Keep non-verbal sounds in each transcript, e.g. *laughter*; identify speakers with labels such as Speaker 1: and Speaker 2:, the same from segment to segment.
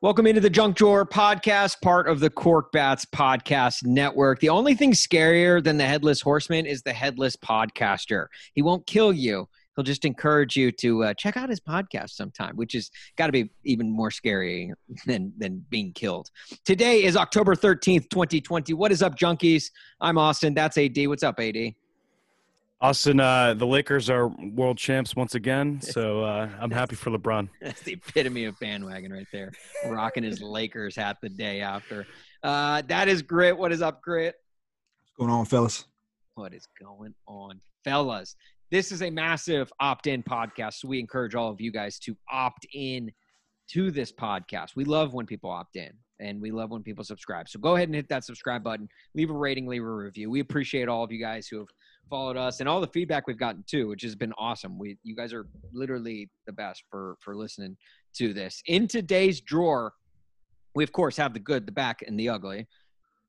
Speaker 1: Welcome into the Junk Drawer podcast, part of the Cork Bats podcast network. The only thing scarier than the headless horseman is the headless podcaster. He won't kill you. He'll just encourage you to uh, check out his podcast sometime, which is got to be even more scary than than being killed. Today is October 13th, 2020. What is up, junkies? I'm Austin. That's AD. What's up, AD?
Speaker 2: Austin, uh, the Lakers are world champs once
Speaker 1: *laughs*
Speaker 2: again, so uh, I'm happy for LeBron.
Speaker 1: *laughs* That's the epitome of bandwagon right there. Rocking his Lakers hat the day after. Uh, that is Grit. What is up, Grit?
Speaker 3: What's going on, fellas?
Speaker 1: What is going on, fellas? This is a massive opt in podcast. So we encourage all of you guys to opt in to this podcast. We love when people opt in and we love when people subscribe. So go ahead and hit that subscribe button, leave a rating, leave a review. We appreciate all of you guys who have followed us and all the feedback we've gotten too, which has been awesome. We you guys are literally the best for for listening to this. In today's drawer, we of course have the good, the back, and the ugly.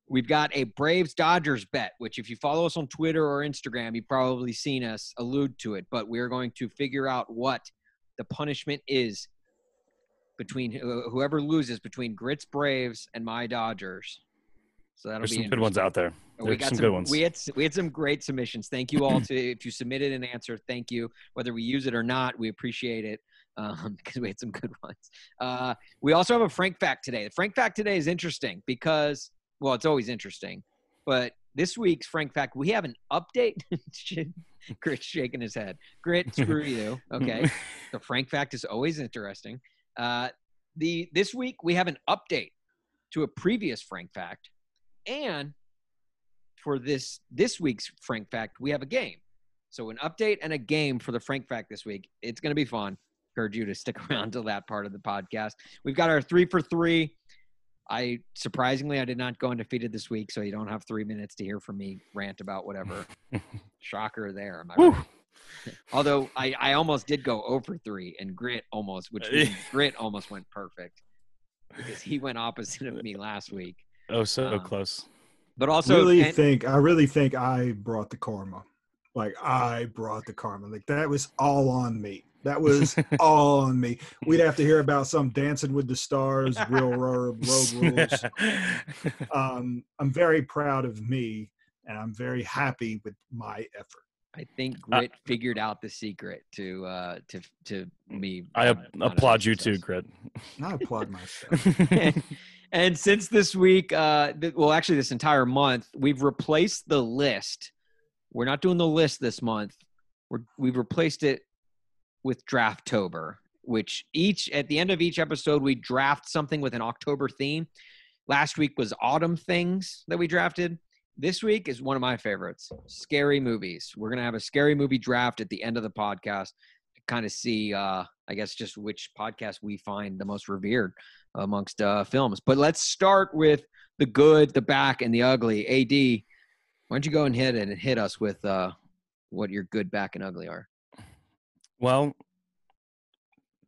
Speaker 1: We've got a Braves Dodgers bet, which if you follow us on Twitter or Instagram, you've probably seen us allude to it. But we're going to figure out what the punishment is between wh- whoever loses between Grits Braves and my Dodgers. So that'll
Speaker 2: There's
Speaker 1: be
Speaker 2: some good ones
Speaker 1: interesting.
Speaker 2: out there.
Speaker 1: Oh, We
Speaker 2: There's
Speaker 1: got
Speaker 2: some good ones.
Speaker 1: We had s- we had some great submissions. Thank you all to if you submitted an answer. Thank you whether we use it or not. We appreciate it because *laughs* we had some good ones. Uh, we also have a Frank fact today. The Frank fact today is interesting because well, it's always interesting, but this week's Frank fact we have an update. *laughs* Grit's shaking his head. Grit, screw
Speaker 2: *laughs*
Speaker 1: you. Okay,
Speaker 2: Mm-hmm.
Speaker 1: the Frank fact is always interesting. Uh, the this week we have an update to a previous Frank fact, and for this this week's Frank fact we have a game. So an update and a game for the Frank fact this week. It's going to be fun. Encourage you to stick *laughs* around to that part of the podcast. We've got our three for three. I surprisingly I did not go undefeated this week, so you don't have three minutes to hear from me rant about whatever. Shocker there. Am I
Speaker 2: Woo.
Speaker 1: right? Although I, I almost did go over three and grit almost,
Speaker 2: Uh,
Speaker 1: which means grit almost went perfect because he went opposite of me last week.
Speaker 2: Oh, so
Speaker 1: Um,
Speaker 2: close.
Speaker 1: But also,
Speaker 3: really
Speaker 1: and-
Speaker 3: think I really think I brought the karma. Like I brought the karma. Like that was all on me. That was all on me. We'd have to hear about some Dancing with the Stars, Real Road,
Speaker 2: *laughs*
Speaker 3: road Rules. Um, I'm very proud of me, and I'm very happy with my effort.
Speaker 1: I think
Speaker 2: Uh,
Speaker 1: Grit figured out the secret to uh, to to me.
Speaker 2: I
Speaker 1: not-
Speaker 2: ap-
Speaker 1: not
Speaker 2: applaud
Speaker 1: having
Speaker 2: you too,
Speaker 1: success.
Speaker 2: Grit.
Speaker 3: And I applaud
Speaker 2: *laughs*
Speaker 3: myself.
Speaker 1: *laughs* and since this week, uh, th- well, actually, this entire month, we've replaced the list. We're not doing the list this month. We're, we've replaced it with Drafttober, which each at the end of each episode we draft something with an October theme. Last week was autumn things that we drafted. This week is one of my favorites, scary movies. We're gonna have a scary movie draft at the end of the podcast to kind of see, uh, I guess, just which podcast we find the most revered amongst uh, films. But let's start with the good, the back, and the ugly. AD, why don't you go and hit it and hit us with uh, what your good, back, and ugly are?
Speaker 2: well,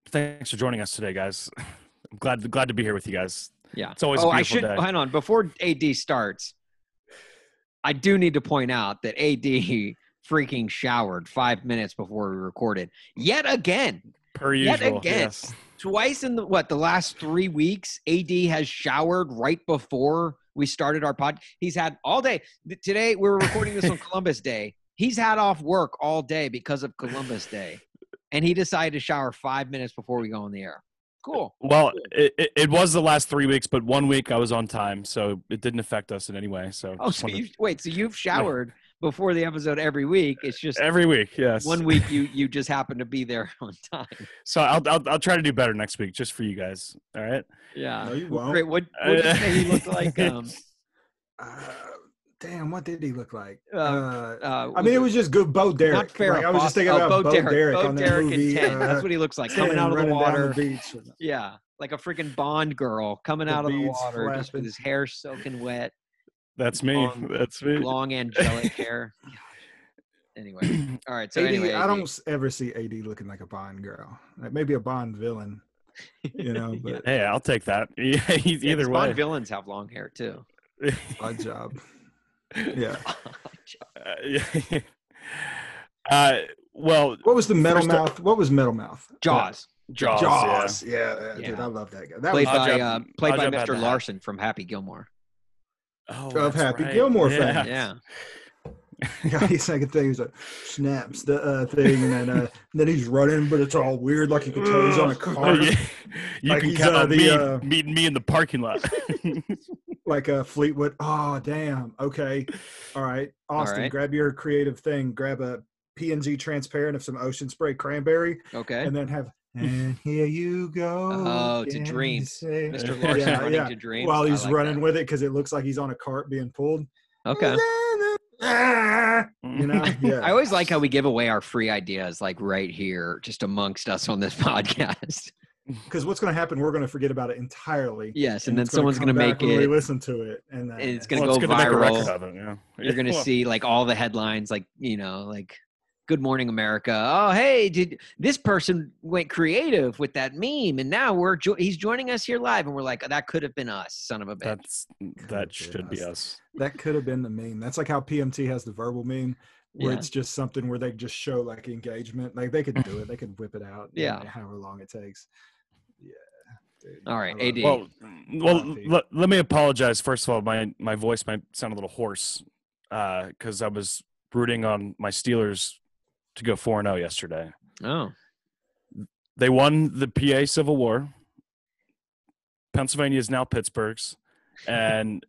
Speaker 2: thanks for joining us today, guys. I'm glad glad to be here with you guys.
Speaker 1: Yeah.
Speaker 2: It's always
Speaker 1: oh,
Speaker 2: a
Speaker 1: I
Speaker 2: beautiful
Speaker 1: should
Speaker 2: day.
Speaker 1: hang on before AD starts. I do need to point out that AD *laughs* freaking showered five minutes before we recorded. Yet again,
Speaker 2: Per
Speaker 1: yet
Speaker 2: usual.
Speaker 1: again.
Speaker 2: Yes.
Speaker 1: twice in the what the last three weeks ad has showered right before we started our pod he's had all day Th- today we were recording
Speaker 3: *laughs*
Speaker 1: this on columbus day he's had off work all day because of columbus day and he decided to shower five minutes before we go on the air cool
Speaker 2: Well, it, it, it was the last three weeks, but one week I was on time, so it didn't affect us in any way. So,
Speaker 1: oh
Speaker 2: just
Speaker 1: so
Speaker 2: wanted-
Speaker 1: you wait so you've showered before the episode every week it's just
Speaker 2: every week, yes.
Speaker 1: one week you you just happen to be there *laughs* on time
Speaker 2: So I'll, I'll I'll try to do better next week, just for you guys. All right.
Speaker 1: yeah
Speaker 3: No, you won't.
Speaker 1: great what what did you say he looked
Speaker 3: *laughs*
Speaker 1: like um
Speaker 3: Uh, damn, what did he look like?
Speaker 1: Uh,
Speaker 3: Uh,
Speaker 1: uh,
Speaker 3: I mean, it was just good Bo Derek.
Speaker 1: Not fair. oh,
Speaker 3: Like, I was just thinking about Bo, Derek, on that movie.
Speaker 1: in 10.
Speaker 3: uh,
Speaker 1: That's what he looks like coming
Speaker 3: 10,
Speaker 1: out of the
Speaker 3: running down
Speaker 1: water.
Speaker 3: beach.
Speaker 1: yeah, like a freaking Bond girl coming
Speaker 3: The
Speaker 1: out of the
Speaker 3: beads
Speaker 1: water just with
Speaker 3: flapping.
Speaker 1: his hair soaking wet,
Speaker 2: That's me.
Speaker 1: Long-
Speaker 2: *laughs* That's me.
Speaker 1: long angelic hair.
Speaker 3: *laughs*
Speaker 1: Anyway, all right. So
Speaker 3: AD,
Speaker 1: anyway,
Speaker 3: I
Speaker 1: AD.
Speaker 3: don't s- ever see AD looking like a Bond girl. Like maybe a Bond villain, you *laughs* know.
Speaker 1: *laughs* Yeah.
Speaker 3: But
Speaker 2: Hey, I'll take that. *laughs* Yeah, he's
Speaker 1: Yeah, 'cause
Speaker 2: either
Speaker 1: Bond
Speaker 2: way.
Speaker 1: villains have long hair too.
Speaker 2: *laughs*
Speaker 3: odd
Speaker 1: *laughs*
Speaker 3: job. Yeah.
Speaker 2: Uh, yeah. Uh, well, Uh,
Speaker 3: What was the metal
Speaker 2: First up-
Speaker 3: mouth? What was metal mouth?
Speaker 1: Jaws.
Speaker 2: Jaws.
Speaker 3: Jaws. Yeah, yeah, dude,
Speaker 1: Yeah.
Speaker 3: I love that guy. That
Speaker 1: Played
Speaker 3: was
Speaker 2: I'll
Speaker 1: by uh,
Speaker 2: jump-
Speaker 1: played
Speaker 2: I'll
Speaker 1: by
Speaker 2: jump out
Speaker 1: Mr.
Speaker 2: that.
Speaker 1: Larson from Happy Gilmore.
Speaker 2: Oh,
Speaker 3: Of
Speaker 2: that's
Speaker 3: Happy Gilmore fame.
Speaker 1: Yeah.
Speaker 3: yeah, *laughs* he's like a thing. He's like snaps the uh, thing, and then, uh, then he's running, but it's all weird. Like you can tell he's
Speaker 1: *laughs*
Speaker 2: *laughs*
Speaker 3: on a
Speaker 2: Oh,
Speaker 3: car,
Speaker 2: yeah. You
Speaker 3: Like
Speaker 2: can
Speaker 3: he's,
Speaker 2: count
Speaker 3: uh,
Speaker 2: on
Speaker 3: the,
Speaker 2: me
Speaker 3: uh,
Speaker 2: meeting me in the parking
Speaker 3: *laughs*
Speaker 2: lot. *laughs* Mm-hmm.
Speaker 3: like a Fleetwood. Oh, damn. Okay, all right, Austin,
Speaker 1: right.
Speaker 3: grab your creative thing. Grab a PNG transparent of some ocean spray cranberry,
Speaker 1: Okay.
Speaker 3: and then have. And here you go.
Speaker 1: Oh, to
Speaker 3: again,
Speaker 1: dream.
Speaker 3: say-"
Speaker 1: Mr.
Speaker 2: Yeah,
Speaker 1: Larson running
Speaker 3: yeah.
Speaker 1: to dreams.
Speaker 3: While
Speaker 1: I
Speaker 3: he's
Speaker 1: like
Speaker 3: running
Speaker 1: that.
Speaker 3: with it, because it looks like he's on a cart being pulled.
Speaker 1: Okay. *laughs*
Speaker 3: You know, yeah.
Speaker 1: I always like how we give away our free ideas like right here, just amongst us on this *laughs* podcast.
Speaker 3: because what's going to happen? We're going to forget about it entirely.
Speaker 1: yes, and,
Speaker 3: and
Speaker 1: then
Speaker 3: it's gonna
Speaker 1: someone's
Speaker 3: come
Speaker 1: going to
Speaker 3: back
Speaker 1: make
Speaker 3: when we
Speaker 1: it.
Speaker 3: listen to it, and, uh,
Speaker 1: and it's
Speaker 2: Well,
Speaker 1: gonna
Speaker 2: it's
Speaker 1: go
Speaker 2: gonna make a record
Speaker 1: viral.
Speaker 2: of it, yeah.
Speaker 1: You're
Speaker 2: *laughs*
Speaker 1: going to
Speaker 2: Well,
Speaker 1: see like all the headlines, like you know, like "Good Morning America." Oh, hey, did this person went creative with that meme, and now we're jo- he's joining us here live, and we're like, that could have been us, son of a bitch.
Speaker 2: That's that should be us.
Speaker 3: that could have been the meme. That's like how PMT has the verbal meme, where
Speaker 1: Yeah.
Speaker 3: it's just something where they just show like engagement. Like they could do it, they could whip it out.
Speaker 1: *laughs*
Speaker 3: in
Speaker 1: Yeah.
Speaker 3: however long it takes. Yeah. dude,
Speaker 1: All right,
Speaker 3: I love
Speaker 1: AD.
Speaker 3: it.
Speaker 2: Well, well,
Speaker 3: Coffee.
Speaker 2: let, let me apologize first of all. My my voice might sound a little hoarse because I was rooting on my Steelers to go four and zero yesterday.
Speaker 1: Oh,
Speaker 2: They won the PA Civil War. Pennsylvania is now Pittsburgh's, and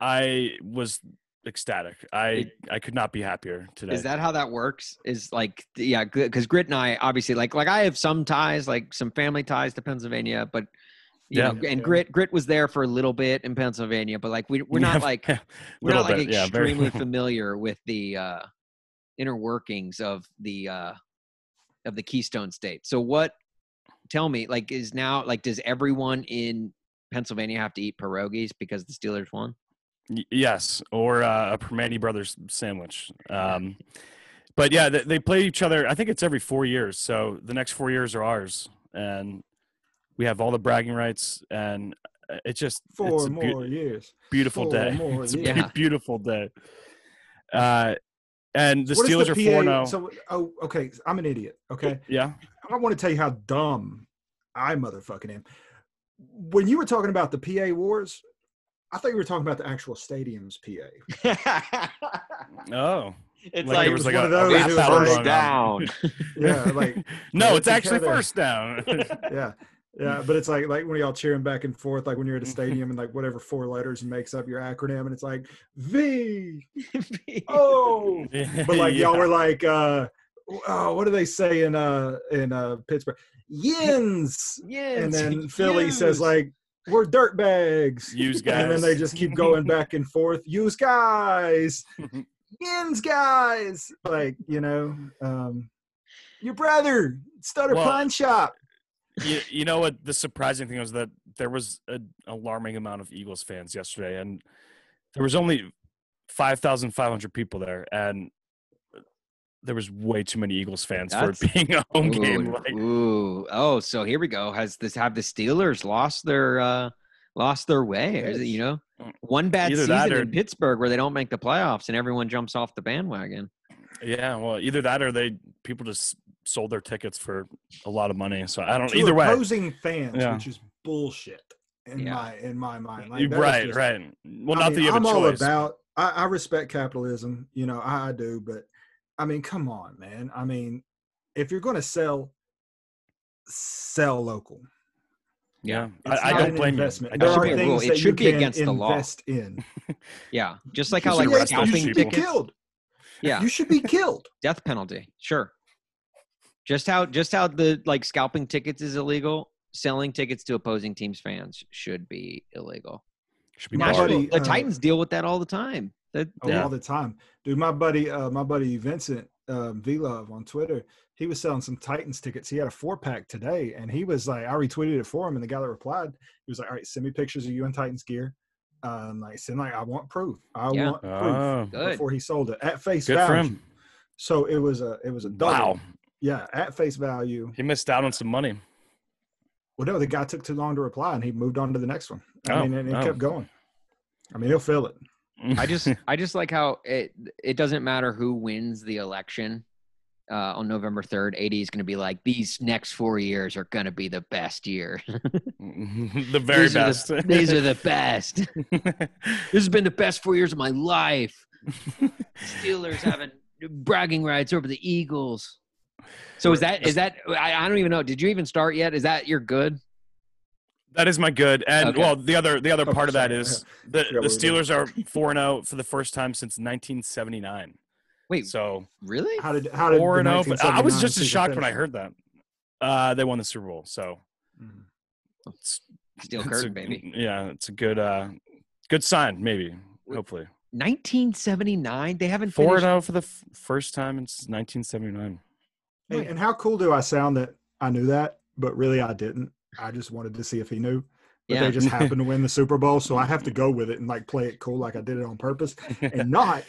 Speaker 2: I was ecstatic. I I could not be happier today.
Speaker 1: Is that how that works? Is like yeah, because Grit and I obviously like like I have some ties, like some family ties to Pennsylvania, but you
Speaker 2: Yeah.
Speaker 1: know, and
Speaker 3: Yeah.
Speaker 1: Grit Grit was there for a little bit in Pennsylvania, but like we we're not
Speaker 2: *laughs* Yeah,
Speaker 1: like
Speaker 2: a
Speaker 1: we're not
Speaker 2: little
Speaker 1: like
Speaker 2: bit, yeah, very- *laughs*
Speaker 1: extremely familiar with the uh, inner workings of the uh, of the Keystone State. So what? Tell me, like, is now like does everyone in Pennsylvania have to eat pierogies because the Steelers won?
Speaker 2: Y- Yes, or uh, a Permane Brothers sandwich. Um, but yeah, they, they play each other. I think it's every four years. So the next four years are ours, and we have all the bragging rights. And uh, it's just it's
Speaker 3: four
Speaker 2: a
Speaker 3: more
Speaker 2: beau-
Speaker 3: years.
Speaker 2: beautiful
Speaker 3: four
Speaker 2: day. *laughs*
Speaker 3: more
Speaker 2: it's a
Speaker 1: years.
Speaker 2: be-
Speaker 1: Yeah.
Speaker 2: beautiful day. Uh, and the
Speaker 3: What is
Speaker 2: Steelers are
Speaker 3: PA
Speaker 2: four zero.
Speaker 3: So, oh, okay. I'm an idiot. Okay.
Speaker 2: yeah,
Speaker 3: I want to tell you how dumb I motherfucking am. When you were talking about the PA wars, I thought you were talking about the actual stadiums PA.
Speaker 2: *laughs* oh,
Speaker 1: it's
Speaker 3: like
Speaker 1: like,
Speaker 3: it was one of those,
Speaker 2: rap
Speaker 3: it was
Speaker 2: battle
Speaker 3: like-
Speaker 2: going
Speaker 3: First
Speaker 2: on.
Speaker 1: *laughs*
Speaker 3: Yeah, like
Speaker 2: *laughs* no,
Speaker 3: Let's
Speaker 2: it's actually
Speaker 3: together.
Speaker 2: first down. *laughs*
Speaker 3: yeah yeah but it's like like when y'all cheering back and forth like when you're at a
Speaker 2: Mm-hmm.
Speaker 3: stadium and like whatever four letters makes up your acronym and it's like v o *laughs*
Speaker 2: *laughs*
Speaker 3: but like y'all were like uh oh what do they say in uh in uh pittsburgh yins
Speaker 1: yeah,
Speaker 3: and then philly says like we're dirt bags
Speaker 2: use guys,
Speaker 3: *laughs* and then they just keep going back and forth
Speaker 2: *laughs*
Speaker 3: use guys yins guys like you know um your brother stutter
Speaker 2: Well,
Speaker 3: pine shop
Speaker 2: you, you know what the surprising thing was that there was an alarming amount of Eagles fans yesterday and there was only 5,500 people there and there was way too many Eagles fans for
Speaker 1: That's-
Speaker 2: it being a home game *laughs* like
Speaker 1: ooh. Oh, so here we go. Has this have the Steelers lost their uh lost their way? Is it, you know, one bad
Speaker 2: Mm. Either that
Speaker 1: season
Speaker 2: or-
Speaker 1: in Pittsburgh where they don't make the playoffs and everyone jumps off the bandwagon.
Speaker 2: yeah well either that or they people just sold their tickets for a lot of money so I don't
Speaker 3: to
Speaker 2: either way
Speaker 3: opposing fans,
Speaker 2: Yeah.
Speaker 3: which is bullshit in
Speaker 1: Yeah.
Speaker 3: my in my mind. Like,
Speaker 2: You-
Speaker 3: that is
Speaker 2: right
Speaker 3: just-
Speaker 2: right well
Speaker 3: I
Speaker 2: not that
Speaker 3: mean,
Speaker 2: you have
Speaker 3: I'm
Speaker 2: a
Speaker 3: all
Speaker 2: choice
Speaker 3: about. I, I respect capitalism, you know, I, I do, but I mean, come on, man. I mean, if you're going to sell, sell local.
Speaker 2: yeah
Speaker 3: It's
Speaker 2: I, I
Speaker 3: not
Speaker 2: don't
Speaker 3: an
Speaker 2: blame
Speaker 3: investment.
Speaker 2: you I
Speaker 1: There
Speaker 2: don't
Speaker 1: are
Speaker 2: blame you.
Speaker 1: things- rule. It should be against the law.
Speaker 3: invest in.
Speaker 1: Yeah. Just like
Speaker 2: You
Speaker 1: how
Speaker 2: should
Speaker 1: like
Speaker 2: arrest those
Speaker 1: scalping
Speaker 2: people.
Speaker 3: be
Speaker 1: tickets.
Speaker 3: killed.
Speaker 1: Yeah.
Speaker 3: You should be killed.
Speaker 1: Death penalty. Sure. Just how just how the like scalping tickets is illegal, selling tickets to opposing teams fans should be illegal.
Speaker 2: Should be
Speaker 3: My
Speaker 2: barred.
Speaker 1: Nashville,
Speaker 3: buddy,
Speaker 1: the
Speaker 3: uh,
Speaker 1: Titans deal with that all the time. That,
Speaker 3: Oh,
Speaker 1: that-
Speaker 3: all the time, dude. My buddy, uh, my buddy Vincent um, V Love on Twitter, he was selling some Titans tickets. He had a four pack today, and he was like, I retweeted it for him, and the guy that replied, he was like, All right, send me pictures of you in Titans gear. Um, like, send like, I want proof. I
Speaker 1: Yeah.
Speaker 3: want proof.
Speaker 2: oh,
Speaker 1: Good.
Speaker 3: Before he sold it at face
Speaker 2: good for
Speaker 3: value.
Speaker 2: him
Speaker 3: So it was a, it was a double.
Speaker 2: wow
Speaker 3: Yeah, at face value.
Speaker 2: he missed out on some money
Speaker 3: Well, no, the guy took too long to reply, and he moved on to the next one. I
Speaker 2: Oh,
Speaker 3: mean, and it
Speaker 2: oh.
Speaker 3: kept going. I mean, he'll feel it.
Speaker 2: *laughs*
Speaker 1: I just I just like how it it doesn't matter who wins the election. uh, on November 3rd. AD is going to be like, these next four years are going to be the best year. *laughs*
Speaker 2: *laughs* the very
Speaker 1: These are the- *laughs*
Speaker 2: best.
Speaker 1: these are the best.
Speaker 2: *laughs*
Speaker 1: This has been the best four years of my life. Steelers having bragging rights over the Eagles. So is that is that I, I don't even know. Did you even start yet? Is that your good?
Speaker 2: that is my good. And
Speaker 1: Okay.
Speaker 2: well, the other the other
Speaker 3: Okay,
Speaker 2: part of that
Speaker 3: sorry.
Speaker 1: *laughs*
Speaker 2: is the,
Speaker 3: Yeah,
Speaker 2: the
Speaker 3: we're doing-
Speaker 2: Steelers are 4 and 0 for the first time since 1979.
Speaker 1: Wait,
Speaker 2: So
Speaker 1: really?
Speaker 3: How did how did the
Speaker 2: four and oh, but I I was
Speaker 3: 1979
Speaker 2: just as
Speaker 3: season
Speaker 2: shocked when I
Speaker 3: finish?
Speaker 2: heard that. Uh, they won the Super Bowl, so
Speaker 3: Mhm.
Speaker 2: it's,
Speaker 1: Steel
Speaker 2: it's a-
Speaker 1: curtain, baby.
Speaker 2: Yeah, it's a good uh, good sign, maybe. Hopefully,
Speaker 1: 1979. They haven't
Speaker 2: four and
Speaker 1: finished.
Speaker 2: zero for the f- first time since 1979.
Speaker 3: Hey,
Speaker 1: Right.
Speaker 3: and how cool do I sound that I knew that, but really I didn't. I just wanted to see if he knew. But
Speaker 1: Yeah. *laughs*
Speaker 3: they just happened to win the Super Bowl, so I have to go with it and like play it cool, like I did it on purpose, and not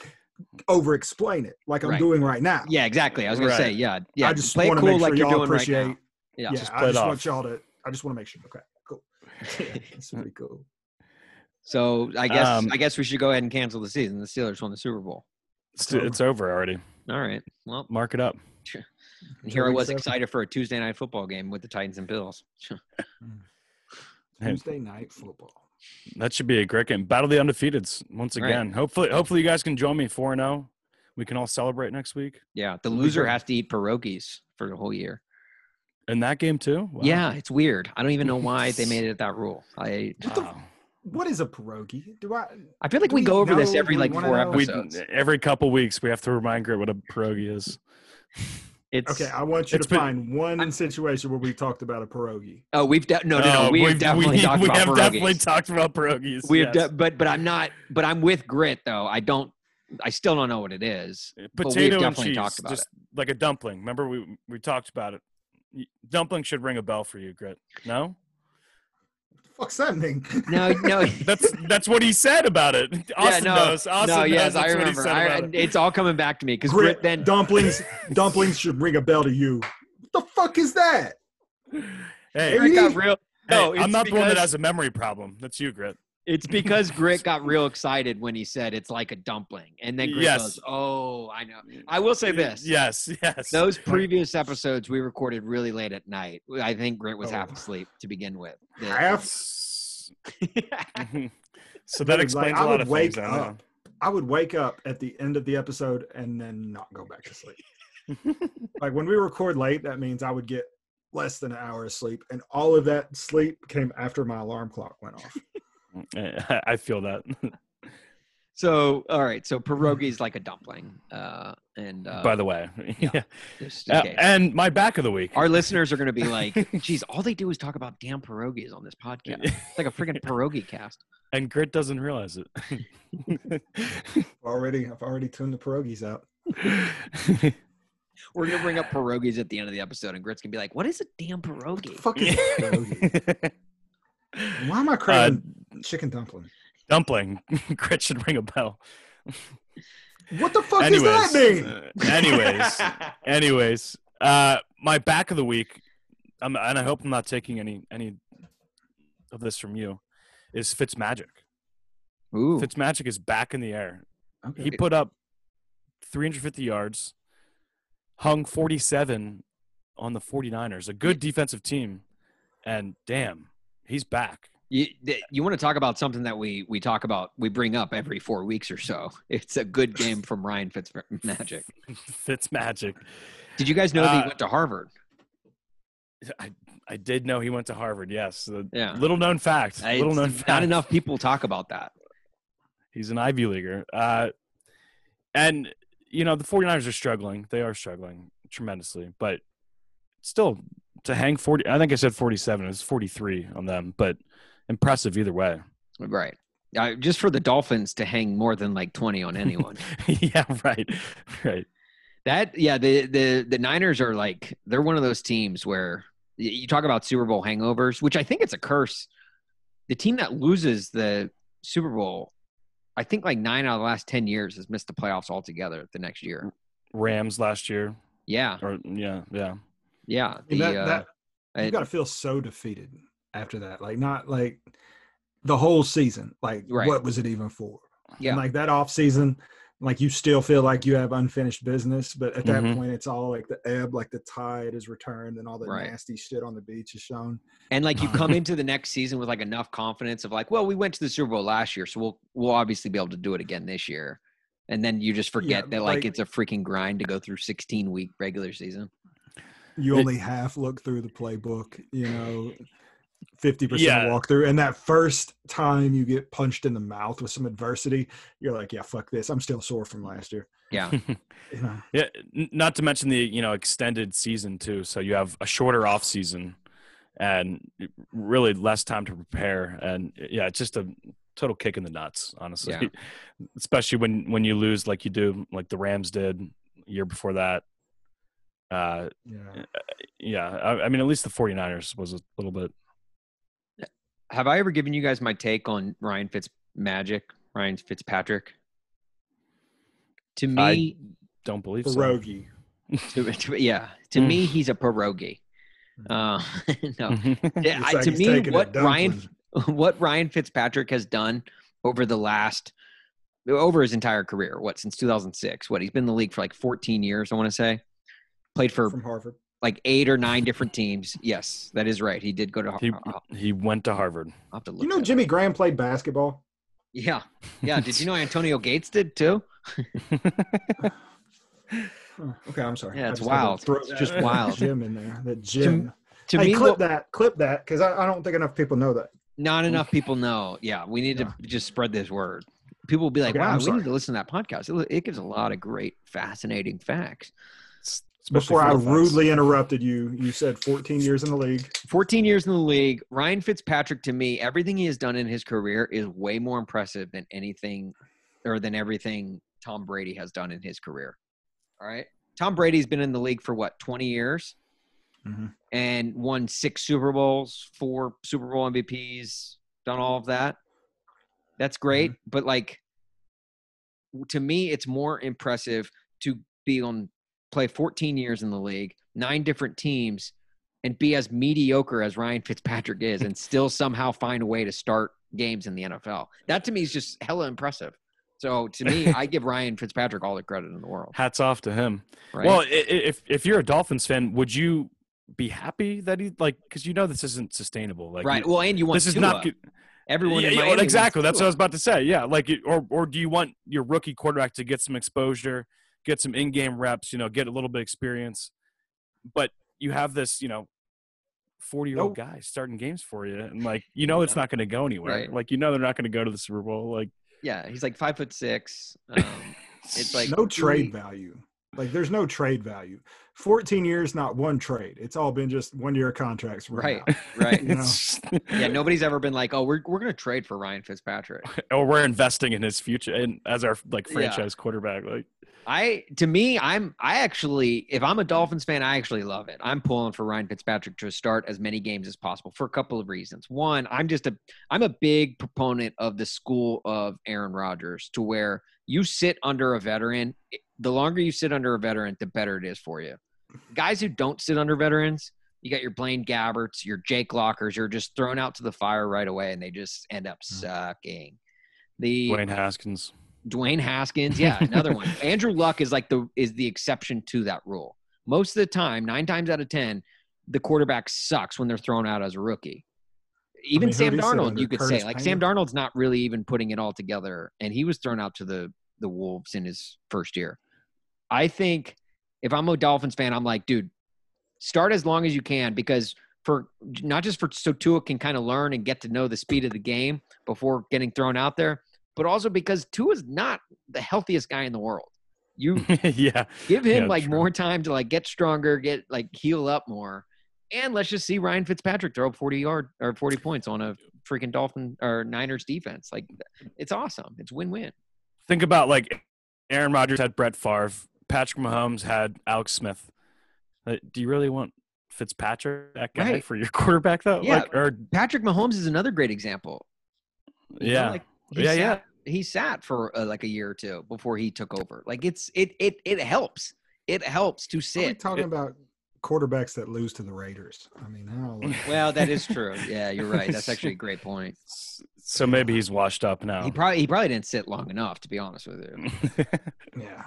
Speaker 3: over explain it like I'm
Speaker 1: Right.
Speaker 3: doing right now.
Speaker 1: Yeah, exactly. I was gonna say,
Speaker 2: Right.
Speaker 1: yeah, yeah.
Speaker 3: I just
Speaker 1: play it
Speaker 3: want to
Speaker 1: cool
Speaker 3: make sure
Speaker 1: like you're
Speaker 3: y'all
Speaker 1: doing right
Speaker 3: appreciate.
Speaker 1: now. Yeah.
Speaker 3: yeah,
Speaker 2: Just play
Speaker 3: I
Speaker 2: it
Speaker 3: just
Speaker 2: off.
Speaker 3: want y'all to. I just want to make sure. Okay,
Speaker 1: *laughs*
Speaker 3: cool. Yeah, that's pretty cool.
Speaker 1: So I guess
Speaker 2: Um,
Speaker 1: I guess we should go ahead and cancel the season. The Steelers won the Super Bowl.
Speaker 2: *laughs* It's, it's over already.
Speaker 1: All right. Well,
Speaker 2: Mark it up.
Speaker 1: and here I
Speaker 3: Week
Speaker 1: was
Speaker 3: seven.
Speaker 1: excited for a Tuesday night football game with the Titans and Bills. *laughs*
Speaker 3: Tuesday night football.
Speaker 2: That should be a great game. Battle of the undefeateds once
Speaker 1: Right.
Speaker 2: again. Hopefully, hopefully you guys can join me four and zero. We can all celebrate next week
Speaker 1: Yeah, the
Speaker 3: It'll be
Speaker 1: loser
Speaker 3: good.
Speaker 1: has to eat pierogies for the whole year.
Speaker 2: in that game too. Wow.
Speaker 1: Yeah, it's weird. I don't even know why
Speaker 3: *laughs*
Speaker 1: they made it that rule. I
Speaker 3: What the f-
Speaker 2: Wow.
Speaker 3: What is a pierogi? Do I?
Speaker 1: I feel like
Speaker 3: Do
Speaker 1: we
Speaker 3: we
Speaker 1: go over this
Speaker 3: know?
Speaker 1: every
Speaker 3: Do we
Speaker 1: like
Speaker 3: wanna
Speaker 1: four
Speaker 3: know?
Speaker 2: We, uh,
Speaker 1: episodes.
Speaker 2: every couple weeks, we have to remind Grit what a pierogi is.
Speaker 1: It's
Speaker 3: Okay, I want you
Speaker 2: It's
Speaker 3: to
Speaker 2: been-
Speaker 3: find one situation where we talked about a pierogi.
Speaker 1: oh, we've de- no no no.
Speaker 2: Oh,
Speaker 1: we've,
Speaker 2: we've-
Speaker 1: definitely
Speaker 2: we-
Speaker 1: talked
Speaker 2: we
Speaker 1: about
Speaker 2: have
Speaker 1: pierogies.
Speaker 2: definitely talked about pierogies.
Speaker 1: we have
Speaker 2: yes.
Speaker 1: de- but but I'm not. But I'm with grit though. I don't. I still don't know what it is. but we've
Speaker 2: potato and
Speaker 1: definitely
Speaker 2: cheese,
Speaker 1: talked about
Speaker 2: just like a dumpling. Remember we we talked about it. Y- Dumpling should ring a bell for you, Grit. No,
Speaker 3: What the fuck's that mean?
Speaker 1: No no.
Speaker 2: that's that's what he said about
Speaker 1: *laughs*
Speaker 2: it. Austin
Speaker 1: no,
Speaker 2: knows. *laughs* Austin
Speaker 1: no,
Speaker 2: knows.
Speaker 1: yes, I
Speaker 2: that's what he
Speaker 1: remember.
Speaker 2: said
Speaker 1: I-
Speaker 2: about it.
Speaker 1: it's all coming back to me because
Speaker 3: Grit
Speaker 1: Grit then
Speaker 3: dumplings, *laughs* dumplings should ring a bell to you. What the fuck is that?
Speaker 2: Hey,
Speaker 1: Grit got
Speaker 3: Hey,
Speaker 1: real.
Speaker 2: hey,
Speaker 1: No, it's
Speaker 2: I'm not the one that
Speaker 1: because-
Speaker 2: has a memory problem. That's you, Grit.
Speaker 1: It's because Grit got real excited when he said it's like a dumpling, and then Grit
Speaker 2: Yes.
Speaker 1: goes, "Oh, I know." I will say this:
Speaker 2: Yes, yes.
Speaker 1: those
Speaker 2: *laughs*
Speaker 1: previous episodes we recorded really late at night. I think Grit was half
Speaker 3: Oh.
Speaker 1: asleep to begin with. The-
Speaker 3: Half.
Speaker 2: so
Speaker 3: Like,
Speaker 2: Mm-hmm. that explains
Speaker 3: I
Speaker 2: a lot
Speaker 3: would
Speaker 2: of
Speaker 3: wake
Speaker 2: things. I know.
Speaker 3: up. I would wake up at the end of the episode and then not go back to sleep. like when we record late, that means I would get less than an hour of sleep, and all of that sleep came after my alarm clock went off.
Speaker 2: Mm, I I feel that. *laughs*
Speaker 1: so, all right. So pierogies like a dumpling, uh, and uh,
Speaker 2: By the way, *laughs* yeah.
Speaker 1: just in
Speaker 2: Uh,
Speaker 1: case.
Speaker 2: and my back of the week. *laughs*
Speaker 1: our listeners are going to be like, "Geez, all they do is talk about damn pierogies on this podcast. It's like a freaking pierogi cast."
Speaker 2: and Grit doesn't
Speaker 1: *laughs*
Speaker 2: realize it.
Speaker 3: Already, I've already tuned the pierogies out.
Speaker 1: We're going to
Speaker 2: *laughs*
Speaker 1: bring up pierogies at the end of the episode, and Grit's going to be like, "What is a damn pierogi?"
Speaker 3: Fuck is
Speaker 2: *laughs*
Speaker 3: pierogi? Why am I craving
Speaker 2: Uh,
Speaker 3: chicken dumpling?
Speaker 2: *laughs* Dumpling. *laughs* Grit should ring a bell.
Speaker 3: What the fuck
Speaker 2: anyways,
Speaker 3: does that mean?
Speaker 2: uh, anyways, anyways, uh, my back of the week, um, and I hope I'm not taking any any of this from you, is Fitzmagic.
Speaker 1: *laughs* Ooh,
Speaker 2: Fitzmagic is back in the air.
Speaker 3: Okay.
Speaker 2: He put up 350 yards, hung 47 on the 49ers, a good defensive team, and damn, he's back. *laughs*
Speaker 1: you, th- you want to talk about something that we we talk about, we bring up every four weeks or so. It's a good game from Ryan Fitzmagic.
Speaker 2: Fitzmagic.
Speaker 1: Did you guys know that
Speaker 2: Uh,
Speaker 1: he went to Harvard?
Speaker 2: I, I did know he went to Harvard. Yes, The
Speaker 1: Yeah.
Speaker 2: little known fact.
Speaker 1: I-
Speaker 2: little known
Speaker 1: it's
Speaker 2: fact.
Speaker 1: Not enough people talk about that.
Speaker 2: He's an Ivy leaguer. Uh, and you know the 49ers are struggling. They are struggling tremendously, but still to hang 40 I think I said 47, it was 43 on them, but impressive either way. *laughs*
Speaker 1: Right. Uh, just for the Dolphins to hang more than like 20 on anyone.
Speaker 2: yeah, right. Right.
Speaker 1: That yeah, the the the Niners are like they're one of those teams where y- you talk about Super Bowl hangovers, which I think it's a curse. The team that loses the Super Bowl, I think like nine out of the last ten years has missed the playoffs altogether the next year.
Speaker 2: Rams last year
Speaker 1: Yeah,
Speaker 2: or yeah, yeah.
Speaker 1: yeah.
Speaker 3: I mean,
Speaker 1: The,
Speaker 3: that,
Speaker 1: uh,
Speaker 3: that
Speaker 1: I-
Speaker 3: you got to feel so defeated after that. Like not like the whole season. Like
Speaker 1: Right.
Speaker 3: what was it even for?
Speaker 1: Yeah.
Speaker 3: And like that off season, like you still feel like you have unfinished business, but at that
Speaker 1: Mm-hmm.
Speaker 2: Mhm.
Speaker 3: point, it's all like the ebb, like the tide is returned, and all the
Speaker 1: Right.
Speaker 3: nasty shit on the beach is shown.
Speaker 1: And like you
Speaker 3: *laughs*
Speaker 1: come into the next season with like enough confidence of like, well, we went to the Super Bowl last year, so we'll we'll obviously be able to do it again this year. And then you just forget that like,
Speaker 3: like-
Speaker 1: it's a freaking grind to go through 16 week regular season.
Speaker 3: You
Speaker 2: It-
Speaker 3: only half look through the playbook, you know, fifty
Speaker 2: Yeah.
Speaker 3: percent walkthrough, and that first time you get punched in the mouth with some adversity, you're like, yeah, fuck this, I'm still sore from last year.
Speaker 1: Yeah.
Speaker 3: You know,
Speaker 2: Yeah, n- not to mention the you know extended season too. So you have a shorter off season, and really less time to prepare. And yeah, it's just a total kick in the nuts, honestly.
Speaker 1: Yeah.
Speaker 2: *laughs* Especially when when you lose like you do, like the Rams did year before that. Uh,
Speaker 3: yeah.
Speaker 2: yeah, I, I mean, at least the 49ers was a little bit.
Speaker 1: Have I ever given you guys my take on Ryan Fitz Magic, Ryan Fitzpatrick? To
Speaker 2: I-
Speaker 1: me,
Speaker 2: Don't believe so.
Speaker 3: Pierogi.
Speaker 1: to, to- yeah, to
Speaker 2: Mm.
Speaker 1: me, he's a pierogi.
Speaker 2: Hmm.
Speaker 1: Uh, *laughs*
Speaker 3: *laughs*
Speaker 1: no, Yeah,
Speaker 3: It's
Speaker 1: I,
Speaker 3: like
Speaker 1: to
Speaker 3: he's
Speaker 1: me,
Speaker 3: taking a
Speaker 1: what Ryan *laughs*
Speaker 3: dumpling.
Speaker 1: what Ryan Fitzpatrick has done over the last over his entire career, what since 2006, what he's been in the league for like 14 years, I want to say. Played for
Speaker 3: from Harvard.
Speaker 1: like eight or nine different teams. Yes, that is right. He did go to.
Speaker 2: he
Speaker 1: I'll
Speaker 2: *laughs* he went to Harvard.
Speaker 1: have to look.
Speaker 3: You know,
Speaker 1: that up.
Speaker 3: Jimmy Graham played basketball.
Speaker 1: Yeah, yeah. Did you know Antonio Gates did too?
Speaker 3: Oh, okay, I'm sorry.
Speaker 1: Yeah,
Speaker 3: I
Speaker 1: it's
Speaker 3: just had to
Speaker 1: wild.
Speaker 3: throw
Speaker 1: It's
Speaker 3: that
Speaker 1: just wild.
Speaker 3: Gym in there. That gym.
Speaker 1: To
Speaker 3: hey,
Speaker 1: me,
Speaker 3: clip
Speaker 1: what-
Speaker 3: that. Clip that, because I, I don't think enough people know that.
Speaker 1: not
Speaker 3: *laughs*
Speaker 1: enough people know. Yeah, we need to just spread this word. People will be like,
Speaker 3: Okay,
Speaker 1: "Wow,
Speaker 3: I'm
Speaker 1: we
Speaker 3: sorry.
Speaker 1: need to listen to that podcast. It, it gives a lot of great, fascinating facts."
Speaker 2: S- especially
Speaker 3: Before
Speaker 2: for
Speaker 3: I
Speaker 2: the Bucks.
Speaker 3: rudely interrupted you, you said 14 years in the league.
Speaker 1: 14 years in the league. Ryan Fitzpatrick, to me, everything he has done in his career is way more impressive than anything or than everything Tom Brady has done in his career. All right. Tom Brady's been in the league for what, 20 years Mm-hmm. and won six Super Bowls, four Super Bowl MVPs, done all of that. That's
Speaker 2: Mm-hmm.
Speaker 1: great. But like, to me, it's more impressive to be on play 14 years in the league, nine different teams, and be as mediocre as Ryan Fitzpatrick is, and still
Speaker 2: *laughs*
Speaker 1: somehow find a way to start games in the NFL. That to me is just hella impressive. So to me, I give Ryan Fitzpatrick all the credit in the world.
Speaker 2: Hats off to him.
Speaker 1: Right?
Speaker 2: Well, i- i- if if you're a Dolphins fan, would you be happy that he like because you know this isn't sustainable? Like,
Speaker 1: right.
Speaker 2: you-
Speaker 1: Well, and you want
Speaker 2: this is
Speaker 1: Tua.
Speaker 2: not. good.
Speaker 1: everyone.
Speaker 2: Yeah,
Speaker 1: in
Speaker 2: yeah,
Speaker 1: Miami wants
Speaker 2: exactly. That's what I
Speaker 1: Tua.
Speaker 2: was about to say. Yeah, like, you- or or do you want your rookie quarterback to get some exposure, get some in-game reps, you know, get a little bit of experience, but you have this, you know. 40 year old
Speaker 3: Nope.
Speaker 2: guy starting games for you and like you know it's not going to go anywhere
Speaker 1: Right.
Speaker 2: like you know they're not going to go to the super bowl like
Speaker 1: Yeah, he's like five foot six. Um,
Speaker 2: *laughs*
Speaker 1: It's like-
Speaker 3: no
Speaker 1: do
Speaker 3: trade
Speaker 1: we-
Speaker 3: value. Like there's no trade value. 14 years, not one trade. It's all been just one year contracts. run
Speaker 1: Right.
Speaker 3: out.
Speaker 1: right.
Speaker 3: No.
Speaker 1: Yeah, nobody's ever been like, oh, we're, we're going to trade for Ryan Fitzpatrick.
Speaker 2: *laughs* or we're investing in his future and as our like
Speaker 1: Yeah.
Speaker 2: franchise quarterback like
Speaker 1: I, to me, I'm, I actually, if I'm a Dolphins fan, I actually love it. I'm pulling for Ryan Fitzpatrick to start as many games as possible for a couple of reasons. One, I'm just a, I'm a big proponent of the school of Aaron Rodgers to where you sit under a veteran. The longer you sit under a veteran, the better it is for you. Guys who don't sit under veterans, you got your Blaine Gabberts, your Jake Lockers, you're just thrown out to the fire right away and they just end up sucking. The
Speaker 2: Dwayne Haskins.
Speaker 1: Dwayne Haskins, yeah, another one. Andrew Luck is like the is the exception to that rule. Most of the time, nine times out of ten, the quarterback sucks when they're thrown out as a rookie. Even
Speaker 3: mean, who'd
Speaker 1: Sam
Speaker 3: he sit
Speaker 1: Darnold,
Speaker 3: under?
Speaker 1: you could
Speaker 3: Curtis
Speaker 1: say, like Sam
Speaker 3: Painter?
Speaker 1: Darnold's not really even putting it all together, and he was thrown out to the the Wolves in his first year. I think if I'm a Dolphins fan, I'm like, dude, start as long as you can because for not just for so Tua can kind of learn and get to know the speed of the game before getting thrown out there, but also because Tua's not the healthiest guy in the world. You
Speaker 2: *laughs* yeah.
Speaker 1: give him
Speaker 2: Yeah,
Speaker 1: like
Speaker 2: true.
Speaker 1: more time to like get stronger, get like heal up more, and let's just see Ryan Fitzpatrick throw up forty yard or forty points on a freaking Dolphin or Niners defense. Like it's awesome. It's win win.
Speaker 2: Think about like Aaron Rodgers had Brett Favre, Patrick Mahomes had Alex Smith. Like, do you really want Fitzpatrick that guy
Speaker 1: Right.
Speaker 2: for your *laughs* quarterback though?
Speaker 1: Yeah.
Speaker 2: Like, or
Speaker 1: Patrick Mahomes is another great example. You know,
Speaker 2: yeah.
Speaker 1: like, he
Speaker 2: Yeah,
Speaker 1: sat,
Speaker 2: yeah.
Speaker 1: He sat for uh, like a year or two before he took over. Like it's it it it helps. It helps to
Speaker 3: Are we
Speaker 1: sit.
Speaker 3: talking about quarterbacks that lose to the Raiders? I mean, how? like-
Speaker 1: *laughs*
Speaker 2: *laughs*
Speaker 1: Well, that is true. Yeah, you're right. That's actually a great point.
Speaker 2: S- So maybe he's washed up now.
Speaker 1: He
Speaker 2: *laughs*
Speaker 1: probably he probably didn't sit long enough, to be honest with you.
Speaker 3: Yeah.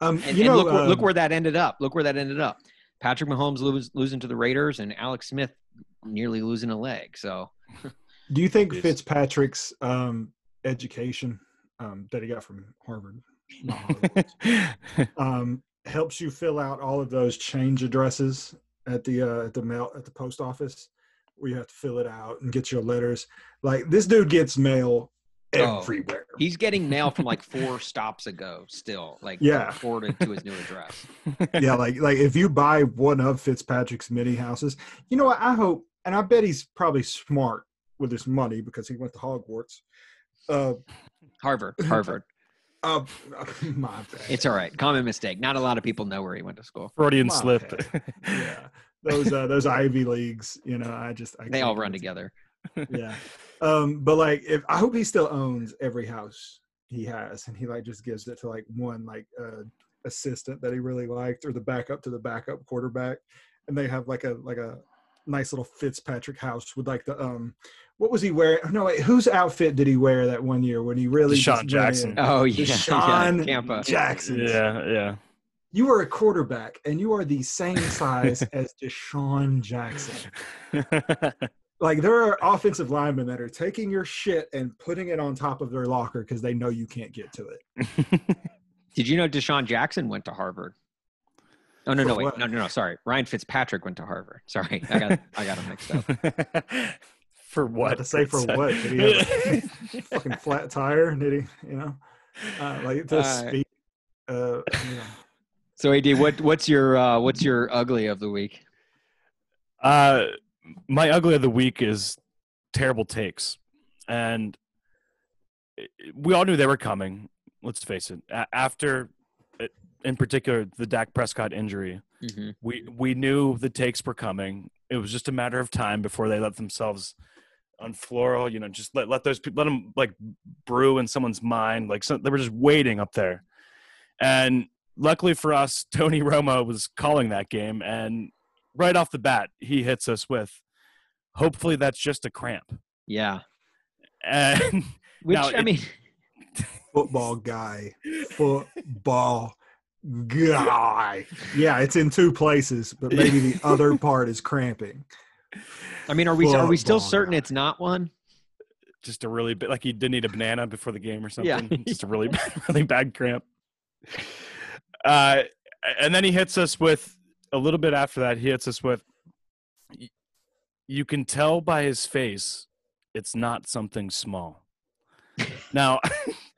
Speaker 3: Um,
Speaker 1: And, and
Speaker 3: you know,
Speaker 1: look, where- look
Speaker 3: uh,
Speaker 1: where that ended up. Look where that ended up. Patrick Mahomes lose, losing to the Raiders and Alex Smith nearly losing a leg. So
Speaker 3: do you think
Speaker 2: Yes.
Speaker 3: Fitzpatrick's um, education um, that he got from Harvard, not Harvard, um, helps you fill out all of those change addresses at the uh, at the mail at the post office where you have to fill it out and get your letters? Like this dude gets mail
Speaker 1: Oh.
Speaker 3: everywhere.
Speaker 1: he's getting mail from like
Speaker 3: *laughs*
Speaker 1: four stops ago still, like
Speaker 3: Yeah.
Speaker 1: forwarded to his new
Speaker 3: *laughs*
Speaker 1: address.
Speaker 3: yeah, like like if you buy one of Fitzpatrick's mini houses, you know what? I hope, and I bet he's probably smart with his money because he went to Hogwarts. Uh,
Speaker 1: Harvard, Harvard.
Speaker 3: uh *laughs* my bad.
Speaker 1: It's all right. Common mistake. Not a lot of people know where he went to school.
Speaker 2: Freudian
Speaker 3: Wow.
Speaker 2: slip.
Speaker 3: yeah, *laughs* those uh, those Ivy leagues. You know, I just I
Speaker 1: They all
Speaker 3: can't
Speaker 1: run
Speaker 3: get it.
Speaker 1: together.
Speaker 3: Yeah, um, but like, if I hope he still owns every house he has, and he like just gives it to like one like uh, assistant that he really liked, or the backup to the backup quarterback, and they have like a like a nice little Fitzpatrick house with like the um, what was he wearing? No, wait, whose outfit did he wear that one year when he really just
Speaker 2: Deshaun
Speaker 3: went
Speaker 2: Jackson.
Speaker 3: in?
Speaker 1: Oh yeah,
Speaker 3: Deshaun
Speaker 1: yeah, Tampa.
Speaker 3: Jackson.
Speaker 2: *laughs* yeah, yeah.
Speaker 3: You are a quarterback, and you are the
Speaker 2: *laughs*
Speaker 3: same size as Deshaun Jackson. like there are offensive linemen that are taking your shit and putting it on top of their locker because they know you can't get to it.
Speaker 1: Did you know Deshaun Jackson went to Harvard? Oh no,
Speaker 3: For
Speaker 1: no, wait,
Speaker 3: what?
Speaker 1: no, no, no. Sorry, Ryan Fitzpatrick went to Harvard. Sorry, I
Speaker 3: *laughs*
Speaker 1: got I got him mixed up.
Speaker 2: *laughs* for what? uh,
Speaker 3: to say for what, did he
Speaker 2: *laughs* have
Speaker 3: *laughs* Fucking flat tire, nitty, you know, uh, like to
Speaker 1: Uh,
Speaker 3: speak. Uh, you know.
Speaker 1: So Ad, what what's your uh, what's your ugly of the week?
Speaker 2: uh, my ugly of the week is terrible takes, and we all knew they were coming. Let's face it. A- after, uh, in particular, the Dak Prescott injury,
Speaker 1: Mm-hmm.
Speaker 2: we we knew the takes were coming. It was just a matter of time before they let themselves unfloral. You know, just let let those people let them like brew in someone's mind. Like some, they were just waiting up there. And luckily for us, *laughs* Tony Romo was calling that game, and right off the bat, he hits us with, "Hopefully, that's just a cramp." *laughs*
Speaker 1: Yeah,
Speaker 2: And
Speaker 1: which
Speaker 2: Now,
Speaker 1: I
Speaker 2: it-
Speaker 1: mean,
Speaker 3: football guy, football guy. Yeah, it's in two places, but maybe the
Speaker 2: *laughs*
Speaker 3: other part is cramping.
Speaker 1: I mean, are we are we still
Speaker 3: Football
Speaker 1: certain
Speaker 3: guy.
Speaker 1: it's not one?
Speaker 2: just a really bit like he didn't eat a banana before the game or
Speaker 1: Yeah. *laughs*
Speaker 2: something. just a really bad, *laughs* really bad cramp. Uh, and then he hits us with a little bit after that. He hits us with. "Y- You can tell by his face, it's not something
Speaker 1: *laughs*
Speaker 2: small. now,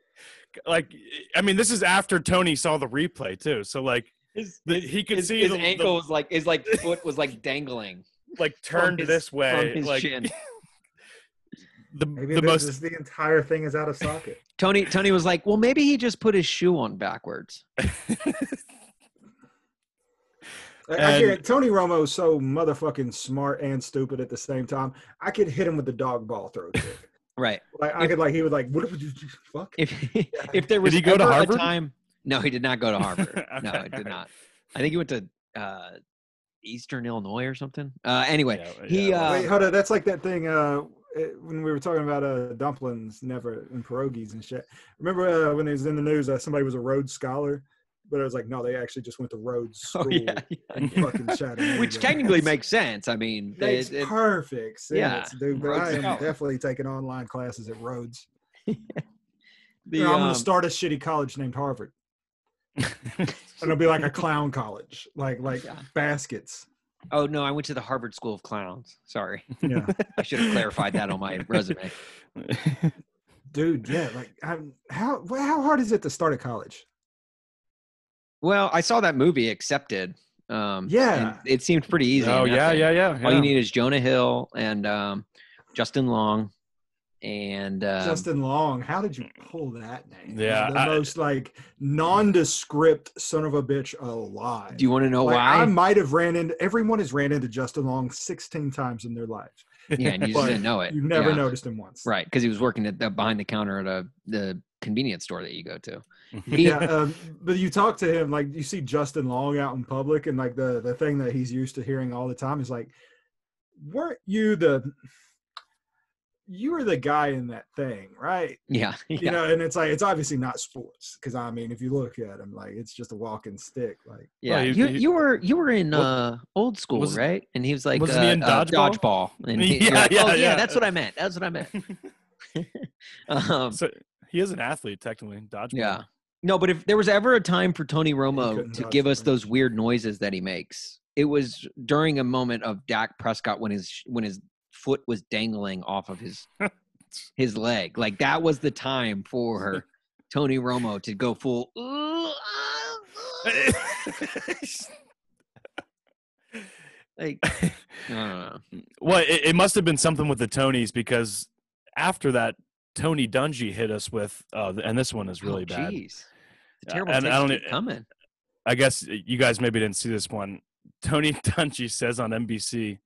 Speaker 2: *laughs* like, I mean, this is after Tony saw the replay too. So like,
Speaker 1: His,
Speaker 2: the, he could see
Speaker 1: his
Speaker 2: the, the,
Speaker 1: ankle was like his *laughs* like foot was like dangling
Speaker 2: like turned
Speaker 1: his-
Speaker 2: this
Speaker 1: from
Speaker 2: way,
Speaker 1: his
Speaker 2: like *laughs*
Speaker 1: chin.
Speaker 2: the
Speaker 3: Maybe
Speaker 2: the
Speaker 3: this
Speaker 2: most
Speaker 3: is the entire thing is out of socket.
Speaker 1: Tony Tony was like, well, maybe he just put his shoe on backwards.
Speaker 3: I, I get
Speaker 2: And-
Speaker 3: it. Tony Romo's so motherfucking smart and stupid at the same time. I could hit him with the dog ball throw. Trick.
Speaker 1: Right.
Speaker 3: Like I could like he was like, what would you *laughs* fuck?
Speaker 1: If *laughs* if there was
Speaker 2: he go to
Speaker 1: ever
Speaker 2: Harvard?
Speaker 1: a time, no, he did not
Speaker 2: *laughs*
Speaker 1: go to Harvard. No,
Speaker 2: Okay,
Speaker 1: it
Speaker 2: all right.
Speaker 1: did not. I think he went to uh, Eastern Illinois or something. Uh, anyway,
Speaker 2: Yeah,
Speaker 1: he
Speaker 2: yeah,
Speaker 1: uh,
Speaker 3: Wait, hold on. That's like that thing uh, it- when we were talking about uh, dumplings, never and pierogies and shit. Remember uh, when it was in the news? Uh, somebody was a Rhodes Scholar, but it was like, no, they actually just went to Rhodes School.
Speaker 1: *laughs* oh yeah, yeah. *laughs*
Speaker 3: Fucking Chattanooga.
Speaker 1: which technically makes sense. I mean, they-
Speaker 3: *laughs* makes
Speaker 1: it-
Speaker 3: perfect sense,
Speaker 1: yeah,
Speaker 3: dude. But
Speaker 1: Rhodes
Speaker 3: I am
Speaker 1: Scholar.
Speaker 3: definitely taking online classes at Rhodes.
Speaker 1: the,
Speaker 3: You know, I'm
Speaker 1: um,
Speaker 3: gonna start a shitty college named Harvard, and it'll be like a clown college, like like
Speaker 1: Yeah.
Speaker 3: baskets.
Speaker 1: Oh no, I went to the Harvard School of Clowns. Sorry,
Speaker 3: Yeah.
Speaker 1: I should have clarified that on my resume.
Speaker 3: *laughs*
Speaker 1: uh,
Speaker 2: *laughs*
Speaker 1: *laughs*
Speaker 3: dude yeah like I'm, how wh- how hard is it to start a college
Speaker 1: Well, I saw that movie Accepted. Um,
Speaker 3: Yeah.
Speaker 1: and it seemed pretty easy.
Speaker 2: Oh
Speaker 1: and
Speaker 2: yeah,
Speaker 1: nothing.
Speaker 2: yeah, yeah.
Speaker 1: All
Speaker 2: yeah.
Speaker 1: you need is Jonah Hill and um, Justin Long, and um,
Speaker 3: justin long how did you pull that name
Speaker 2: Yeah,
Speaker 3: the
Speaker 2: I-
Speaker 3: most like nondescript son of a bitch alive
Speaker 1: Do you want to know
Speaker 3: like,
Speaker 1: why?
Speaker 3: i might have ran into everyone has ran into justin long 16 times in their life
Speaker 1: yeah, and you just
Speaker 3: but
Speaker 1: didn't
Speaker 3: *laughs*
Speaker 1: know it.
Speaker 3: you've never
Speaker 1: Yeah.
Speaker 3: noticed him once
Speaker 1: Right, because he was working at the, behind the counter at a the convenience store that you go to. *laughs* He-
Speaker 2: *laughs*
Speaker 3: yeah um, but you talk to him like you see justin long out in public and like the the thing that he's used to hearing all the time is like weren't you the you were the guy in that thing, right?
Speaker 1: Yeah.
Speaker 3: You
Speaker 1: Yeah.
Speaker 3: know, and it's like it's obviously not sports because I mean, if you look at him, like it's just a walking stick. Like
Speaker 1: yeah.
Speaker 2: Well, he-
Speaker 1: you,
Speaker 2: he-
Speaker 1: you were you were in
Speaker 2: What-
Speaker 1: uh, old school,
Speaker 2: was-
Speaker 1: right? And he was like,
Speaker 2: wasn't
Speaker 1: uh,
Speaker 2: he in
Speaker 1: uh,
Speaker 2: Dodgeball?
Speaker 1: dodgeball.
Speaker 2: *laughs*
Speaker 1: And he, yeah,
Speaker 2: Yeah,
Speaker 1: yeah, oh,
Speaker 2: yeah,
Speaker 1: yeah,
Speaker 2: yeah.
Speaker 1: That's what I meant. That's what I
Speaker 2: *laughs*
Speaker 1: meant. *laughs* um,
Speaker 2: so he is an athlete technically. Dodgeball.
Speaker 1: Yeah. No, but if there was ever a time for Tony Romo
Speaker 3: couldn't
Speaker 1: to
Speaker 3: dodge
Speaker 1: give
Speaker 3: the
Speaker 1: us those weird noises that he makes, it was during a moment of Dak Prescott when his when his foot was dangling off of
Speaker 2: *laughs*
Speaker 1: his his leg. Like that was the time
Speaker 2: *laughs*
Speaker 1: for Tony Romo to go full. "Ooh, ah, ah," Like, I don't know.
Speaker 2: *laughs* well, it, it must have been something with the Tonys because after that, Tony Dungy hit us with, uh, and this one is really
Speaker 1: oh,
Speaker 2: bad.
Speaker 1: Jeez, the
Speaker 2: Yeah,
Speaker 1: terrible
Speaker 2: and I
Speaker 1: taste
Speaker 2: don't
Speaker 1: keep
Speaker 2: e-
Speaker 1: coming.
Speaker 2: I guess you guys maybe didn't see this one. *laughs* Tony Dungy says on NBC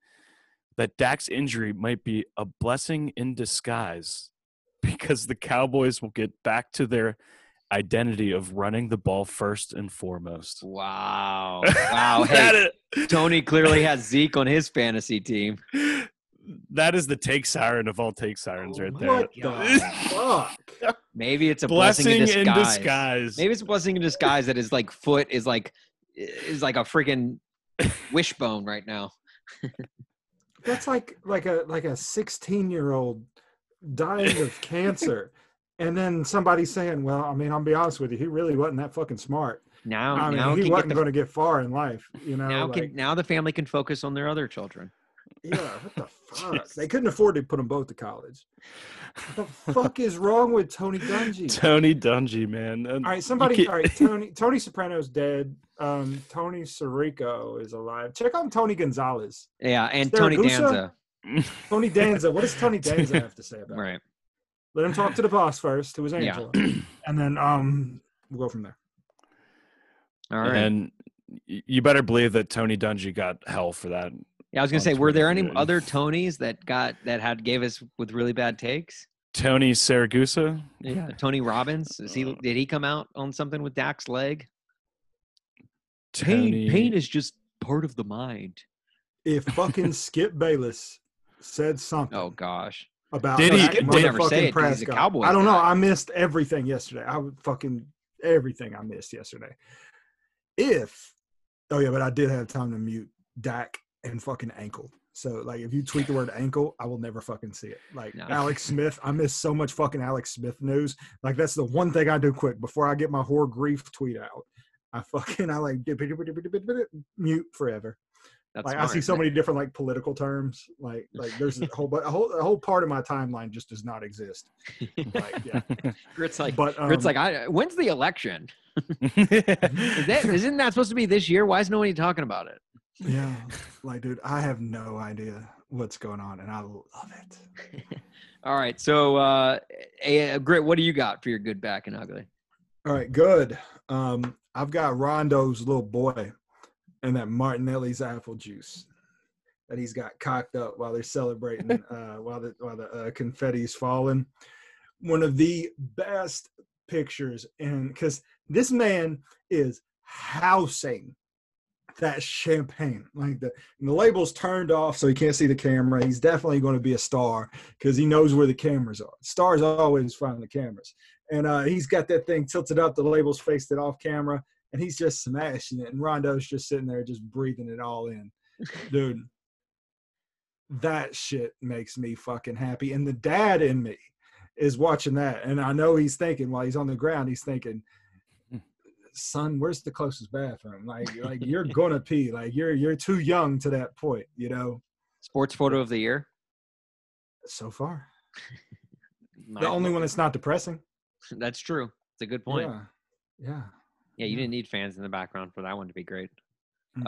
Speaker 2: that Dak's injury might be a blessing in disguise *laughs* because the Cowboys will get back to their identity of running the ball first and foremost.
Speaker 1: Wow,
Speaker 2: *laughs*
Speaker 1: wow.
Speaker 2: that,
Speaker 1: hey,
Speaker 2: is,
Speaker 1: Tony clearly has Zeke on his fantasy team.
Speaker 2: that is the take siren of all take sirens
Speaker 1: Oh
Speaker 2: right
Speaker 1: my
Speaker 2: there.
Speaker 3: *laughs* what the fuck?
Speaker 1: Maybe it's a blessing,
Speaker 2: *laughs* blessing
Speaker 1: in
Speaker 2: in
Speaker 1: disguise.
Speaker 2: disguise. *laughs*
Speaker 1: Maybe it's a blessing in disguise that his like foot is like is like a
Speaker 3: *laughs*
Speaker 1: freaking wishbone right now.
Speaker 3: That's like like a like a sixteen year old dying of cancer. And then somebody saying, "Well, I mean, I'll be honest with you. He really wasn't that fucking smart.
Speaker 1: Now,
Speaker 3: I mean,
Speaker 1: now
Speaker 3: he
Speaker 1: can get
Speaker 3: wasn't
Speaker 1: the,
Speaker 3: going to get far in life, you know.
Speaker 1: now
Speaker 3: like-
Speaker 1: can now the family can focus on their other children.
Speaker 3: Yeah,
Speaker 1: *laughs*
Speaker 3: what the fuck?
Speaker 2: Jeez.
Speaker 3: They couldn't afford to put them both to college. What the fuck is wrong with Tony
Speaker 1: *laughs*
Speaker 3: Dungy?
Speaker 2: Tony Dungy, man. Uh,
Speaker 3: All right,
Speaker 2: can't-
Speaker 3: somebody. All right, Tony. Tony Soprano's dead. Um, Tony Sirico is alive. Check on Tony Gonzalez.
Speaker 1: Yeah, and
Speaker 3: there a
Speaker 1: Tony
Speaker 3: Gusa?
Speaker 1: Danza.
Speaker 2: *laughs*
Speaker 3: Tony Danza. What does Tony Danza have to say about
Speaker 1: *laughs*
Speaker 3: it?
Speaker 1: Right.
Speaker 3: Let him talk to the boss first, who was
Speaker 1: Yeah.
Speaker 3: Angela, and then um, we'll go from there.
Speaker 1: All right.
Speaker 2: And y- you better believe that Tony Dungy got hell for that.
Speaker 1: yeah, I was gonna
Speaker 2: on
Speaker 1: say, were there
Speaker 2: Twitter,
Speaker 1: any
Speaker 2: yeah.
Speaker 1: other Tonys that got that had gave us with really bad takes?
Speaker 2: Tony Saragusa.
Speaker 1: Yeah. Tony Robbins. Is he
Speaker 2: Uh,
Speaker 1: did he come out on something with Dak's leg?
Speaker 2: Tony. *laughs*
Speaker 1: is just part of the mind. *laughs*
Speaker 3: If fucking Skip Bayless said something
Speaker 1: Oh gosh.
Speaker 3: about
Speaker 2: Did he-
Speaker 3: that
Speaker 2: did-
Speaker 1: We'll never
Speaker 3: motherfucking
Speaker 1: say it 'cause he's a
Speaker 3: Prescott.
Speaker 1: Cowboy
Speaker 3: I don't know.
Speaker 1: guy.
Speaker 3: I missed everything yesterday. I would fucking everything I missed yesterday. If oh yeah, but I did have time to mute Dak and fucking ankle. So like, if you tweet the word ankle, I will never fucking see it. Like
Speaker 1: No. *laughs*
Speaker 3: Alex Smith, I miss so much fucking Alex Smith news. Like that's the one thing I do quick before I get my whore grief tweet out. I fucking I like *laughs* mute forever
Speaker 1: That's
Speaker 3: like I see
Speaker 1: smart.
Speaker 3: so many different like political terms. Like like
Speaker 1: *laughs*
Speaker 3: there's a whole bu- a whole a whole part of my timeline just does not exist. Like yeah,
Speaker 1: Grit's *laughs* like
Speaker 3: but um,
Speaker 1: Grit's like I, when's the election? Is that, isn't that supposed to be this year? Why is nobody talking about it?
Speaker 3: um, yeah, like dude, I have no idea what's going on, and I love it.
Speaker 1: All right, so uh, a, Grit, what do you got for your good back and ugly?
Speaker 3: All right, good. Um, I've got Rondo's little boy, and that Martinelli's apple juice that he's got cocked up while they're celebrating, uh, while the while the uh, confetti's falling. One of the best pictures, and because this man is housing that champagne, like the and the label's turned off, so he can't see the camera. He's definitely going to be a star because he knows where the cameras are. Stars always find the cameras and uh, he's got that thing tilted up. The label's faced it off camera, and he's just smashing it. And Rondo's just sitting there, just breathing it all in, dude. That shit makes me fucking happy. And the dad in me is watching that, and I know he's thinking while he's on the ground, he's thinking, "Son, where's the closest bathroom? Like, like you're gonna pee. Like you're you're too young to that point, you know."
Speaker 1: Sports photo of the year.
Speaker 3: So far,
Speaker 1: Mine-
Speaker 3: the only one that's not depressing.
Speaker 1: that's true. It's a good point. Yeah,
Speaker 3: Yeah. Yeah.
Speaker 1: you
Speaker 3: yeah.
Speaker 1: didn't need fans in the background for that one to be
Speaker 3: *laughs*
Speaker 1: great.
Speaker 3: Mhm.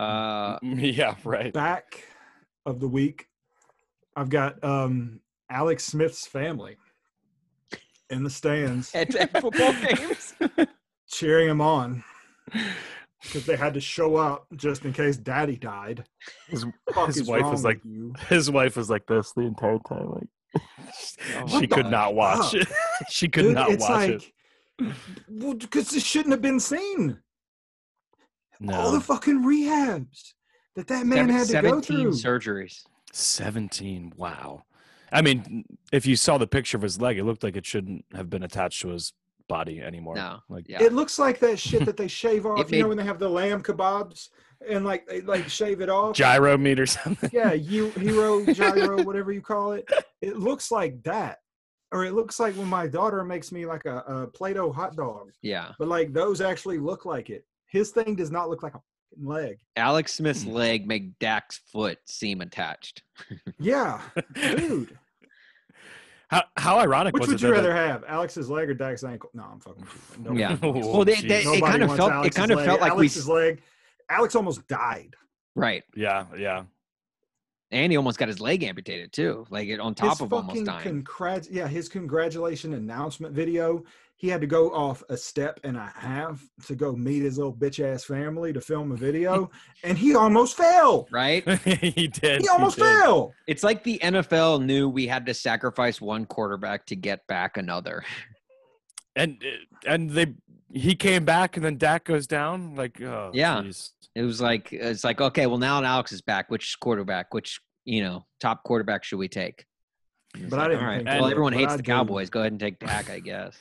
Speaker 1: Uh,
Speaker 2: *laughs*
Speaker 1: *laughs*
Speaker 2: yeah, right.
Speaker 3: back of the week, I've got um, Alex Smith's family in the stands
Speaker 1: at, at
Speaker 3: *laughs*
Speaker 1: football games.
Speaker 3: cheering him on
Speaker 2: *laughs*
Speaker 3: because they had to show up just in case Daddy died.
Speaker 2: His,
Speaker 3: Fuck
Speaker 2: his
Speaker 3: is
Speaker 2: wife
Speaker 3: wrong
Speaker 2: was like,
Speaker 3: with you?
Speaker 2: his wife was like this the entire time. Like, *laughs*
Speaker 1: Oh my
Speaker 2: she could
Speaker 1: God.
Speaker 2: not watch. it. *laughs* she could
Speaker 3: Dude,
Speaker 2: not watch
Speaker 3: it's
Speaker 2: it.
Speaker 3: like, well, because this shouldn't have been seen. All the
Speaker 2: No,
Speaker 3: fucking rehabs that that man
Speaker 1: Seven-
Speaker 3: had to go
Speaker 1: Seventeen
Speaker 3: through.
Speaker 1: surgeries.
Speaker 2: seventeen. Wow. I mean, if you saw the picture of his leg, it looked like it shouldn't have been attached to his body anymore.
Speaker 1: No.
Speaker 2: Like,
Speaker 1: Yeah.
Speaker 3: It looks like that shit that
Speaker 2: *laughs*
Speaker 3: they shave off. you
Speaker 1: made-
Speaker 3: know when they have the lamb kebabs and like they like shave it off.
Speaker 2: gyro meat or something.
Speaker 1: *laughs*
Speaker 3: yeah, you hero gyro, whatever you call it. It looks like that, or it looks like when my daughter makes me like a, a Play-Doh hot dog,
Speaker 1: Yeah.
Speaker 3: but like those actually look like it. His thing does not look like a fucking leg.
Speaker 1: Alex Smith's
Speaker 3: Mm.
Speaker 1: leg make Dak's foot seem attached.
Speaker 3: Yeah,
Speaker 1: *laughs*
Speaker 3: dude.
Speaker 2: How how ironic
Speaker 3: Which
Speaker 2: was it?
Speaker 3: would you
Speaker 2: that
Speaker 3: rather have, Alex's leg or Dak's ankle? No, I'm fucking. with you. Nobody-
Speaker 1: Yeah.
Speaker 2: *laughs* Oh,
Speaker 1: Well, they- they-
Speaker 2: geez.
Speaker 1: it
Speaker 3: nobody
Speaker 1: kind of
Speaker 3: wants
Speaker 1: felt- it
Speaker 3: Alex's
Speaker 1: kind of
Speaker 3: leg.
Speaker 1: felt like we-
Speaker 3: Alex's leg. Alex almost died.
Speaker 1: Right.
Speaker 2: yeah, yeah. *laughs*
Speaker 1: And he almost got his leg amputated too. Like it on top
Speaker 3: his
Speaker 1: of almost
Speaker 3: fucking
Speaker 1: dying.
Speaker 3: congrat- yeah, his congratulation announcement video. He had to go off a step and a half to go meet his little bitch ass family to film
Speaker 2: *laughs*
Speaker 3: a video, and he almost fell.
Speaker 1: right?
Speaker 2: he did.
Speaker 3: He almost
Speaker 2: did.
Speaker 3: fell.
Speaker 1: It's like the NFL knew we had to sacrifice one quarterback to get back another.
Speaker 2: And and they he came back and then Dak goes down. Like oh,
Speaker 1: Yeah.
Speaker 2: geez.
Speaker 1: It was like it's like okay, well now Alex is back. Which quarterback? Which you know top quarterback should we take? And it's
Speaker 3: But I didn't
Speaker 1: All right.
Speaker 3: think
Speaker 1: Well,
Speaker 2: that-
Speaker 1: everyone
Speaker 3: but
Speaker 1: hates
Speaker 3: I
Speaker 1: the
Speaker 3: do.
Speaker 1: Cowboys. Go ahead and take Dak, I
Speaker 3: *laughs*
Speaker 1: guess.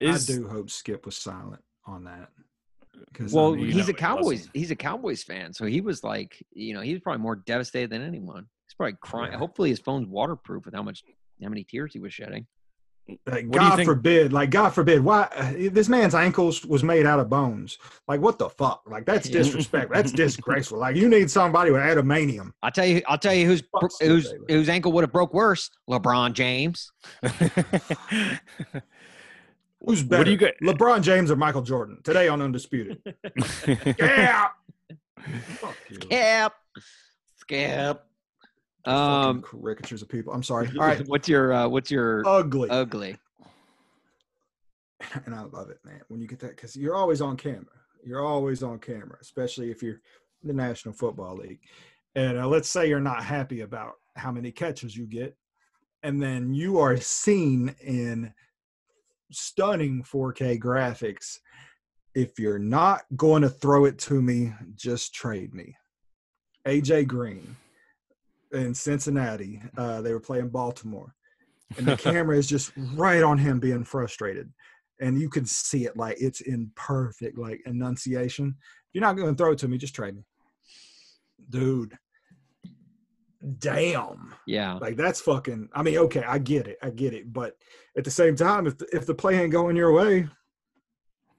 Speaker 2: Is
Speaker 3: I do hope Skip was silent on that. 'Cause, I
Speaker 1: Well,
Speaker 3: mean,
Speaker 2: you
Speaker 1: he's
Speaker 2: know
Speaker 1: a
Speaker 2: he
Speaker 1: Cowboys.
Speaker 2: wasn't.
Speaker 1: He's a Cowboys fan, so he was like, you know, he was probably more devastated than anyone. He's probably crying.
Speaker 3: Yeah.
Speaker 1: Hopefully, his phone's waterproof with how much, how many tears he was shedding.
Speaker 3: like,
Speaker 2: what do you
Speaker 3: God
Speaker 2: think-
Speaker 3: forbid, like God forbid, why uh, this man's ankles was made out of bones? Like what the fuck? Like that's
Speaker 1: Yeah.
Speaker 3: disrespect.
Speaker 2: *laughs*
Speaker 3: that's disgraceful. Like you need somebody with adamantium.
Speaker 1: I'll tell you. I'll tell you who's
Speaker 3: Fuck Steve
Speaker 1: who's
Speaker 3: Taylor.
Speaker 1: whose ankle would have broke worse. LeBron James.
Speaker 3: Who's better?
Speaker 2: *laughs* What do you got?
Speaker 3: LeBron James or Michael Jordan today on Undisputed. yeah. Fuck you.
Speaker 1: Skip. Skip.
Speaker 3: Fucking
Speaker 1: Um.
Speaker 3: caricatures of people. I'm sorry. All
Speaker 1: *laughs*
Speaker 3: right. Oh.
Speaker 1: What's your uh, What's your
Speaker 3: *laughs* Ugly.
Speaker 1: ugly?
Speaker 3: and I love it, man. When you get that, because you're always on camera. You're always on camera, especially if you're in the National Football League. And uh, let's say you're not happy about how many catches you get, and then you are seen in stunning 4K graphics. If you're not going to throw it to me, just trade me. AJ Green in Cincinnati, uh, they were playing Baltimore, and the camera is just right on him being frustrated and you can see it like it's in perfect like enunciation. You're not going to throw it to me. Just trade me, dude. Damn,
Speaker 1: Yeah.
Speaker 3: like that's fucking. I mean, okay, I get it, I get it, but at the same time, if the, if the play ain't going your way,
Speaker 2: *laughs*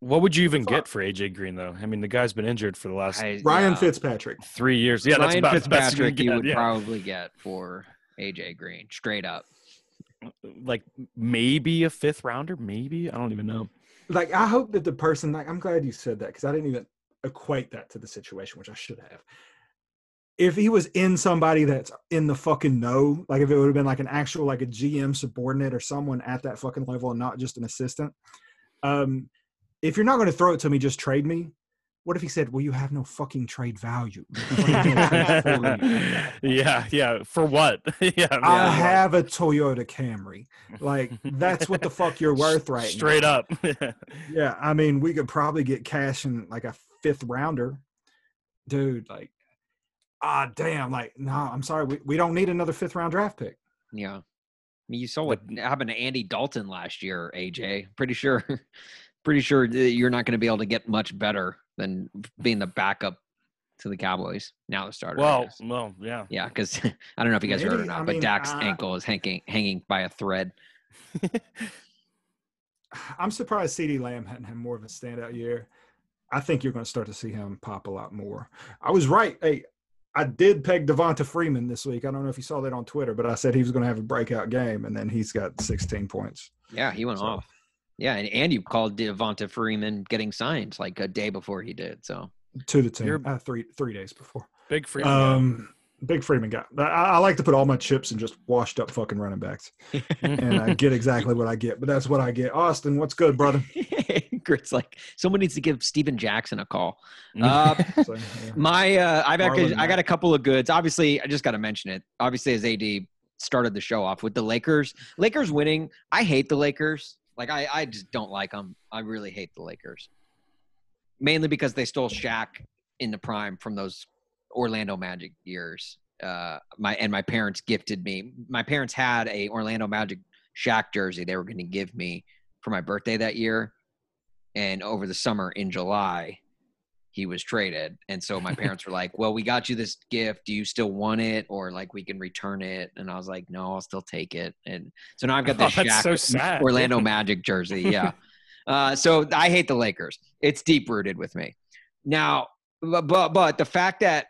Speaker 2: what would you even
Speaker 3: Fuck.
Speaker 2: get for AJ Green though? I mean, the guy's been injured for the last
Speaker 1: I-
Speaker 3: Ryan
Speaker 1: yeah.
Speaker 3: Fitzpatrick,
Speaker 2: three years. Yeah, that's
Speaker 1: Ryan
Speaker 2: about the best
Speaker 1: Fitzpatrick.
Speaker 2: can
Speaker 1: You
Speaker 2: get,
Speaker 1: would
Speaker 2: yeah.
Speaker 1: probably get for AJ Green, straight up.
Speaker 2: like maybe a fifth rounder, maybe I don't
Speaker 1: *laughs*
Speaker 2: even know.
Speaker 3: like I hope that the person, like I'm glad you said that because I didn't even equate that to the situation, which I should have. If he was in somebody that's in the fucking know, like if it would have been like an actual like a GM subordinate or someone at that fucking level and not just an assistant, um, if you're not going to throw it to me, just trade me. What if he said, "Well, you have no fucking trade value.
Speaker 2: *laughs* yeah, yeah. For what? *laughs* yeah,
Speaker 3: I
Speaker 2: yeah.
Speaker 3: have a Toyota Camry. Like that's what the fuck you're worth right
Speaker 2: *laughs*
Speaker 3: now."
Speaker 2: Straight up. *laughs*
Speaker 3: Yeah, I mean, we could probably get cash in like a fifth rounder, dude. Like, ah, damn. Like, no, I'm sorry, we, we don't need another fifth round draft pick. *sighs*
Speaker 1: Yeah. I mean, you saw what happened to Andy Dalton last year, AJ. Pretty sure, *laughs* pretty sure that you're not going to be able to get much better than being the backup to the Cowboys. Now the starter. I
Speaker 2: well,
Speaker 1: guess.
Speaker 2: well, yeah.
Speaker 1: yeah, because *laughs* I don't know if you guys heard or
Speaker 3: Maybe,
Speaker 1: not,
Speaker 3: I
Speaker 1: but
Speaker 3: mean,
Speaker 1: Dak's
Speaker 3: I-
Speaker 1: ankle is hanging hanging by a thread.
Speaker 3: I'm surprised CD Lamb hadn't had more of a standout year. I think you're going to start to see him pop a lot more. I was right. Hey, I did peg Devonta Freeman this week. I don't know if you saw that on Twitter, but I said he was going to have a breakout game, and then he's got 16 points.
Speaker 1: Yeah, he went
Speaker 3: So-
Speaker 1: off. Yeah, and, and you called Devonta Freeman getting signed like a day before he did. So *laughs*
Speaker 3: Two to 10
Speaker 2: You're-
Speaker 3: uh, three three days before.
Speaker 2: Big free.
Speaker 3: Um, big Freeman guy. I, I like to put all my chips in just washed up fucking
Speaker 1: *laughs*
Speaker 3: running backs, and I get exactly what I get. But that's what I get. Austin, what's good, brother?
Speaker 1: Grit's like someone needs to give Steven Jackson a call.
Speaker 2: Mm-hmm.
Speaker 3: *laughs*
Speaker 1: Uh,
Speaker 3: So, yeah.
Speaker 1: *laughs* My, uh, I've actually,
Speaker 3: Marlon
Speaker 1: I got
Speaker 3: Mack.
Speaker 1: a couple of goods. Obviously, I just got to mention it. Obviously, as AD started the show off with the Lakers, Lakers winning. I hate the Lakers. Like I, I just don't like them. I really hate the Lakers, mainly because they stole Shaq in the prime from those Orlando Magic years, uh, my and my parents gifted me. My parents had a Orlando Magic Shaq jersey they were going to give me for my birthday that year, and over the summer in July, he was traded. And so my parents were like, "Well, we got you this gift. Do you still want it, or like we can return it?" And I was like, "No, I'll still take it." And so now I've got this
Speaker 2: *laughs* Oh,
Speaker 1: Shaq
Speaker 2: that's so sad.
Speaker 1: Orlando Magic jersey. Yeah. uh, so I hate the Lakers. It's deep rooted with me. Now, but, but but the fact that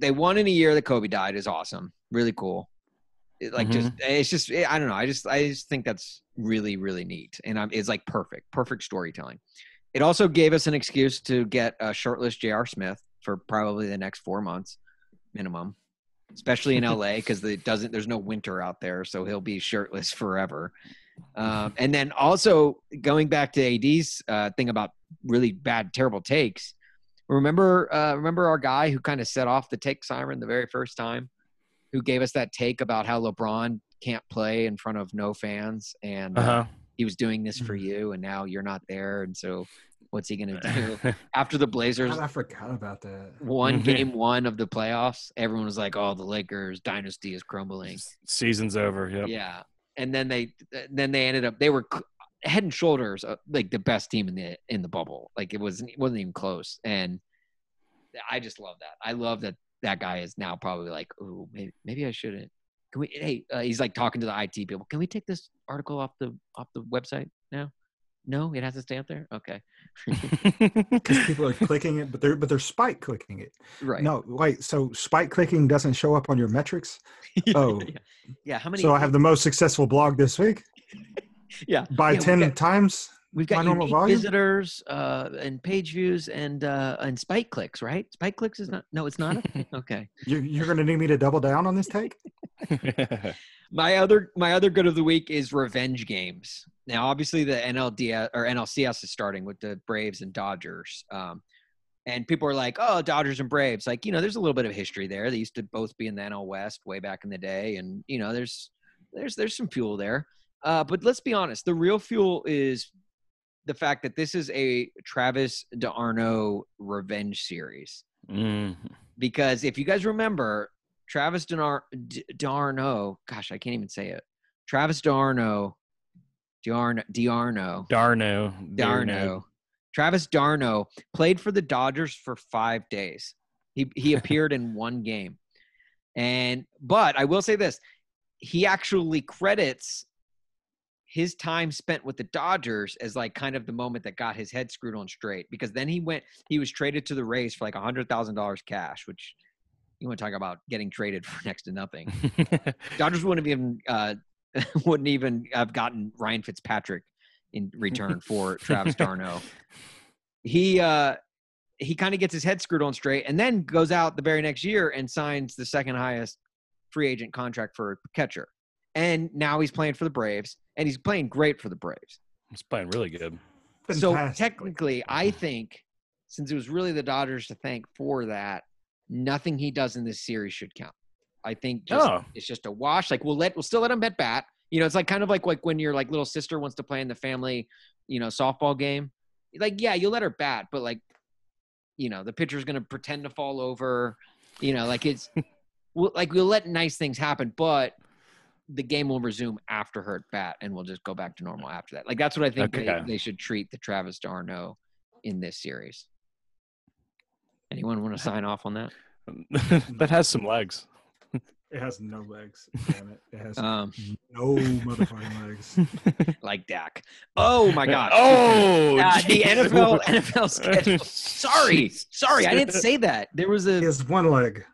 Speaker 1: they won in a year that Kobe died is awesome. Really cool. It, like just it's just I don't know. I just I just think that's really really neat, and I'm, it's like perfect, perfect storytelling. It also gave us an excuse to get a shirtless J.R. Smith for probably the next four months minimum, especially in L.A. because it doesn't. There's no winter out there, so he'll be shirtless forever. Um, and then also going back to AD's uh, thing about really bad, terrible takes. Remember, uh, remember our guy who kind of set off the take siren the very first time, who gave us that take about how LeBron can't play in front of no fans, and uh,
Speaker 2: Uh
Speaker 1: he was doing this for you, and now you're not there, and so what's he gonna
Speaker 2: *laughs*
Speaker 1: do
Speaker 2: huh.
Speaker 1: after the Blazers
Speaker 3: *laughs* God, I forgot about that.
Speaker 1: won
Speaker 2: Mhm.
Speaker 1: game one of the playoffs? Everyone was like, "Oh, the Lakers dynasty is crumbling."
Speaker 2: Season's over. Yep.
Speaker 1: Yeah, and then they then they ended up they were cl- head and shoulders uh, like the best team in the in the bubble. Like it wasn't it wasn't even close. And I just love that. I love that that guy is now probably like, oh, maybe, maybe I shouldn't. Can we? Hey, uh, he's like talking to the IT people. Can we take this article off the off the website now? No, it has to stay up there. Okay,
Speaker 3: Because people are clicking it, but they're but they're spike clicking it.
Speaker 1: right. *laughs*
Speaker 3: No, wait. So spike clicking doesn't show up on your metrics. Oh,
Speaker 1: yeah. How many?
Speaker 3: so I have the most successful blog this week
Speaker 1: *laughs* yeah.
Speaker 3: by
Speaker 1: Yeah, we
Speaker 3: ten
Speaker 1: got-
Speaker 3: times.
Speaker 1: We've
Speaker 3: My
Speaker 1: got
Speaker 3: normal
Speaker 1: unique
Speaker 3: volume?
Speaker 1: visitors uh, and page views and uh, and spike clicks, right? Spike clicks is not. No, it's not.
Speaker 3: *laughs*
Speaker 1: a- okay.
Speaker 3: You're, you're going to need me to double down on this take.
Speaker 1: My other my other good of the week is revenge games. Now, obviously, the NLDS or NLCS is starting with the Braves and Dodgers, um, and people are like, "Oh, Dodgers and Braves." Like, you know, there's a little bit of history there. They used to both be in the NL West way back in the day, and you know, there's there's there's some fuel there. Uh, but let's be honest, the real fuel is the fact that this is a Travis DeArno revenge series
Speaker 2: *laughs* Mm.
Speaker 1: because if you guys remember, Travis Denar- D- Darno, gosh, I can't even say it. Travis Darno, Darno, Darno,
Speaker 2: Darno.
Speaker 1: Darno, Travis Darno played for the Dodgers for five days. He he appeared in one game, and but I will say this: he actually credits his time spent with the Dodgers as like kind of the moment that got his head screwed on straight because then he went he was traded to the Rays for like a hundred thousand dollars cash, which you want to talk about getting traded *laughs* for next to nothing.
Speaker 2: *laughs* Darno.
Speaker 1: Dodgers wouldn't have even uh, *laughs* wouldn't even have gotten Ryan Fitzpatrick in return for Travis Darno. He uh, he kind of gets his head screwed on straight, and then goes out the very next year and signs the second highest free agent contract for a catcher. And now he's playing for the Braves, and he's playing great for the Braves.
Speaker 2: It's playing really good. *laughs*
Speaker 1: So
Speaker 3: Fantastic.
Speaker 1: technically, I think since it was really the Dodgers to thank for that, nothing he does in this series should count. I think just
Speaker 2: Oh.
Speaker 1: it's just a wash. Like we'll let we'll still let him bet bat. You know, it's like kind of like like when your like little sister wants to play in the family, you know, softball game. Like yeah, you'll let her bat, but like, you know, the pitcher's gonna pretend to fall over. You know, like it's we'll, like we'll let nice things happen, but the game will resume after her at bat, and we'll just go back to normal after that. Like that's what I think
Speaker 2: Okay.
Speaker 1: they, they should treat the Travis Darno in this series. Anyone want to sign off on that?
Speaker 2: that has some legs.
Speaker 3: It has no
Speaker 1: *laughs*
Speaker 3: legs. Damn it. It has
Speaker 1: Um,
Speaker 3: no motherfucking legs.
Speaker 1: like Dak. Oh
Speaker 2: *laughs*
Speaker 1: my God. *laughs*
Speaker 2: Oh,
Speaker 1: Uh, the
Speaker 2: geez. *laughs*
Speaker 1: NFL NFL schedule. Sorry, sorry, I didn't say that. There was
Speaker 3: It
Speaker 1: a
Speaker 3: has one leg.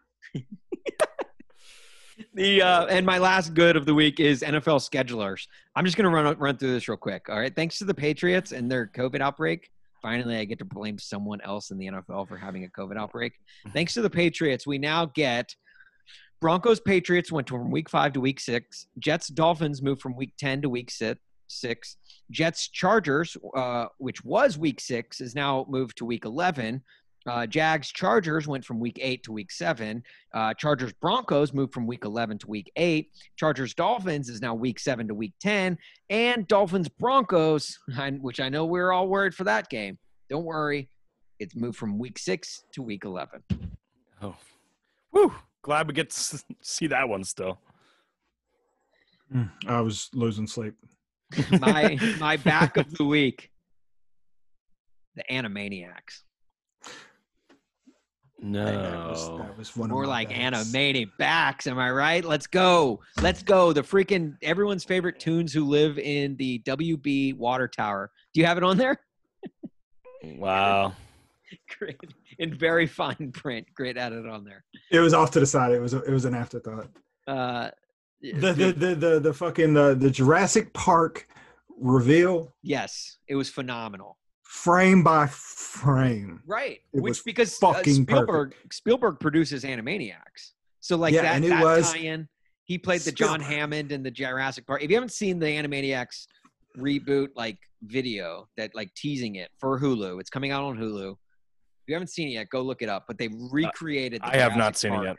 Speaker 1: the uh, and my last good of the week is NFL schedulers. I'm just gonna run run through this real quick. All right, thanks to the Patriots and their COVID outbreak. Finally, I get to blame someone else in the NFL for having a COVID outbreak. Thanks to the Patriots, we now get Broncos Patriots went from week five to week six. Jets Dolphins moved from week ten to week si- six. Jets Chargers, uh, which was week six, is now moved to week eleven. Uh, Jags Chargers went from week eight to week seven. Uh, Chargers Broncos moved from week 11 to week 8. Chargers Dolphins is now week 7 to week 10. And Dolphins Broncos, *laughs* I- which I know we're all worried for that game. Don't worry, it's moved from week 6 to week 11.
Speaker 2: Oh. Woo. glad we get to s- see that one still.
Speaker 3: Mm, I was losing sleep.
Speaker 1: my my back of the week. The Animaniacs,
Speaker 2: No.
Speaker 3: That was, that was one of
Speaker 1: more
Speaker 3: my
Speaker 1: like
Speaker 3: backs.
Speaker 1: Animaniacs. Am I right? Let's go, let's go. The freaking everyone's favorite tunes who live in the WB water tower. Do you have it on there?
Speaker 2: wow.
Speaker 1: Great, in very fine print. Great, at it on there.
Speaker 3: It was off to the side. It was a, it was an afterthought.
Speaker 1: Uh,
Speaker 3: The the the the, the fucking the, the Jurassic Park reveal
Speaker 1: yes, it was phenomenal.
Speaker 3: frame by frame.
Speaker 1: Right,
Speaker 3: It
Speaker 1: which
Speaker 3: was
Speaker 1: because uh,
Speaker 3: fucking
Speaker 1: Spielberg Spielberg produces Animaniacs, so like
Speaker 3: Yeah,
Speaker 1: that,
Speaker 3: and it
Speaker 1: that
Speaker 3: was
Speaker 1: tie-in. He played the John
Speaker 3: Spielberg.
Speaker 1: Hammond and the Jurassic Park. If you haven't seen the Animaniacs reboot like video that like teasing it for Hulu, it's coming out on Hulu. If you haven't seen it yet, go look it up. But they recreated. The
Speaker 2: Uh, I have not
Speaker 1: Jurassic
Speaker 2: seen it
Speaker 1: Park.
Speaker 2: yet.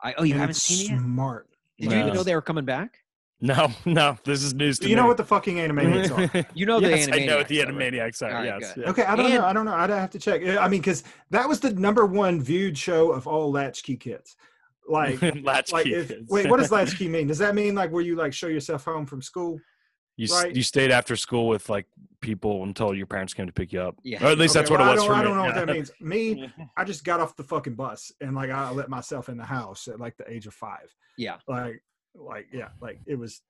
Speaker 1: I, oh, you
Speaker 3: And
Speaker 1: haven't
Speaker 3: it's
Speaker 1: seen it? yet?
Speaker 3: Smart.
Speaker 1: Did you even
Speaker 2: No.
Speaker 1: know they were coming back?
Speaker 2: *laughs* No, no, this is news to
Speaker 3: you know
Speaker 2: me.
Speaker 3: what the fucking animaniacs are.
Speaker 1: You know the
Speaker 2: *laughs* yes, I know what the
Speaker 1: Animaniacs are, right?
Speaker 2: Animaniacs are.
Speaker 1: All right,
Speaker 2: yes.
Speaker 1: good.
Speaker 2: yeah.
Speaker 3: *laughs* Okay, I don't
Speaker 1: And-
Speaker 3: know. I don't know. I'd have to check. Yeah, I mean, because that was the number one viewed show of all Latchkey kids.
Speaker 1: *laughs*
Speaker 3: Like,
Speaker 2: *laughs* Latchkey
Speaker 3: like if,
Speaker 2: kids.
Speaker 3: wait, what does Latchkey mean? Does that mean like where you like show yourself home from school?
Speaker 2: *laughs* you, s-
Speaker 3: right?
Speaker 2: you stayed after school with like people until your parents came to pick you up.
Speaker 1: Yeah.
Speaker 2: Or at least
Speaker 3: Okay,
Speaker 2: that's
Speaker 3: well,
Speaker 2: what it was
Speaker 3: I don't,
Speaker 2: for
Speaker 3: I
Speaker 2: me.
Speaker 3: don't know
Speaker 2: yeah. *laughs*
Speaker 3: what that means. Me,
Speaker 1: *laughs*
Speaker 3: I just got off the fucking bus and like I let myself in the house at like the age of five.
Speaker 1: Yeah.
Speaker 3: Like, like yeah, like it was,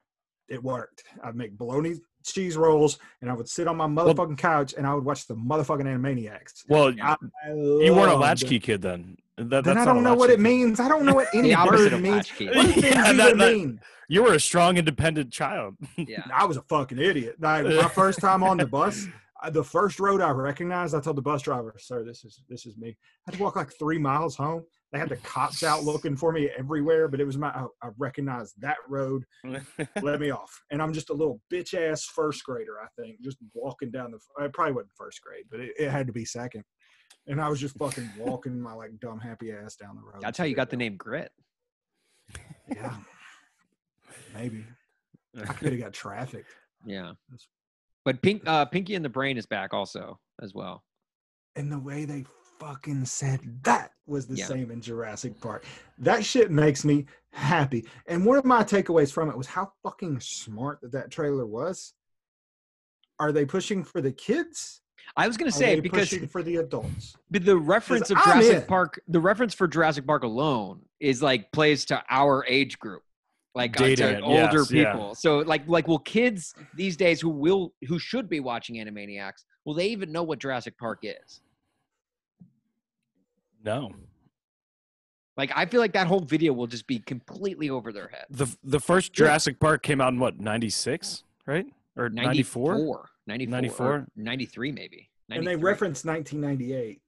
Speaker 3: it worked. I'd make bologna cheese rolls and I would sit on my motherfucking couch and I would watch the motherfucking Animaniacs.
Speaker 2: Well,
Speaker 1: Yeah.
Speaker 2: you weren't a latchkey kid then. That,
Speaker 3: Um, Then
Speaker 2: that's
Speaker 3: I
Speaker 2: not a
Speaker 3: don't know what it
Speaker 2: latchkey kid.
Speaker 3: means. I don't know
Speaker 1: *laughs*
Speaker 3: what any
Speaker 1: The opposite
Speaker 3: word
Speaker 1: of
Speaker 3: means.
Speaker 1: Latchkey.
Speaker 3: What do
Speaker 2: *laughs*
Speaker 3: things
Speaker 2: Yeah,
Speaker 3: even
Speaker 2: that- that-
Speaker 3: mean?
Speaker 2: You were a strong,
Speaker 1: *laughs*
Speaker 2: independent child.
Speaker 1: Yeah.
Speaker 3: I was a fucking idiot. Like my first time on the bus, I- the first road I recognized, I told the bus driver, "Sir, this is this is me." I had to walk like three miles home. They had the cops out looking for me everywhere, but it was my I, I recognized that road. Let me off, and I'm just a little bitch ass first grader, I think, just walking down the. It probably wasn't first grade, but it, it had to be second. And I was just fucking walking my like dumb happy ass down the road.
Speaker 1: That's how you got the name Grit.
Speaker 3: Yeah, maybe I could have got trafficked.
Speaker 1: Yeah.
Speaker 3: That's-
Speaker 1: But Pink, uh, Pinky and the Brain is back also as well.
Speaker 3: And the way they fucking said that was the
Speaker 1: Yeah.
Speaker 3: same in Jurassic Park. That shit makes me happy. And one of my takeaways from it was how fucking smart that, that trailer was. Are they pushing for the kids?
Speaker 1: I was gonna
Speaker 3: Are
Speaker 1: say
Speaker 3: Oh, they
Speaker 1: because
Speaker 3: pushing for the adults.
Speaker 1: but the reference of
Speaker 3: I'm
Speaker 1: Jurassic
Speaker 3: in.
Speaker 1: Park, the reference for Jurassic Park alone is like plays to our age group, like uh,
Speaker 2: Dated,
Speaker 1: to older
Speaker 2: yes, yeah.
Speaker 1: people. So like like will kids these days who will who should be watching Animaniacs will they even know what Jurassic Park is?
Speaker 2: no.
Speaker 1: Like I feel like that whole video will just be completely over their head.
Speaker 2: The the first
Speaker 3: Yeah.
Speaker 2: Jurassic Park came out in what, 96, right? Or 94?
Speaker 1: 94, 94,
Speaker 2: 94?
Speaker 1: or 93 maybe.
Speaker 3: And they
Speaker 1: 93.
Speaker 3: referenced 1998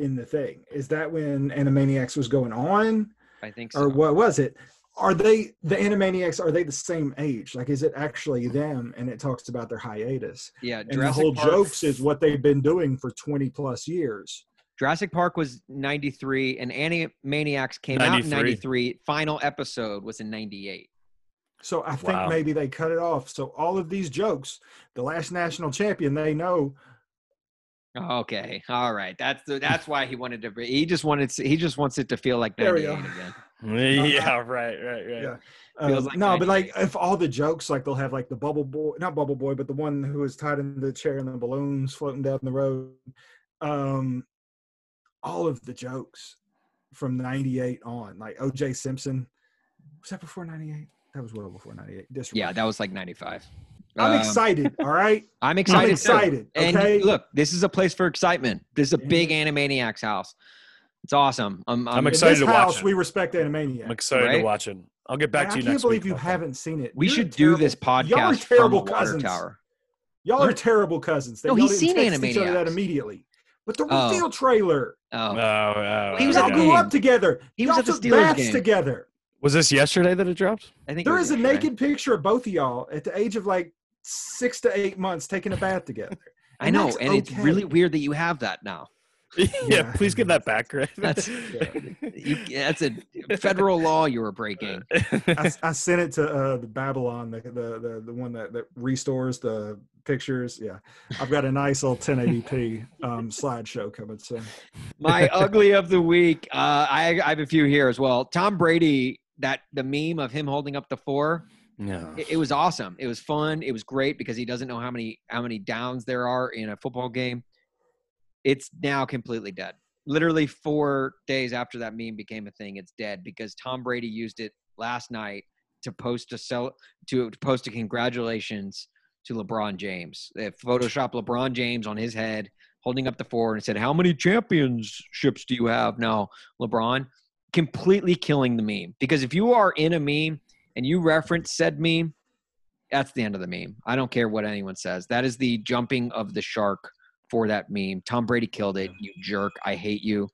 Speaker 3: in the thing. Is that when Animaniacs was going on?
Speaker 1: I think so.
Speaker 3: or what was it? Are they the Animaniacs? Are they the same age? Like, is it actually them? And it talks about their hiatus.
Speaker 1: yeah,
Speaker 3: And the whole
Speaker 1: Park-
Speaker 3: jokes is what they've been doing for twenty plus years.
Speaker 1: Jurassic Park was 93 and Animaniacs came out in
Speaker 2: 93.
Speaker 1: 93. Final episode was in 98.
Speaker 3: So I think
Speaker 2: Wow.
Speaker 3: maybe they cut it off. So all of these jokes, the last national champion, they know.
Speaker 1: Okay. All right. That's the, that's why he wanted to be- he just wanted to, he just wants it to feel like
Speaker 3: There we
Speaker 1: 98
Speaker 3: go.
Speaker 1: again.
Speaker 2: Yeah, right, right, right.
Speaker 3: Yeah.
Speaker 1: Feels
Speaker 3: um,
Speaker 1: like
Speaker 3: no, but like
Speaker 1: 98.
Speaker 3: if all the jokes, like they'll have like the bubble boy, not bubble boy, but the one who was tied in the chair and the balloons floating down the road. Um, all of the jokes from '98 on, like O.J. Simpson. Was that before '98? That was well before '98.
Speaker 1: Yeah, that was like 95.
Speaker 3: I'm
Speaker 1: Um, *laughs*
Speaker 3: excited. all right,
Speaker 1: I'm excited.
Speaker 3: I'm
Speaker 1: too.
Speaker 3: excited.
Speaker 1: And
Speaker 3: okay,
Speaker 1: look, this is a place for excitement. This is a
Speaker 3: Yeah.
Speaker 1: big Animaniacs house. It's awesome. I'm, I'm,
Speaker 2: I'm
Speaker 3: in
Speaker 2: excited
Speaker 3: this
Speaker 2: to watch
Speaker 3: house,
Speaker 2: it.
Speaker 3: we respect
Speaker 2: I'm
Speaker 3: Animaniacs.
Speaker 2: excited
Speaker 1: Right?
Speaker 2: to watch it. I'll get
Speaker 3: Man,
Speaker 2: back to
Speaker 3: I
Speaker 2: you
Speaker 3: can't
Speaker 2: next
Speaker 3: believe
Speaker 2: week
Speaker 3: you
Speaker 2: about that.
Speaker 3: haven't seen it.
Speaker 1: we
Speaker 3: You're
Speaker 1: should
Speaker 3: terrible.
Speaker 1: do this podcast
Speaker 3: Y'all are
Speaker 1: terrible
Speaker 3: terrible
Speaker 1: from a water
Speaker 3: cousins.
Speaker 1: tower.
Speaker 3: Y'all
Speaker 2: Huh?
Speaker 3: are terrible cousins. They
Speaker 1: No,
Speaker 3: y'all
Speaker 1: he's
Speaker 3: didn't
Speaker 1: seen
Speaker 3: text each other that
Speaker 1: Animaniacs.
Speaker 3: immedial. But the
Speaker 1: Oh.
Speaker 3: reveal trailer,
Speaker 1: Oh,
Speaker 2: Oh, oh,
Speaker 1: He was
Speaker 2: oh,
Speaker 1: at
Speaker 3: y'all
Speaker 1: the
Speaker 2: yeah.
Speaker 3: grew
Speaker 1: game.
Speaker 3: up together.
Speaker 1: He was
Speaker 3: y'all
Speaker 1: at the
Speaker 3: took
Speaker 1: Steelers
Speaker 3: baths
Speaker 1: game.
Speaker 3: together.
Speaker 2: Was this yesterday that it dropped? *laughs*
Speaker 1: I think it
Speaker 3: There
Speaker 1: was
Speaker 3: is a
Speaker 1: yesterday.
Speaker 3: naked picture of both of y'all at the age of like six to eight months taking a bath together.
Speaker 1: I
Speaker 3: and
Speaker 1: know,
Speaker 3: that's
Speaker 1: and it's really
Speaker 3: okay.
Speaker 1: weird that you have that now.
Speaker 2: yeah, please give that back, Greg.
Speaker 1: *laughs*
Speaker 2: *laughs*
Speaker 1: That's- You, that's a federal law you were breaking.
Speaker 3: I, s- I sent it to uh, the Babylon, the, the the the one that that restores the pictures. Yeah, I've got a nice little 1080p um, slideshow coming soon.
Speaker 1: My ugly of the week. Uh, I, I have a few here as well. Tom Brady. That the meme of him holding up the four.
Speaker 2: no.
Speaker 1: It, it was awesome. It was fun. It was great because he doesn't know how many how many downs there are in a football game. It's now completely dead. Literally four days after that meme became a thing, it's dead because Tom Brady used it last night to post a cel- to, to post a congratulations to LeBron James. They photoshopped LeBron James on his head holding up the four and said, "How many championships do you have now, LeBron?" Completely killing the meme because if you are in a meme and you reference said meme, that's the end of the meme. I don't care what anyone says. That is the jumping of the shark for that meme. Tom Brady killed it. You jerk. I hate you.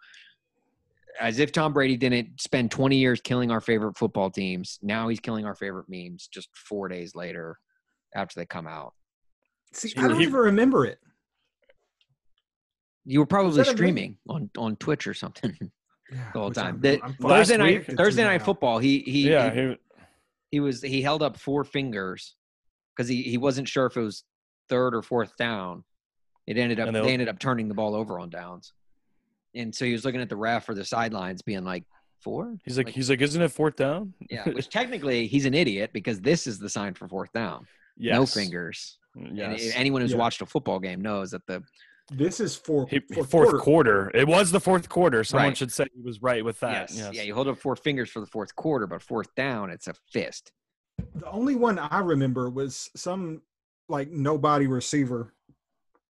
Speaker 1: As if Tom Brady didn't spend 20 years killing our favorite football teams. Now he's killing our favorite memes just four days later after they come out.
Speaker 3: See,
Speaker 2: you-
Speaker 3: I don't
Speaker 2: you-
Speaker 3: even remember it.
Speaker 1: You were probably
Speaker 3: that a meme?
Speaker 1: streaming on, on Twitch or something
Speaker 3: Yeah,
Speaker 1: the whole
Speaker 3: which
Speaker 1: time.
Speaker 3: I'm-
Speaker 1: The-
Speaker 3: I'm fucking
Speaker 1: Thursday
Speaker 2: Last
Speaker 1: night,
Speaker 2: week-
Speaker 3: addicted to
Speaker 1: Thursday night
Speaker 3: now.
Speaker 1: football. He he
Speaker 2: yeah,
Speaker 1: he-
Speaker 2: here-
Speaker 1: he was he held up four fingers because he, he wasn't sure if it was third or fourth down. It ended up
Speaker 2: And
Speaker 1: they
Speaker 2: they'll-
Speaker 1: ended up turning the ball over on downs, and so he was looking at the ref or the sidelines, being like four.
Speaker 2: he's like, he's like, isn't it fourth down? *laughs*
Speaker 1: yeah, which technically he's an idiot because this is the sign for fourth down.
Speaker 2: Yes.
Speaker 1: No fingers. And
Speaker 2: Yes.
Speaker 1: if anyone who's
Speaker 3: Yeah.
Speaker 1: watched a football game knows that the
Speaker 3: This is for
Speaker 2: He-
Speaker 3: for
Speaker 2: fourth quarter. It was the fourth quarter. Someone
Speaker 1: Right.
Speaker 2: should say he was right with that.
Speaker 1: yes, yeah you hold up four fingers for the fourth quarter, but fourth down it's a fist.
Speaker 3: The only one I remember was some like nobody receiver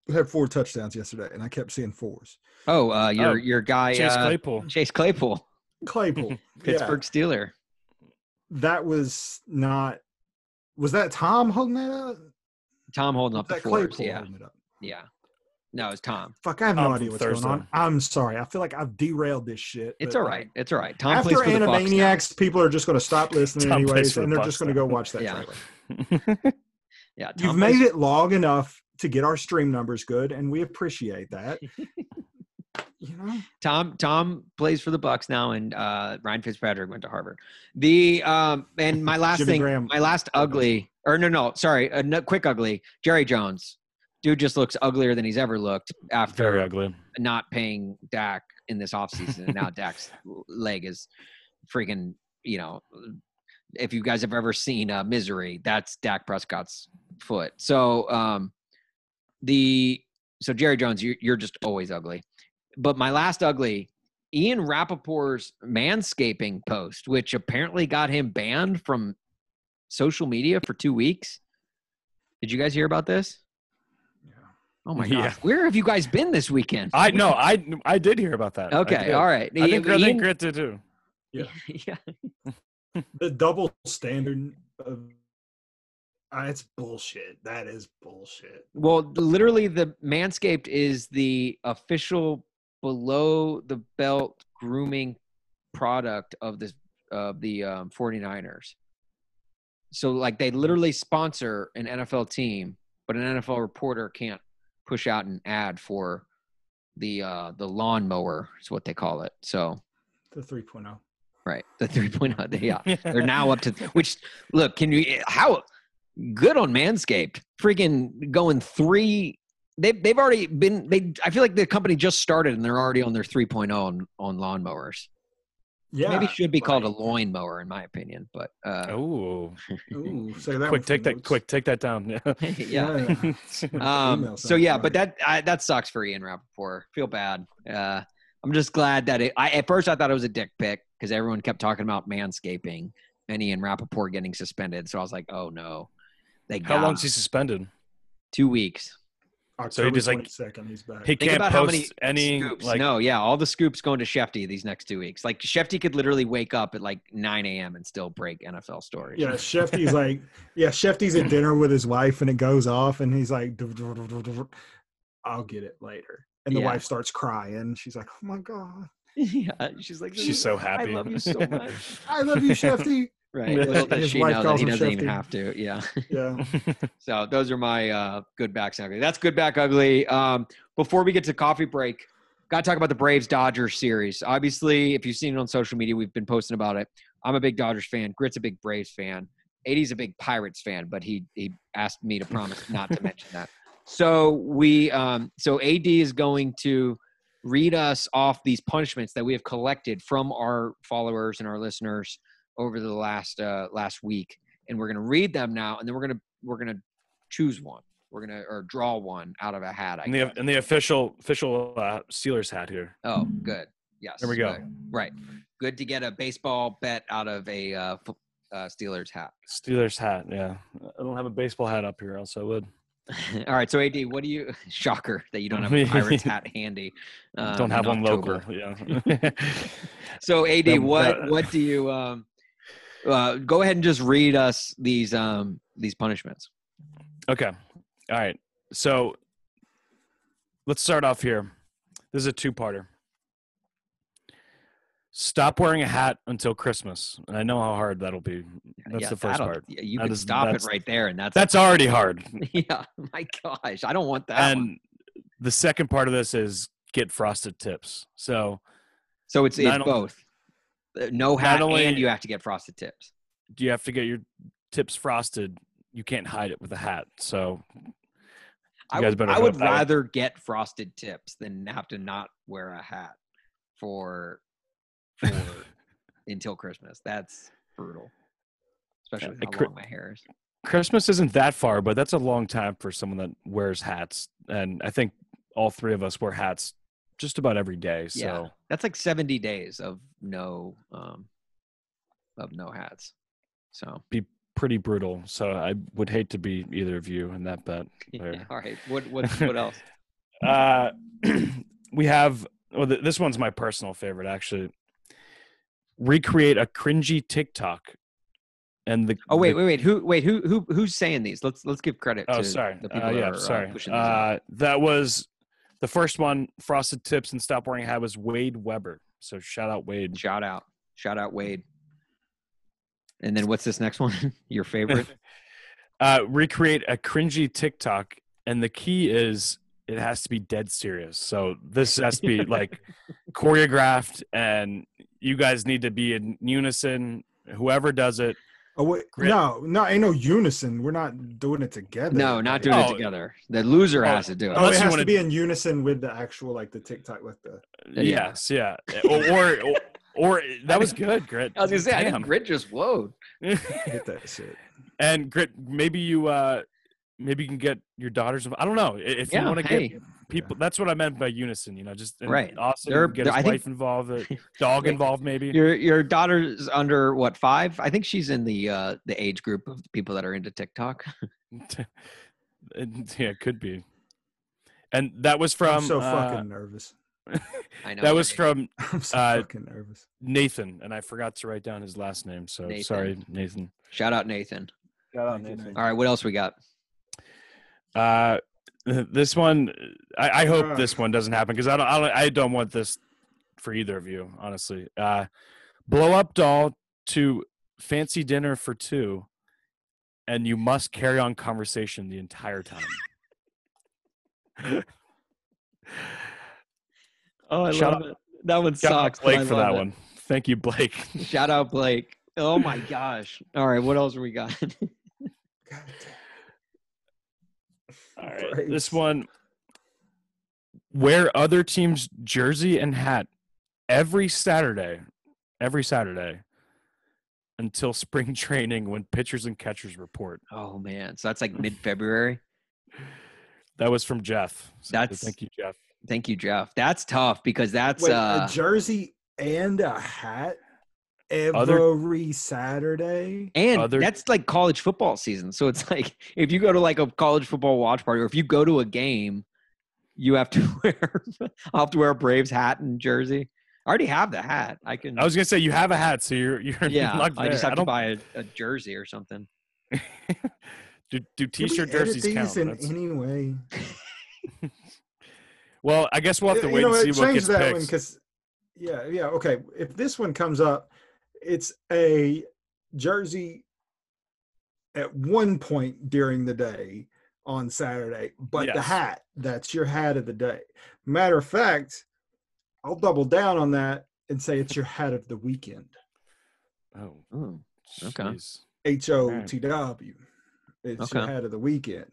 Speaker 3: who had four touchdowns yesterday, and I kept seeing fours.
Speaker 1: Oh, uh, your
Speaker 2: Oh,
Speaker 1: your guy
Speaker 2: Chase
Speaker 1: uh,
Speaker 2: Claypool.
Speaker 1: Chase Claypool, *laughs*
Speaker 3: Claypool, yeah,
Speaker 1: Pittsburgh Steeler.
Speaker 3: that was not. Was that Tom holding that up?
Speaker 1: Tom holding
Speaker 3: Was
Speaker 1: up the
Speaker 3: that
Speaker 1: fours.
Speaker 3: Claypool
Speaker 1: Yeah,
Speaker 3: holding it up?
Speaker 1: yeah. No, it's Tom.
Speaker 3: Fuck, I have no
Speaker 2: Tom
Speaker 3: idea
Speaker 2: from
Speaker 3: what's going on.
Speaker 2: Um, Thursday.
Speaker 3: I'm sorry. I feel like I've derailed this shit.
Speaker 1: It's
Speaker 3: but,
Speaker 1: all
Speaker 3: like,
Speaker 1: right. It's all right. Tom
Speaker 3: After
Speaker 1: plays for the Bucks. now.
Speaker 3: Animaniacs, people are just going
Speaker 1: *laughs*
Speaker 3: to stop listening
Speaker 2: Tom plays
Speaker 3: anyways,
Speaker 2: for
Speaker 3: and
Speaker 2: the
Speaker 3: they're
Speaker 2: Bucks
Speaker 3: just going to
Speaker 2: now.
Speaker 3: go watch that
Speaker 1: Yeah.
Speaker 3: trailer.
Speaker 1: Yeah, Tom
Speaker 3: You've
Speaker 1: plays-
Speaker 3: made it long enough to get our stream numbers good, and we
Speaker 1: *laughs*
Speaker 3: appreciate that. you know,
Speaker 1: Tom Tom plays for the Bucks now, and uh, Ryan Fitzpatrick went to Harvard. The um, and
Speaker 3: *laughs*
Speaker 1: my last
Speaker 3: Jimmy
Speaker 1: thing,
Speaker 3: Graham.
Speaker 1: my last ugly, or no, no, sorry, a no- quick ugly. Jerry Jones, dude, just looks uglier than he's ever looked after
Speaker 2: Very ugly.
Speaker 1: not paying Dak in this offseason. And now Dak's leg is freaking, you know, if you guys have ever seen uh, Misery, that's Dak Prescott's foot. So, um, the, so Jerry Jones, you're, you're just always ugly. But my last ugly, Ian Rappaport's manscaping post, which apparently got him banned from social media for two weeks. Did you guys hear about this? Oh my gosh.
Speaker 2: Yeah.
Speaker 1: Where have you guys been this weekend?
Speaker 2: I no, I I did hear about that. I
Speaker 1: Okay,
Speaker 2: did.
Speaker 1: all right.
Speaker 2: I think, I
Speaker 1: Ian-
Speaker 2: think Grit did too.
Speaker 1: *laughs* yeah.
Speaker 3: the double standard of uh, it's bullshit. That is bullshit.
Speaker 1: Well, literally, the Manscaped is the official below the belt grooming product of this of the um, 49ers. So, like, they literally sponsor an NFL team, but an NFL reporter can't push out an ad for the uh, the lawnmower is what they call it. So,
Speaker 3: The oh. 3.0.
Speaker 1: right, the 3.0. Yeah, They're now
Speaker 2: *laughs*
Speaker 1: up to which look, can you how good on Manscaped? Freaking going three they've they've already been they I feel like the company just started and they're already on their 3.0 on, on lawnmowers.
Speaker 3: Yeah.
Speaker 1: Maybe it should be called a
Speaker 3: like-
Speaker 1: loin mower in my opinion, but *laughs* uh
Speaker 2: Oh,
Speaker 3: Ooh, say that one
Speaker 2: quick,
Speaker 3: for
Speaker 2: take that,
Speaker 3: notes.
Speaker 2: quick, take that down.
Speaker 1: *laughs* yeah. Um,
Speaker 3: Email
Speaker 1: so yeah,
Speaker 3: sounds
Speaker 1: but
Speaker 3: funny.
Speaker 1: that I, that sucks for Ian Rappaport. Feel bad. Uh, I'm just glad that it. I at first I thought it was a dick pic because everyone kept talking about manscaping and Ian Rappaport getting suspended. So I was like, oh no, they got
Speaker 2: *laughs* How
Speaker 1: him.
Speaker 2: long's he suspended?
Speaker 1: two weeks.
Speaker 2: So he just, like,
Speaker 3: second. He's back.
Speaker 2: He
Speaker 1: Think
Speaker 2: can't
Speaker 1: about
Speaker 2: post
Speaker 1: how many
Speaker 2: any
Speaker 1: scoops.
Speaker 2: like
Speaker 1: no, yeah, all the scoops going to Shefty these next two weeks. Like Shefty could literally wake up at like 9 a.m. and still break NFL stories.
Speaker 3: Yeah,
Speaker 2: *laughs*
Speaker 3: Shefty's like, yeah, Shefty's at dinner with his wife, and it goes off, and he's like, "Dr- dr- dr- dr- dr- I'll get it later. And the
Speaker 1: Yeah.
Speaker 3: wife starts crying. She's like, Oh my god,
Speaker 1: *laughs* yeah. She's like,
Speaker 2: She's so happy.
Speaker 1: I love you
Speaker 2: *laughs*
Speaker 1: so much.
Speaker 3: I love you, Shefty.
Speaker 1: right.
Speaker 2: His-
Speaker 1: Little does
Speaker 3: his
Speaker 1: she
Speaker 3: wife
Speaker 1: know that
Speaker 3: calls
Speaker 1: he
Speaker 3: him
Speaker 1: doesn't even
Speaker 3: Shefty.
Speaker 1: have to. Yeah.
Speaker 3: Yeah,
Speaker 1: So those are my uh, good backs and ugly. That's good back ugly. Um, before we get to coffee break, Got to talk about the Braves Dodgers series. Obviously, if you've seen it on social media, we've been posting about it. I'm a big Dodgers fan. Grit's a big Braves fan. 80's a big Pirates fan, but he he asked me to promise not to mention that. So we um, so AD is going to read us off these punishments that we have collected from our followers and our listeners over the last uh, last week, and we're going to read them now, and then we're gonna we're gonna choose one. We're gonna or draw one out of a hat. I
Speaker 2: And the
Speaker 1: guess.
Speaker 2: and the official official uh, Steelers hat here.
Speaker 1: Oh, good. Yes.
Speaker 2: There we go.
Speaker 1: good. Right. Good to get a baseball bet out of a uh, fo- uh, Steelers hat.
Speaker 2: Steelers hat. Yeah, I don't have a baseball hat up here, else I would.
Speaker 1: *laughs* All right. So AD, what do you? *laughs* Shocker that you don't
Speaker 2: *laughs*
Speaker 1: have a Pirates hat handy. uh,
Speaker 2: don't have
Speaker 1: in
Speaker 2: one
Speaker 1: October.
Speaker 2: local.
Speaker 1: *laughs*
Speaker 2: Yeah. *laughs*
Speaker 1: So AD,
Speaker 2: Yeah,
Speaker 1: what
Speaker 2: that-
Speaker 1: what do you? Um, uh, go ahead and just read us these um, these punishments.
Speaker 2: okay. All right. So let's start off here. This is a two-parter. Stop wearing a hat until Christmas. And I know how hard that'll be. That's the first
Speaker 1: that'll-
Speaker 2: part.
Speaker 1: Yeah, you
Speaker 2: That
Speaker 1: can
Speaker 2: is-
Speaker 1: stop it
Speaker 2: that's-
Speaker 1: right there, and that's
Speaker 2: That's already hard.
Speaker 1: *laughs* yeah. My gosh, I don't want that. one.
Speaker 2: And the second part of this is get frosted tips. So
Speaker 1: So it's it's
Speaker 2: not only-
Speaker 1: both. Uh, No hat,
Speaker 2: only-
Speaker 1: and you have to get frosted tips.
Speaker 2: do you have to get your tips frosted? You can't hide it with a hat. So
Speaker 1: I
Speaker 2: guys
Speaker 1: would,
Speaker 2: better
Speaker 1: I
Speaker 2: hope
Speaker 1: would
Speaker 2: that would-
Speaker 1: rather get frosted tips than have to not wear a hat for
Speaker 2: *laughs*
Speaker 1: for until Christmas. That's brutal. Especially
Speaker 2: I
Speaker 1: with how
Speaker 2: cri-
Speaker 1: long my hair is.
Speaker 2: Christmas isn't that far, but that's a long time for someone that wears hats. And I think all three of us wear hats just about every day. So
Speaker 1: Yeah. That's like 70 days of no um of no hats. So *laughs*
Speaker 2: pretty brutal. So I would hate to be either of you in that bet. There.
Speaker 1: all right. What
Speaker 2: *laughs*
Speaker 1: what what else?
Speaker 2: Uh, *clears throat* we have, well, th- this one's my personal favorite, actually. Recreate a cringy TikTok. And the
Speaker 1: Oh wait,
Speaker 2: the-
Speaker 1: wait, wait. Who wait, who who who's saying these? Let's let's give credit
Speaker 2: Oh,
Speaker 1: to
Speaker 2: sorry.
Speaker 1: the people
Speaker 2: Uh,
Speaker 1: that
Speaker 2: yeah,
Speaker 1: are, uh,
Speaker 2: sorry.
Speaker 1: pushing these out.
Speaker 2: Uh, that was the first one. Frosted tips and stop wearing a hat was Wade Weber. So shout out Wade.
Speaker 1: Shout out. Shout out
Speaker 2: *laughs*
Speaker 1: Wade. And then what's this next one? *laughs* Your favorite?
Speaker 2: Uh, recreate a cringy TikTok, and the key is it has to be dead serious. So this has
Speaker 1: *laughs*
Speaker 2: to be like choreographed, and you guys need to be in unison. Whoever does it,
Speaker 3: Oh, wait,
Speaker 2: Grit.
Speaker 3: no, no, ain't no unison. We're not doing it together.
Speaker 1: No, not
Speaker 3: Like,
Speaker 1: doing it
Speaker 2: Oh.
Speaker 1: together. The loser
Speaker 2: Oh.
Speaker 1: has to do it.
Speaker 3: Oh,
Speaker 2: Unless
Speaker 3: it
Speaker 2: you
Speaker 3: has
Speaker 2: wanna-
Speaker 3: to be in unison with the actual like the TikTok, like the
Speaker 1: Uh, Yeah.
Speaker 2: yes, yeah, or, or or that was good,
Speaker 1: *laughs*
Speaker 2: Grit.
Speaker 1: I was gonna say, I
Speaker 2: Damn.
Speaker 1: think Grit just whoa.
Speaker 3: hit that shit.
Speaker 2: *laughs* And Grit, maybe you uh maybe you can get your daughters. I don't know i- if
Speaker 1: Yeah,
Speaker 2: you want to
Speaker 1: hey.
Speaker 2: get people. That's what I meant by unison. You know, just and
Speaker 1: Right.
Speaker 2: Austin
Speaker 1: They're-
Speaker 2: get
Speaker 1: they're-
Speaker 2: his
Speaker 1: I think-
Speaker 2: wife involved,
Speaker 1: *laughs*
Speaker 2: uh, dog
Speaker 1: Wait.
Speaker 2: involved, maybe.
Speaker 1: Your your daughter's under what five? I think she's in the uh, the age group of people that are into TikTok.
Speaker 2: And, *laughs* yeah, could be. And that was
Speaker 3: I'm
Speaker 2: from
Speaker 3: so
Speaker 2: uh,
Speaker 3: fucking nervous. *laughs*
Speaker 1: I know
Speaker 2: that was
Speaker 1: right?
Speaker 2: from
Speaker 3: I'm so
Speaker 2: uh,
Speaker 3: fucking nervous.
Speaker 2: Nathan, and I forgot to write down his last name. So
Speaker 1: Nathan.
Speaker 2: sorry, Nathan.
Speaker 1: shout out Nathan.
Speaker 2: Shout
Speaker 3: out, Nathan.
Speaker 1: All right, what else we got?
Speaker 2: Uh, this one, I, I hope
Speaker 3: Ugh.
Speaker 2: this one doesn't happen because I don't, I don't, I don't want this for either of you, honestly. Uh, blow up doll to fancy dinner for two, and you must carry on conversation the entire time.
Speaker 1: Oh, I
Speaker 2: Shout
Speaker 1: love it. That one
Speaker 2: Shout out
Speaker 1: sucks. but I
Speaker 2: Blake for
Speaker 1: love
Speaker 2: that
Speaker 1: it.
Speaker 2: one. Thank you, Blake.
Speaker 1: *laughs* Shout out Blake. Oh my gosh. All right, what else we got? *laughs*
Speaker 3: God
Speaker 2: All
Speaker 3: right.
Speaker 2: right, this one. Wear other team's jersey and hat every Saturday, every Saturday until spring *laughs* training when pitchers and catchers report.
Speaker 1: oh man, so that's like mid February.
Speaker 2: That was from Jeff. So
Speaker 1: That's-
Speaker 2: thank you, Jeff.
Speaker 1: Thank you, Jeff. That's tough because that's
Speaker 3: damn. Wait,
Speaker 1: uh,
Speaker 3: a jersey and a hat every
Speaker 2: Other-
Speaker 3: Saturday.
Speaker 1: And
Speaker 2: other-
Speaker 1: that's like college football season. So it's *laughs* like if you go to like a college football watch party or if you go to a game, you have to *laughs* wear I'll have to wear a Braves hat and jersey. I already have the hat. I can
Speaker 2: I was gonna say you have a hat, so you're *laughs* you're
Speaker 1: yeah,
Speaker 2: Not
Speaker 1: I just have to
Speaker 2: don't,
Speaker 1: buy a, a jersey or something.
Speaker 2: *laughs* do, do
Speaker 3: Can we
Speaker 2: t-shirt
Speaker 3: edit
Speaker 2: jerseys
Speaker 3: these
Speaker 2: count?
Speaker 3: in
Speaker 2: That's-
Speaker 3: any way?
Speaker 2: well, I guess we'll have to
Speaker 3: You
Speaker 2: wait
Speaker 3: know
Speaker 2: and
Speaker 3: what,
Speaker 2: see what
Speaker 3: change
Speaker 2: gets
Speaker 3: that
Speaker 2: picked.
Speaker 3: one because yeah yeah okay if this one comes up it's a jersey at one point during the day on saturday but the
Speaker 2: Yes.
Speaker 3: hat that's your hat of the day matter of fact I'll double down on that and say it's your hat of the weekend.
Speaker 2: Oh,
Speaker 1: Ooh, Okay.
Speaker 2: jeez.
Speaker 3: H O T W. It's your
Speaker 1: Okay.
Speaker 3: hat of the weekend.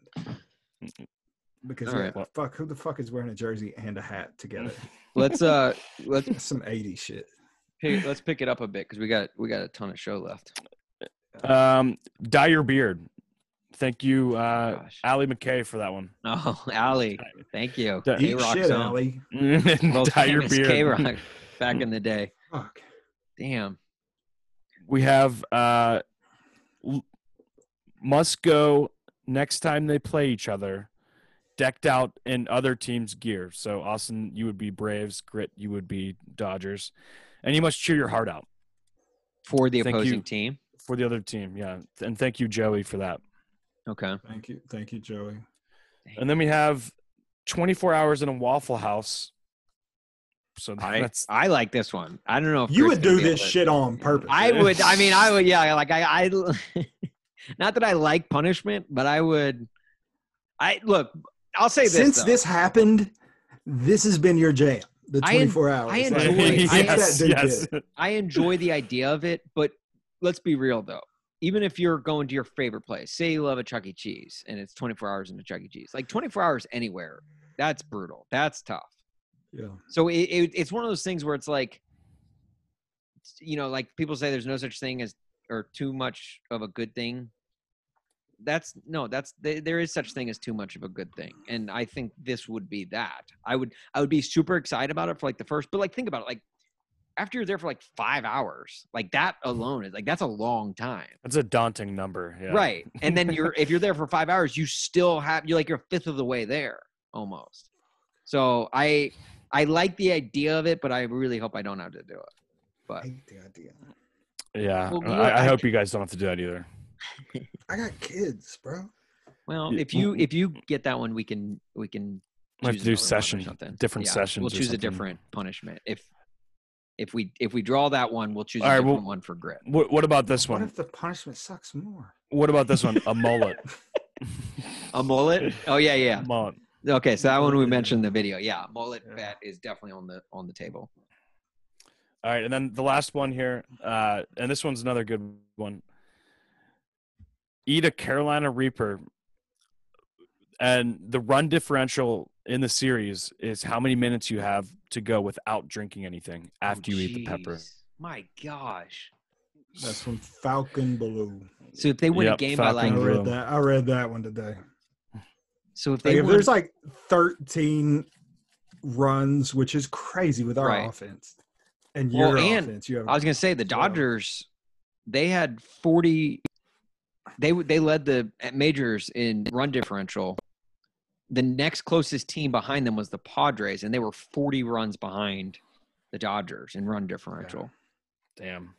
Speaker 3: Because
Speaker 1: All
Speaker 3: yeah,
Speaker 1: right.
Speaker 2: Well-
Speaker 3: fuck, who the fuck is wearing a jersey and a hat together?
Speaker 1: *laughs* Let's
Speaker 2: *laughs*
Speaker 1: uh let's
Speaker 3: That's some 80s shit.
Speaker 1: pick, let's pick it up a bit because we got we got a ton of show left.
Speaker 2: Um, dye your beard. Thank you,
Speaker 1: Oh,
Speaker 2: uh,
Speaker 1: gosh.
Speaker 2: Ali McKay, for that one.
Speaker 1: Oh, *laughs* Ali, thank you.
Speaker 2: That-
Speaker 3: Eat
Speaker 1: K-Rock's
Speaker 3: shit,
Speaker 1: own.
Speaker 3: Allie.
Speaker 2: *laughs*
Speaker 1: Most
Speaker 2: Mm-hmm. dye your
Speaker 1: famous
Speaker 2: beard. *laughs*
Speaker 1: K-Rock back in the day.
Speaker 3: Fuck.
Speaker 1: Damn.
Speaker 2: we have uh l- must go next time they play each other decked out in other teams gear so austin you would be braves grit you would be dodgers and you must cheer your heart out
Speaker 1: For the
Speaker 2: Thank
Speaker 1: opposing
Speaker 2: you.
Speaker 1: team.
Speaker 2: for the other team yeah and thank you joey for that
Speaker 1: Okay.
Speaker 3: Thank you. Thank you, Joey.
Speaker 2: and then we have 24 hours in a waffle house so *laughs*
Speaker 1: I, *laughs*
Speaker 2: that's
Speaker 1: I like this one. I don't know if
Speaker 3: You
Speaker 1: Chris
Speaker 3: would
Speaker 1: can
Speaker 3: do
Speaker 1: feel
Speaker 3: this
Speaker 1: it.
Speaker 3: shit on purpose.
Speaker 1: I would. I mean, I would. Yeah. Like I, *laughs* I not that I like punishment, but I would. I look. I'll say this.
Speaker 3: Since
Speaker 1: though.
Speaker 3: this happened, this has been your jam. The
Speaker 1: I en-
Speaker 3: 24 hours.
Speaker 1: I
Speaker 3: Like,
Speaker 1: enjoy-
Speaker 2: *laughs*
Speaker 3: since
Speaker 1: I-
Speaker 3: that
Speaker 2: yes
Speaker 3: dude
Speaker 2: yes
Speaker 3: did it,
Speaker 1: I enjoy the idea of it, but let's be real though. Even if you're going to your favorite place, say you love a Chuck E. Cheese and it's 24 hours in a Chuck E. Cheese, like 24 hours anywhere, that's brutal. That's tough.
Speaker 3: Yeah.
Speaker 1: So it, it, it's one of those things where it's like, you know, like people say there's no such thing as or too much of a good thing. That's no, that's th- there is such thing as too much of a good thing, and I think this would be that. I would I would be super excited about it for like the first, but like think about it, like after you're there for like five hours, like that alone is like that's a long time.
Speaker 2: that's a daunting number yeah.
Speaker 1: Right. And then you're if
Speaker 2: *laughs*
Speaker 1: you're there for five hours, you still have you're like you're a fifth of the way there almost. So I I like the idea of it, but I really hope I don't have to do it.
Speaker 3: I
Speaker 1: But
Speaker 3: hate the idea.
Speaker 2: yeah
Speaker 1: Well, you-
Speaker 2: I, I
Speaker 1: I-
Speaker 2: hope you guys don't have to do that either
Speaker 3: I got kids, bro.
Speaker 1: well,
Speaker 2: Yeah.
Speaker 1: if you if you get that one, we can we can
Speaker 2: We'll have
Speaker 1: choose
Speaker 2: to
Speaker 1: another
Speaker 2: do
Speaker 1: one or
Speaker 2: session-
Speaker 1: something.
Speaker 2: different sessions
Speaker 1: We'll
Speaker 2: or
Speaker 1: choose a
Speaker 2: something.
Speaker 1: different punishment if if we if we draw that one, we'll choose a
Speaker 2: All right,
Speaker 1: different
Speaker 2: well-
Speaker 1: one for grit.
Speaker 2: what, what about this
Speaker 3: What
Speaker 2: one
Speaker 3: if the punishment sucks more?
Speaker 2: What about this one? A
Speaker 3: *laughs*
Speaker 2: mullet.
Speaker 1: A
Speaker 2: *laughs*
Speaker 1: mullet? Oh yeah, yeah.
Speaker 2: mullet.
Speaker 1: Okay, so that one we mentioned in the video. Yeah, mullet
Speaker 3: Yeah.
Speaker 1: fat is definitely on the on the table.
Speaker 2: All right, and then the last one here, uh, and this one's another good one. Eat a Carolina Reaper, and the run differential in the series is how many minutes you have to go without drinking anything
Speaker 1: Oh,
Speaker 2: after you eat the pepper.
Speaker 1: jeez. My gosh.
Speaker 3: That's from Falcon Blue.
Speaker 1: So if they win
Speaker 2: Yep,
Speaker 1: a game by
Speaker 3: I
Speaker 2: Falcon
Speaker 1: like,
Speaker 2: Blue.
Speaker 3: read that. I read that one today.
Speaker 1: so if
Speaker 3: Like,
Speaker 1: they
Speaker 3: if
Speaker 1: win,
Speaker 3: there's like 13 runs, which is crazy with our
Speaker 1: Right.
Speaker 3: offense and your
Speaker 1: Well, and
Speaker 3: offense, you have
Speaker 1: I was gonna say the
Speaker 3: Wow.
Speaker 1: Dodgers, they had forty. They w- they led the uh, majors in run differential. The next closest team behind them was the Padres, and they were forty runs behind the Dodgers in run differential.
Speaker 2: Damn.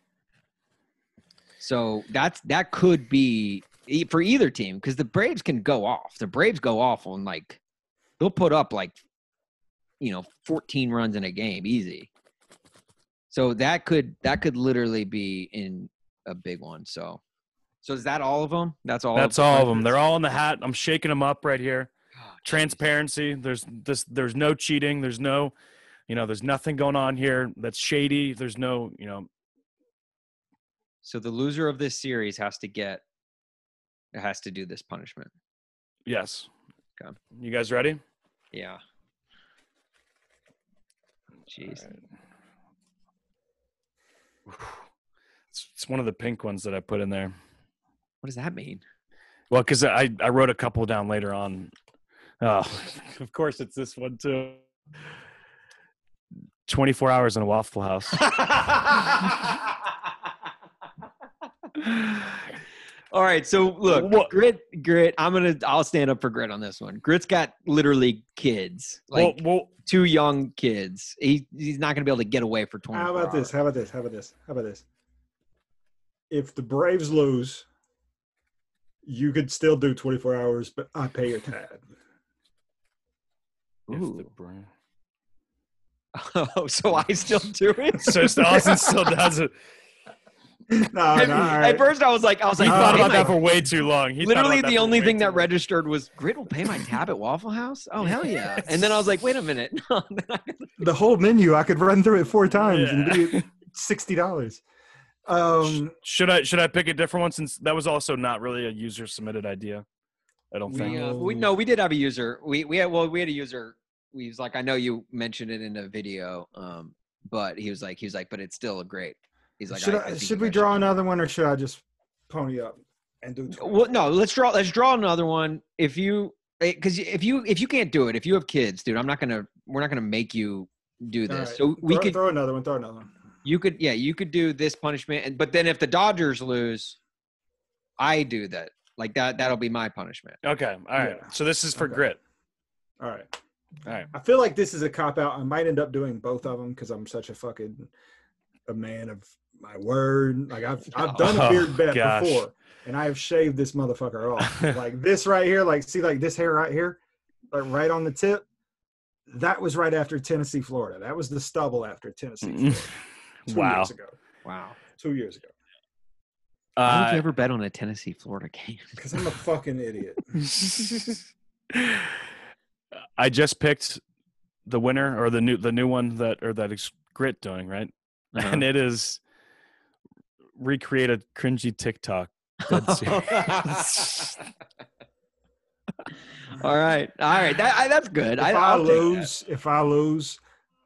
Speaker 1: So that's that could be e- for either team because the Braves can go off. The Braves go off on like they'll put up like you know 14 runs in a game easy. So that could that could literally be in a big one. So so is that all of them? That's all.
Speaker 2: That's all of them. They're all in the hat. I'm shaking them up right here.
Speaker 1: Oh, geez.
Speaker 2: Transparency. There's this. There's no cheating. There's no, you know. There's nothing going on here that's shady. There's no, you know.
Speaker 1: *gasps* So the loser of this series has to get has to do this punishment.
Speaker 2: Yes.
Speaker 1: Okay.
Speaker 2: You guys ready?
Speaker 1: Yeah. Jeez.
Speaker 2: It's, it's one of the pink ones that I put in there.
Speaker 1: What does that mean?
Speaker 2: Well, because I, I wrote a couple down later on. Oh, *laughs* of course, it's this one too. 24 hours in a Waffle House.
Speaker 1: All right, so look,
Speaker 2: What-
Speaker 1: grit, grit. I'm gonna, I'll stand up for grit on this one. Grit's got literally kids, like
Speaker 2: well, well,
Speaker 1: two young kids. He he's not gonna be able to get away for 20.
Speaker 3: How about this? How about this? How about this? How about this? If the Braves lose, you could still do 24 hours, but I pay
Speaker 1: *laughs*
Speaker 3: your tab.
Speaker 2: if the
Speaker 1: Ooh.
Speaker 2: bra-
Speaker 1: *laughs* Oh, so I still do it.
Speaker 2: *laughs* so Austin still does it.
Speaker 3: no, no, all
Speaker 1: *laughs* At
Speaker 3: right.
Speaker 1: first, I was like, I was
Speaker 2: He
Speaker 1: like,
Speaker 2: thought
Speaker 1: "Hey,
Speaker 2: about
Speaker 1: like,
Speaker 2: that for way too long. He thought
Speaker 1: Oh, literally
Speaker 2: about
Speaker 1: the
Speaker 2: for
Speaker 1: only
Speaker 2: way
Speaker 1: thing
Speaker 2: too
Speaker 1: that
Speaker 2: long.
Speaker 1: registered was Grit will pay my tab at Waffle House. Oh
Speaker 2: *laughs*
Speaker 1: hell yeah! And then I was like, wait a minute. *laughs*
Speaker 3: the whole menu. I could run through it four times and
Speaker 2: Yeah.
Speaker 3: be at sixty dollars. Um,
Speaker 2: Should I should I pick a different one since that was also not really a user submitted idea? I don't
Speaker 3: We,
Speaker 2: think.
Speaker 1: we, uh, we no, we did have a user. We we had well, we had a user. We was like, I know you mentioned it in a video, um, but he was like, he was like, but it's still a great. He's like,
Speaker 3: should
Speaker 1: I- I
Speaker 3: I,
Speaker 1: think
Speaker 3: should
Speaker 1: you
Speaker 3: we
Speaker 1: guys
Speaker 3: draw another one or should I just pony up and do? 20?
Speaker 1: Well, no, let's draw. Let's draw another one. If you, because if you if you can't do it, if you have kids, dude, I'm not gonna. We're not gonna make you do
Speaker 3: All
Speaker 1: this.
Speaker 3: right.
Speaker 1: So we
Speaker 3: throw,
Speaker 1: could,
Speaker 3: throw another one. Throw another one.
Speaker 1: you could, yeah, you could do this punishment, and but then if the Dodgers lose, I do that. Like that. That'll be my punishment.
Speaker 2: okay, all right.
Speaker 3: uh, Yeah.
Speaker 2: So this is for
Speaker 3: Okay.
Speaker 2: grit.
Speaker 3: All right.
Speaker 2: All right.
Speaker 3: I feel like this is a cop out. I might end up doing both of them because I'm such a fucking a man of my word. Like I've I've done
Speaker 2: *laughs*
Speaker 3: a
Speaker 2: Oh,
Speaker 3: beard bet
Speaker 2: gosh.
Speaker 3: before, and I have shaved this motherfucker
Speaker 2: *laughs*
Speaker 3: off. like this right here, like see, like this hair right here, like right on the tip. That was right after Tennessee, Florida. That was the stubble after Tennessee, Florida.
Speaker 2: *laughs*
Speaker 3: Two
Speaker 2: Mm. wow.
Speaker 3: years ago.
Speaker 1: Wow.
Speaker 3: Two years ago.
Speaker 1: Why would you
Speaker 2: Uh,
Speaker 1: ever bet on a Tennessee Florida game?
Speaker 3: Because I'm a
Speaker 2: *laughs*
Speaker 3: fucking idiot. *laughs*
Speaker 2: I just picked the winner or the new the new one that or that is grit doing right,
Speaker 3: Uh-huh.
Speaker 1: Um,
Speaker 2: and it is recreate a cringy TikTok.
Speaker 3: *laughs*
Speaker 2: Dead serious.
Speaker 1: *laughs* all right, all right. That I, that's good.
Speaker 3: If
Speaker 1: I,
Speaker 3: I,
Speaker 1: I'll take that.
Speaker 3: lose, if I lose,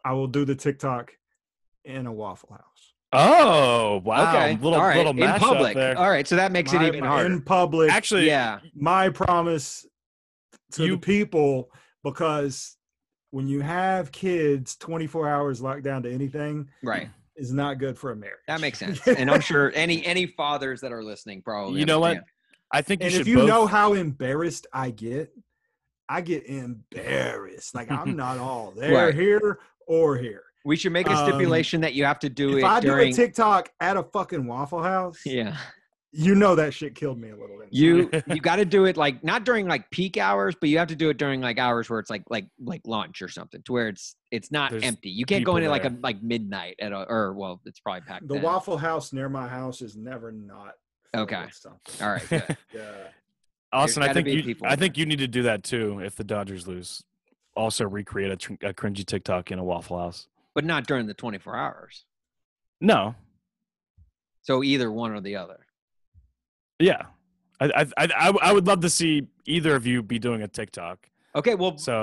Speaker 3: I will do the TikTok in a Waffle House.
Speaker 2: oh wow!
Speaker 1: Okay.
Speaker 2: Little
Speaker 1: all right.
Speaker 2: little
Speaker 1: in
Speaker 2: mashup
Speaker 1: public.
Speaker 2: there.
Speaker 1: All right. So that makes
Speaker 3: My-
Speaker 1: it even
Speaker 3: my-
Speaker 1: harder.
Speaker 3: in public.
Speaker 2: Actually,
Speaker 1: yeah.
Speaker 3: my promise to
Speaker 2: You-
Speaker 3: the people because when you have kids 24 hours locked down to anything
Speaker 1: Right.
Speaker 3: is not good for a marriage
Speaker 1: That makes sense. and I'm sure any any fathers that are listening probably.
Speaker 2: You know what?
Speaker 1: understand.
Speaker 2: I think you
Speaker 3: and
Speaker 2: should
Speaker 3: if you
Speaker 2: both-
Speaker 3: know how embarrassed i get i get embarrassed
Speaker 1: *laughs*
Speaker 3: like i'm not all there
Speaker 1: Right.
Speaker 3: here or here
Speaker 1: We should make a
Speaker 3: Um,
Speaker 1: stipulation that you have to do it
Speaker 3: if i
Speaker 1: during.
Speaker 3: do a tiktok at a fucking waffle house
Speaker 1: yeah.
Speaker 3: you know that shit killed me a little inside.
Speaker 2: *laughs*
Speaker 1: You you got to do it like not during like peak hours, but you have to do it during like hours where it's like like like lunch or something, to where it's it's not
Speaker 2: There's
Speaker 1: empty. You can't go
Speaker 2: people
Speaker 1: in at like a
Speaker 2: there.
Speaker 1: like midnight at a or well, it's probably packed.
Speaker 3: the
Speaker 1: then.
Speaker 3: waffle house near my house is never not filled
Speaker 1: Okay.
Speaker 3: with something.
Speaker 1: All
Speaker 2: *laughs*
Speaker 1: right. Good.
Speaker 3: yeah
Speaker 2: Austin,
Speaker 1: There's
Speaker 2: I
Speaker 1: gotta
Speaker 2: think
Speaker 1: be
Speaker 2: you,
Speaker 1: people
Speaker 2: I
Speaker 1: in
Speaker 2: think you need to do that too. If the Dodgers lose, also recreate a, tr- a cringy TikTok in a Waffle House.
Speaker 1: but not during the 24 hours.
Speaker 2: No,
Speaker 1: So either one or the other.
Speaker 2: yeah, I, I, I, I- I would love to see either of you be doing a TikTok.
Speaker 1: Okay. Well,
Speaker 2: So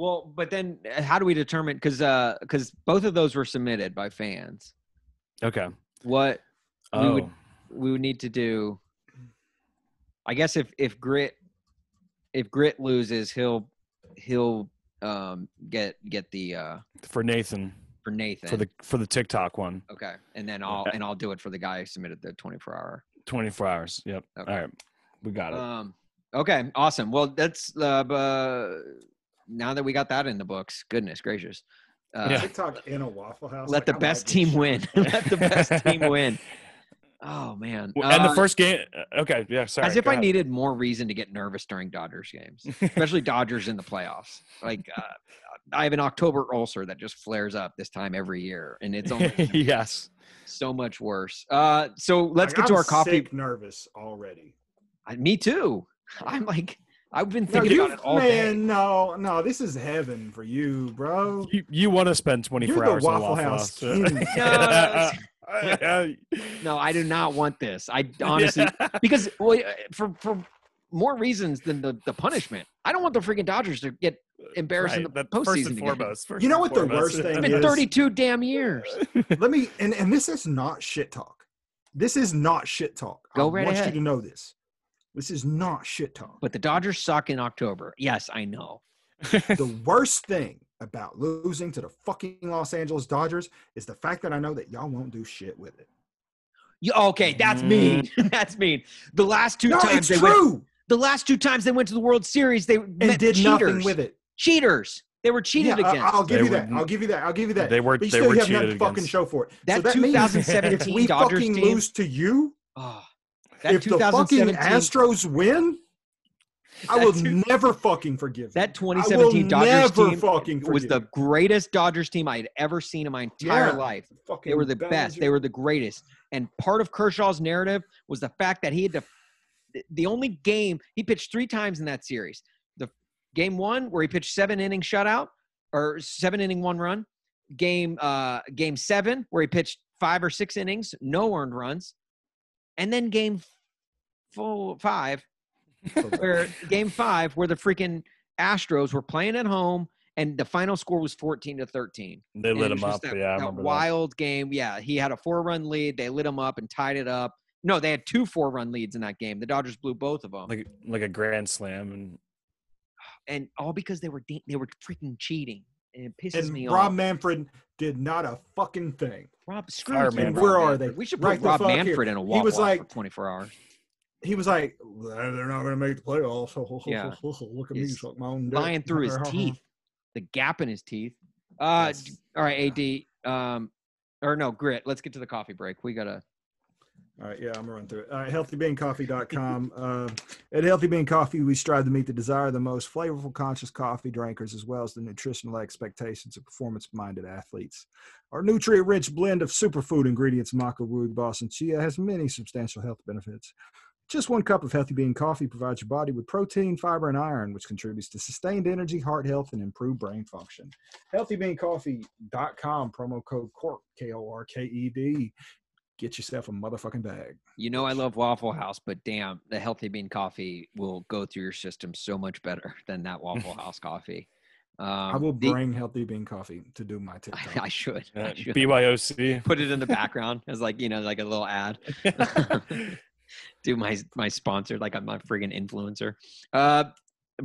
Speaker 1: Well, but then uh, how do we determine? Because because both of those were submitted by fans.
Speaker 2: okay,
Speaker 1: What We
Speaker 2: oh,
Speaker 1: would- we would need to do, I guess, if if grit if grit loses, he'll he'll um get get the uh
Speaker 2: for Nathan
Speaker 1: for Nathan.
Speaker 2: for the for the TikTok one,
Speaker 1: okay, and then I'll and I'll do it for the guy who submitted the twenty four hour.
Speaker 2: twenty four hours. Yep.
Speaker 1: Okay.
Speaker 2: All right, we got it.
Speaker 1: Um. Okay. Awesome. Well, that's uh. bu- now that we got that in the books, goodness gracious. Uh,
Speaker 2: Yeah.
Speaker 3: tiktok in a waffle house
Speaker 1: Let
Speaker 3: like,
Speaker 1: the
Speaker 3: I might
Speaker 1: best
Speaker 3: get
Speaker 1: team
Speaker 3: shot.
Speaker 1: win. *laughs* Let the best
Speaker 2: *laughs*
Speaker 1: team win. Oh man.
Speaker 2: Well, and
Speaker 1: Uh,
Speaker 2: the first game. Okay, yeah. Sorry.
Speaker 1: as if
Speaker 2: go
Speaker 1: I
Speaker 2: ahead.
Speaker 1: needed more reason to get nervous during Dodgers
Speaker 2: *laughs*
Speaker 1: games, especially Dodgers in the playoffs. Like uh, I have an October ulcer that just flares up this time every year, and it's
Speaker 2: *laughs*
Speaker 1: only
Speaker 2: yes.
Speaker 1: so much worse. Uh, so let's
Speaker 3: Like,
Speaker 1: get to
Speaker 3: I'm
Speaker 1: our coffee.
Speaker 3: sick nervous already.
Speaker 1: I, me too. *laughs* I'm like I've been
Speaker 3: No,
Speaker 1: thinking
Speaker 3: you-
Speaker 1: about it all
Speaker 3: man,
Speaker 1: day.
Speaker 3: no, no, this is heaven for you, bro.
Speaker 2: You, you want to spend twenty
Speaker 3: You're
Speaker 2: four hours
Speaker 3: the
Speaker 2: in a
Speaker 3: Waffle
Speaker 2: Waffle
Speaker 3: House
Speaker 2: *laughs* House.
Speaker 3: king.
Speaker 1: No,
Speaker 2: *laughs* no.
Speaker 1: No, I do not want this.
Speaker 3: *laughs*
Speaker 1: I honestly because well, uh, for for more reasons than the the punishment. I don't want the freaking Dodgers to get
Speaker 3: Uh,
Speaker 1: embarrassed in the
Speaker 2: Right, that-
Speaker 1: postseason.
Speaker 2: First and
Speaker 1: again.
Speaker 2: foremost. first
Speaker 3: You know
Speaker 2: and
Speaker 3: what the
Speaker 2: foremost.
Speaker 3: worst thing
Speaker 1: It's
Speaker 2: *laughs*
Speaker 1: been
Speaker 3: is?
Speaker 1: 32 damn years.
Speaker 3: Let me, and, and this is not shit talk. This is not shit talk.
Speaker 1: Go
Speaker 3: I
Speaker 1: right
Speaker 3: want
Speaker 1: ahead.
Speaker 3: you to know this. This is not shit
Speaker 1: *laughs*
Speaker 3: talk.
Speaker 1: But the Dodgers suck in October. Yes, I know.
Speaker 3: the worst thing about losing to the fucking Los Angeles Dodgers is the fact that I know that y'all won't do shit with it.
Speaker 1: You, okay, that's mean. *laughs* that's mean. The last two
Speaker 3: Mm. No, it's
Speaker 1: times they went,
Speaker 3: true.
Speaker 1: the last two times they went to the World Series, they
Speaker 3: And
Speaker 1: met
Speaker 3: did
Speaker 1: cheaters.
Speaker 3: nothing with it.
Speaker 1: Cheaters. They were cheated
Speaker 3: Yeah, I-
Speaker 1: against.
Speaker 3: I'll give
Speaker 2: They
Speaker 3: you that.
Speaker 2: were-
Speaker 3: I'll give you that. I'll give you that.
Speaker 2: They were
Speaker 3: But you
Speaker 2: they
Speaker 3: still
Speaker 2: were
Speaker 3: have
Speaker 2: cheated
Speaker 3: nothing to fucking
Speaker 2: against.
Speaker 3: show for it.
Speaker 1: that
Speaker 3: so that means *laughs*
Speaker 1: 2017
Speaker 3: if we
Speaker 1: Dodgers
Speaker 3: fucking
Speaker 1: team.
Speaker 3: lose to you,
Speaker 1: oh, that
Speaker 3: if the fucking
Speaker 1: 2017 *laughs*
Speaker 3: Astros win, I will
Speaker 1: two-
Speaker 3: never fucking forgive him.
Speaker 1: That
Speaker 3: I will
Speaker 1: 2017 Dodgers
Speaker 3: never
Speaker 1: team
Speaker 3: fucking
Speaker 1: was
Speaker 3: forgive
Speaker 1: the
Speaker 3: him.
Speaker 1: greatest Dodgers team I had ever seen in my entire
Speaker 3: Yeah.
Speaker 1: life.
Speaker 3: fucking
Speaker 1: They were the best.
Speaker 3: Bellinger. *laughs*
Speaker 1: They were the greatest. And part of Kershaw's narrative was the fact that he had to. The only game he pitched three times in that series. The game one where he pitched seven inning shutout or seven inning one run. Game uh game seven where he pitched five or six innings, no earned runs, and then game full five where game five where the freaking Astros were playing at home and the final score was fourteen to thirteen.
Speaker 2: They
Speaker 1: And
Speaker 2: lit
Speaker 1: it was
Speaker 2: him
Speaker 1: just
Speaker 2: up.
Speaker 1: That,
Speaker 2: yeah, I
Speaker 1: that
Speaker 2: remember that.
Speaker 1: wild game. Yeah, he had a four-run lead. They lit him up and tied it up. No, they had two four-run leads in that game. The Dodgers blew both of them,
Speaker 2: like like a grand slam and
Speaker 1: and all because they were de- they were freaking cheating. And it pisses me
Speaker 3: and Rob
Speaker 1: off.
Speaker 3: Manfred did not a fucking thing.
Speaker 1: Rob, screw
Speaker 2: Fire
Speaker 1: you,
Speaker 2: Manfred.
Speaker 1: Rob
Speaker 3: Where are
Speaker 1: Manfred.
Speaker 3: they?
Speaker 1: We should put
Speaker 3: Right the
Speaker 1: Rob
Speaker 3: fuck here.
Speaker 1: Manfred in a
Speaker 3: He
Speaker 1: wall.
Speaker 3: was
Speaker 1: for
Speaker 3: like-
Speaker 1: 24 hours.
Speaker 3: He was like, "Well, "They're not going to make the playoffs." *laughs*
Speaker 1: Yeah.
Speaker 3: Look at me,
Speaker 1: He's
Speaker 3: suck my own dick.
Speaker 1: lying through
Speaker 3: *laughs*
Speaker 1: his teeth, the gap in his teeth. Uh,
Speaker 3: Yes.
Speaker 1: d- All right, AD, um, or no, Grit, let's get to the coffee break. We got to.
Speaker 3: All right, yeah, I'm gonna run through it. All right, healthybeancoffee.com. uh, at Healthy Bean Coffee, we strive to meet the desire of the most flavorful, conscious coffee drinkers, as well as the nutritional expectations of performance-minded athletes. Our nutrient-rich blend of superfood ingredients, maca, root, boss, and chia, has many substantial health benefits. Just one cup of Healthy Bean Coffee provides your body with protein, fiber, and iron, which contributes to sustained energy, heart health, and improved brain function. HealthyBeanCoffee.com, promo code CORK, K-O-R-K-E-D. E Get yourself a motherfucking bag.
Speaker 1: You know I love Waffle House, but damn, the healthy bean coffee will go through your system so much better *laughs* than that Waffle
Speaker 3: *laughs*
Speaker 1: House coffee. Um,
Speaker 3: I will
Speaker 1: the-
Speaker 3: bring healthy bean coffee to do
Speaker 1: *laughs*
Speaker 3: my
Speaker 1: I,
Speaker 3: TikTok.
Speaker 1: I should.
Speaker 2: uh,
Speaker 1: I should. *laughs*
Speaker 2: BYOC.
Speaker 1: Put it in the background as like you know, like a little ad. Do my my sponsor like I'm a friggin' influencer. Uh,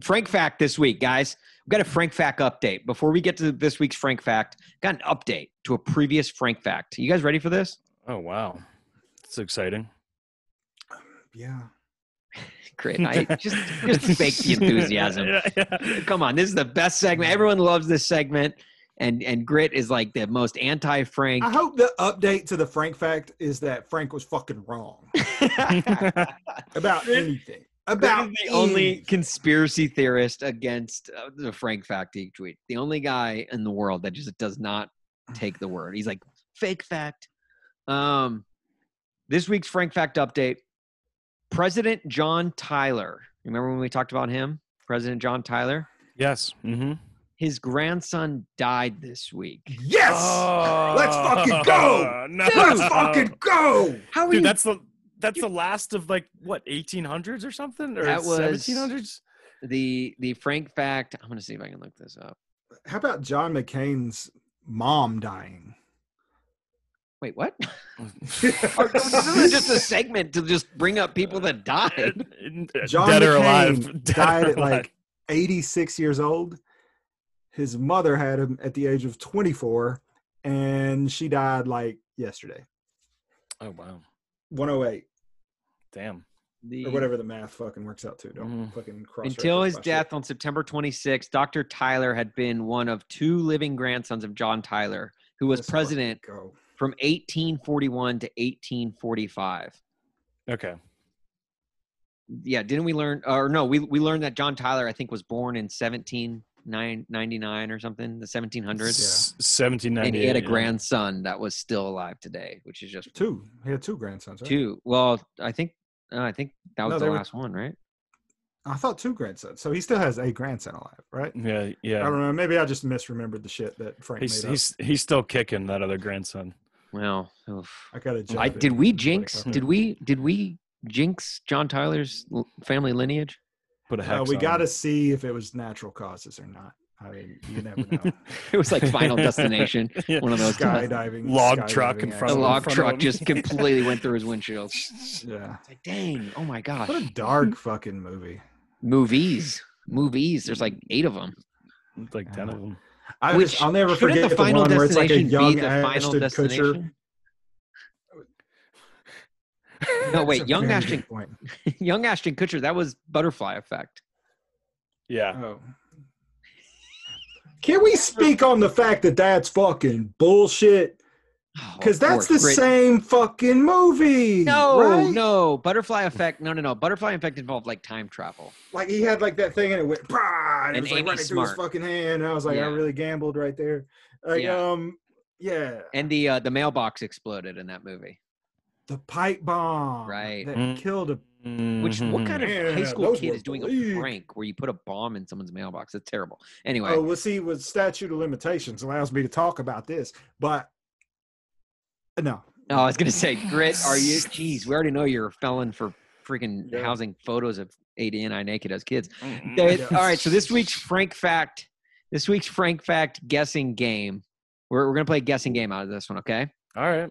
Speaker 1: Frank fact this week, guys. We've got a Frank fact update. Before we get to this week's Frank fact, got an update to a previous Frank fact. You guys ready for this?
Speaker 2: *laughs* oh wow, it's exciting.
Speaker 3: yeah.
Speaker 1: Great.
Speaker 2: *laughs*
Speaker 1: I just just fake the enthusiasm.
Speaker 2: Yeah, yeah.
Speaker 1: come on this is the best segment everyone loves this segment and and grit is like the most anti-frank
Speaker 3: *laughs* I hope the update to the Frank fact is that Frank was fucking wrong *laughs* about anything. About
Speaker 1: Grit is the only
Speaker 3: anything.
Speaker 1: conspiracy theorist against uh, the frank fact each week the only guy in the world that just does not take the word he's like fake fact um this week's frank fact update president john tyler remember when we talked about him president john tyler
Speaker 2: yes. Mm-hmm.
Speaker 1: his grandson died this week
Speaker 3: Yes. Let's fucking go!
Speaker 2: Oh. *laughs* No.
Speaker 3: Let's fucking go.
Speaker 1: how are
Speaker 2: *laughs*
Speaker 1: you
Speaker 2: Dude, that's the that's the last of like what 1800s or something or
Speaker 1: That was- *laughs*
Speaker 2: 1700s.
Speaker 1: the the frank fact i'm gonna see if i can look this up
Speaker 3: How about John McCain's mom *laughs* dying?
Speaker 1: wait
Speaker 3: *laughs*
Speaker 1: what this is just a segment to just bring up people that *laughs* died
Speaker 3: John
Speaker 2: Dead or
Speaker 3: McCain
Speaker 2: alive. *laughs* Dead or
Speaker 3: died at
Speaker 2: alive.
Speaker 3: like 86 years old. His mother had him at the age of 24, and she died like yesterday,
Speaker 2: Oh wow.
Speaker 3: 108.
Speaker 2: Damn.
Speaker 1: The-
Speaker 3: *laughs* or whatever the math fucking works out to. Don't
Speaker 2: Mhm.
Speaker 3: fucking cross.
Speaker 1: until his death on september 26 dr tyler had been one of two living grandsons of john tyler who was
Speaker 3: Let's fucking
Speaker 1: president
Speaker 3: Go.
Speaker 1: from 1841 to 1845
Speaker 2: Okay.
Speaker 1: yeah didn't we learn or no we, we learned that john tyler i think was born in 1799 or something the 1700s
Speaker 2: S-
Speaker 1: and
Speaker 2: 1798.
Speaker 1: he had a
Speaker 2: yeah.
Speaker 1: grandson that was still alive today which is just
Speaker 3: Two. He had two grandsons. Right?
Speaker 1: Two. Well, I think uh, I think that was
Speaker 3: No,
Speaker 1: the
Speaker 3: they were-
Speaker 1: last one, right?
Speaker 3: I thought two grandsons. So he still has a grandson alive, right?
Speaker 2: Yeah,
Speaker 3: I don't
Speaker 2: yeah.
Speaker 3: know. Maybe I just misremembered the shit that Frank
Speaker 2: He's
Speaker 3: made
Speaker 2: he's he's still kicking that other grandson.
Speaker 1: Well, oof.
Speaker 3: up. I gotta jump.
Speaker 1: I
Speaker 3: in
Speaker 1: did we
Speaker 3: and break
Speaker 1: jinx?
Speaker 3: up.
Speaker 1: Did we did we jinx John Tyler's l- family lineage? *laughs*
Speaker 2: Put a hex
Speaker 3: Uh, we
Speaker 2: on
Speaker 3: gotta
Speaker 2: him. *laughs*
Speaker 3: see if it was natural causes or not. I mean, you never
Speaker 1: *laughs*
Speaker 3: know.
Speaker 1: It was like
Speaker 3: *laughs*
Speaker 1: Final Destination.
Speaker 2: Yeah.
Speaker 1: One of those guys. *laughs*
Speaker 3: skydiving,
Speaker 2: Log truck in
Speaker 3: skydiving
Speaker 2: front
Speaker 1: The
Speaker 2: of
Speaker 1: log
Speaker 2: front
Speaker 1: truck
Speaker 2: him.
Speaker 1: just completely went through his
Speaker 3: *laughs*
Speaker 1: windshield.
Speaker 3: accident. Yeah.
Speaker 1: It's like, dang, oh my *laughs* gosh.
Speaker 3: What a dark fucking movie.
Speaker 1: Movies. Movies. There's like eight of them.
Speaker 2: like ten of them.
Speaker 3: I
Speaker 1: Which-
Speaker 3: just, I'll never
Speaker 1: Shouldn't
Speaker 3: forget
Speaker 1: the
Speaker 3: the,
Speaker 1: final
Speaker 3: one where it's like a
Speaker 1: destination
Speaker 3: young
Speaker 1: be the final
Speaker 3: Ashton Kutcher.
Speaker 1: destination? *laughs* No, wait,
Speaker 3: That's a
Speaker 1: young
Speaker 3: very
Speaker 1: Ashton-
Speaker 3: good Point.
Speaker 1: young Ashton Kutcher, that was butterfly effect.
Speaker 2: Yeah.
Speaker 3: Oh. Can we speak on the fact that that's fucking bullshit?
Speaker 1: Oh, of
Speaker 3: because that's the
Speaker 1: course. Great-
Speaker 3: same fucking movie.
Speaker 1: No,
Speaker 3: right?
Speaker 1: no, butterfly effect. No, no, no. Butterfly effect involved like time travel.
Speaker 3: Like he had like that thing and it went, "Prah," and,
Speaker 1: And
Speaker 3: it was like
Speaker 1: Amy
Speaker 3: right through his
Speaker 1: Smart.
Speaker 3: fucking hand. And I was like, I
Speaker 1: Yeah.
Speaker 3: really gambled right there. Like,
Speaker 1: Yeah.
Speaker 3: um, yeah,
Speaker 1: And the uh, the mailbox exploded in that movie.
Speaker 3: the pipe bomb,
Speaker 1: Right.
Speaker 3: That
Speaker 2: Mm.
Speaker 3: killed a
Speaker 1: Which
Speaker 2: Mm-hmm.
Speaker 1: what kind of high
Speaker 3: Mm-hmm. Yeah,
Speaker 1: school
Speaker 3: those
Speaker 1: kid
Speaker 3: were
Speaker 1: is doing
Speaker 3: bleak.
Speaker 1: a prank where you put a bomb in someone's mailbox? That's terrible. Anyway,
Speaker 3: Oh, well, see, with statute of limitations allows me to talk about this, but no,
Speaker 1: no, I was gonna say, grit. Are you?
Speaker 3: *laughs*
Speaker 1: Jeez, we already know you're a felon for freaking
Speaker 3: Yeah. Mm,
Speaker 1: housing photos of Ada and I naked as kids.
Speaker 2: of?
Speaker 1: Dave-
Speaker 3: Yeah.
Speaker 1: All right, so this week's Frank fact, this week's Frank fact guessing game. We're we're gonna play a guessing game out of this one, okay?
Speaker 2: All right.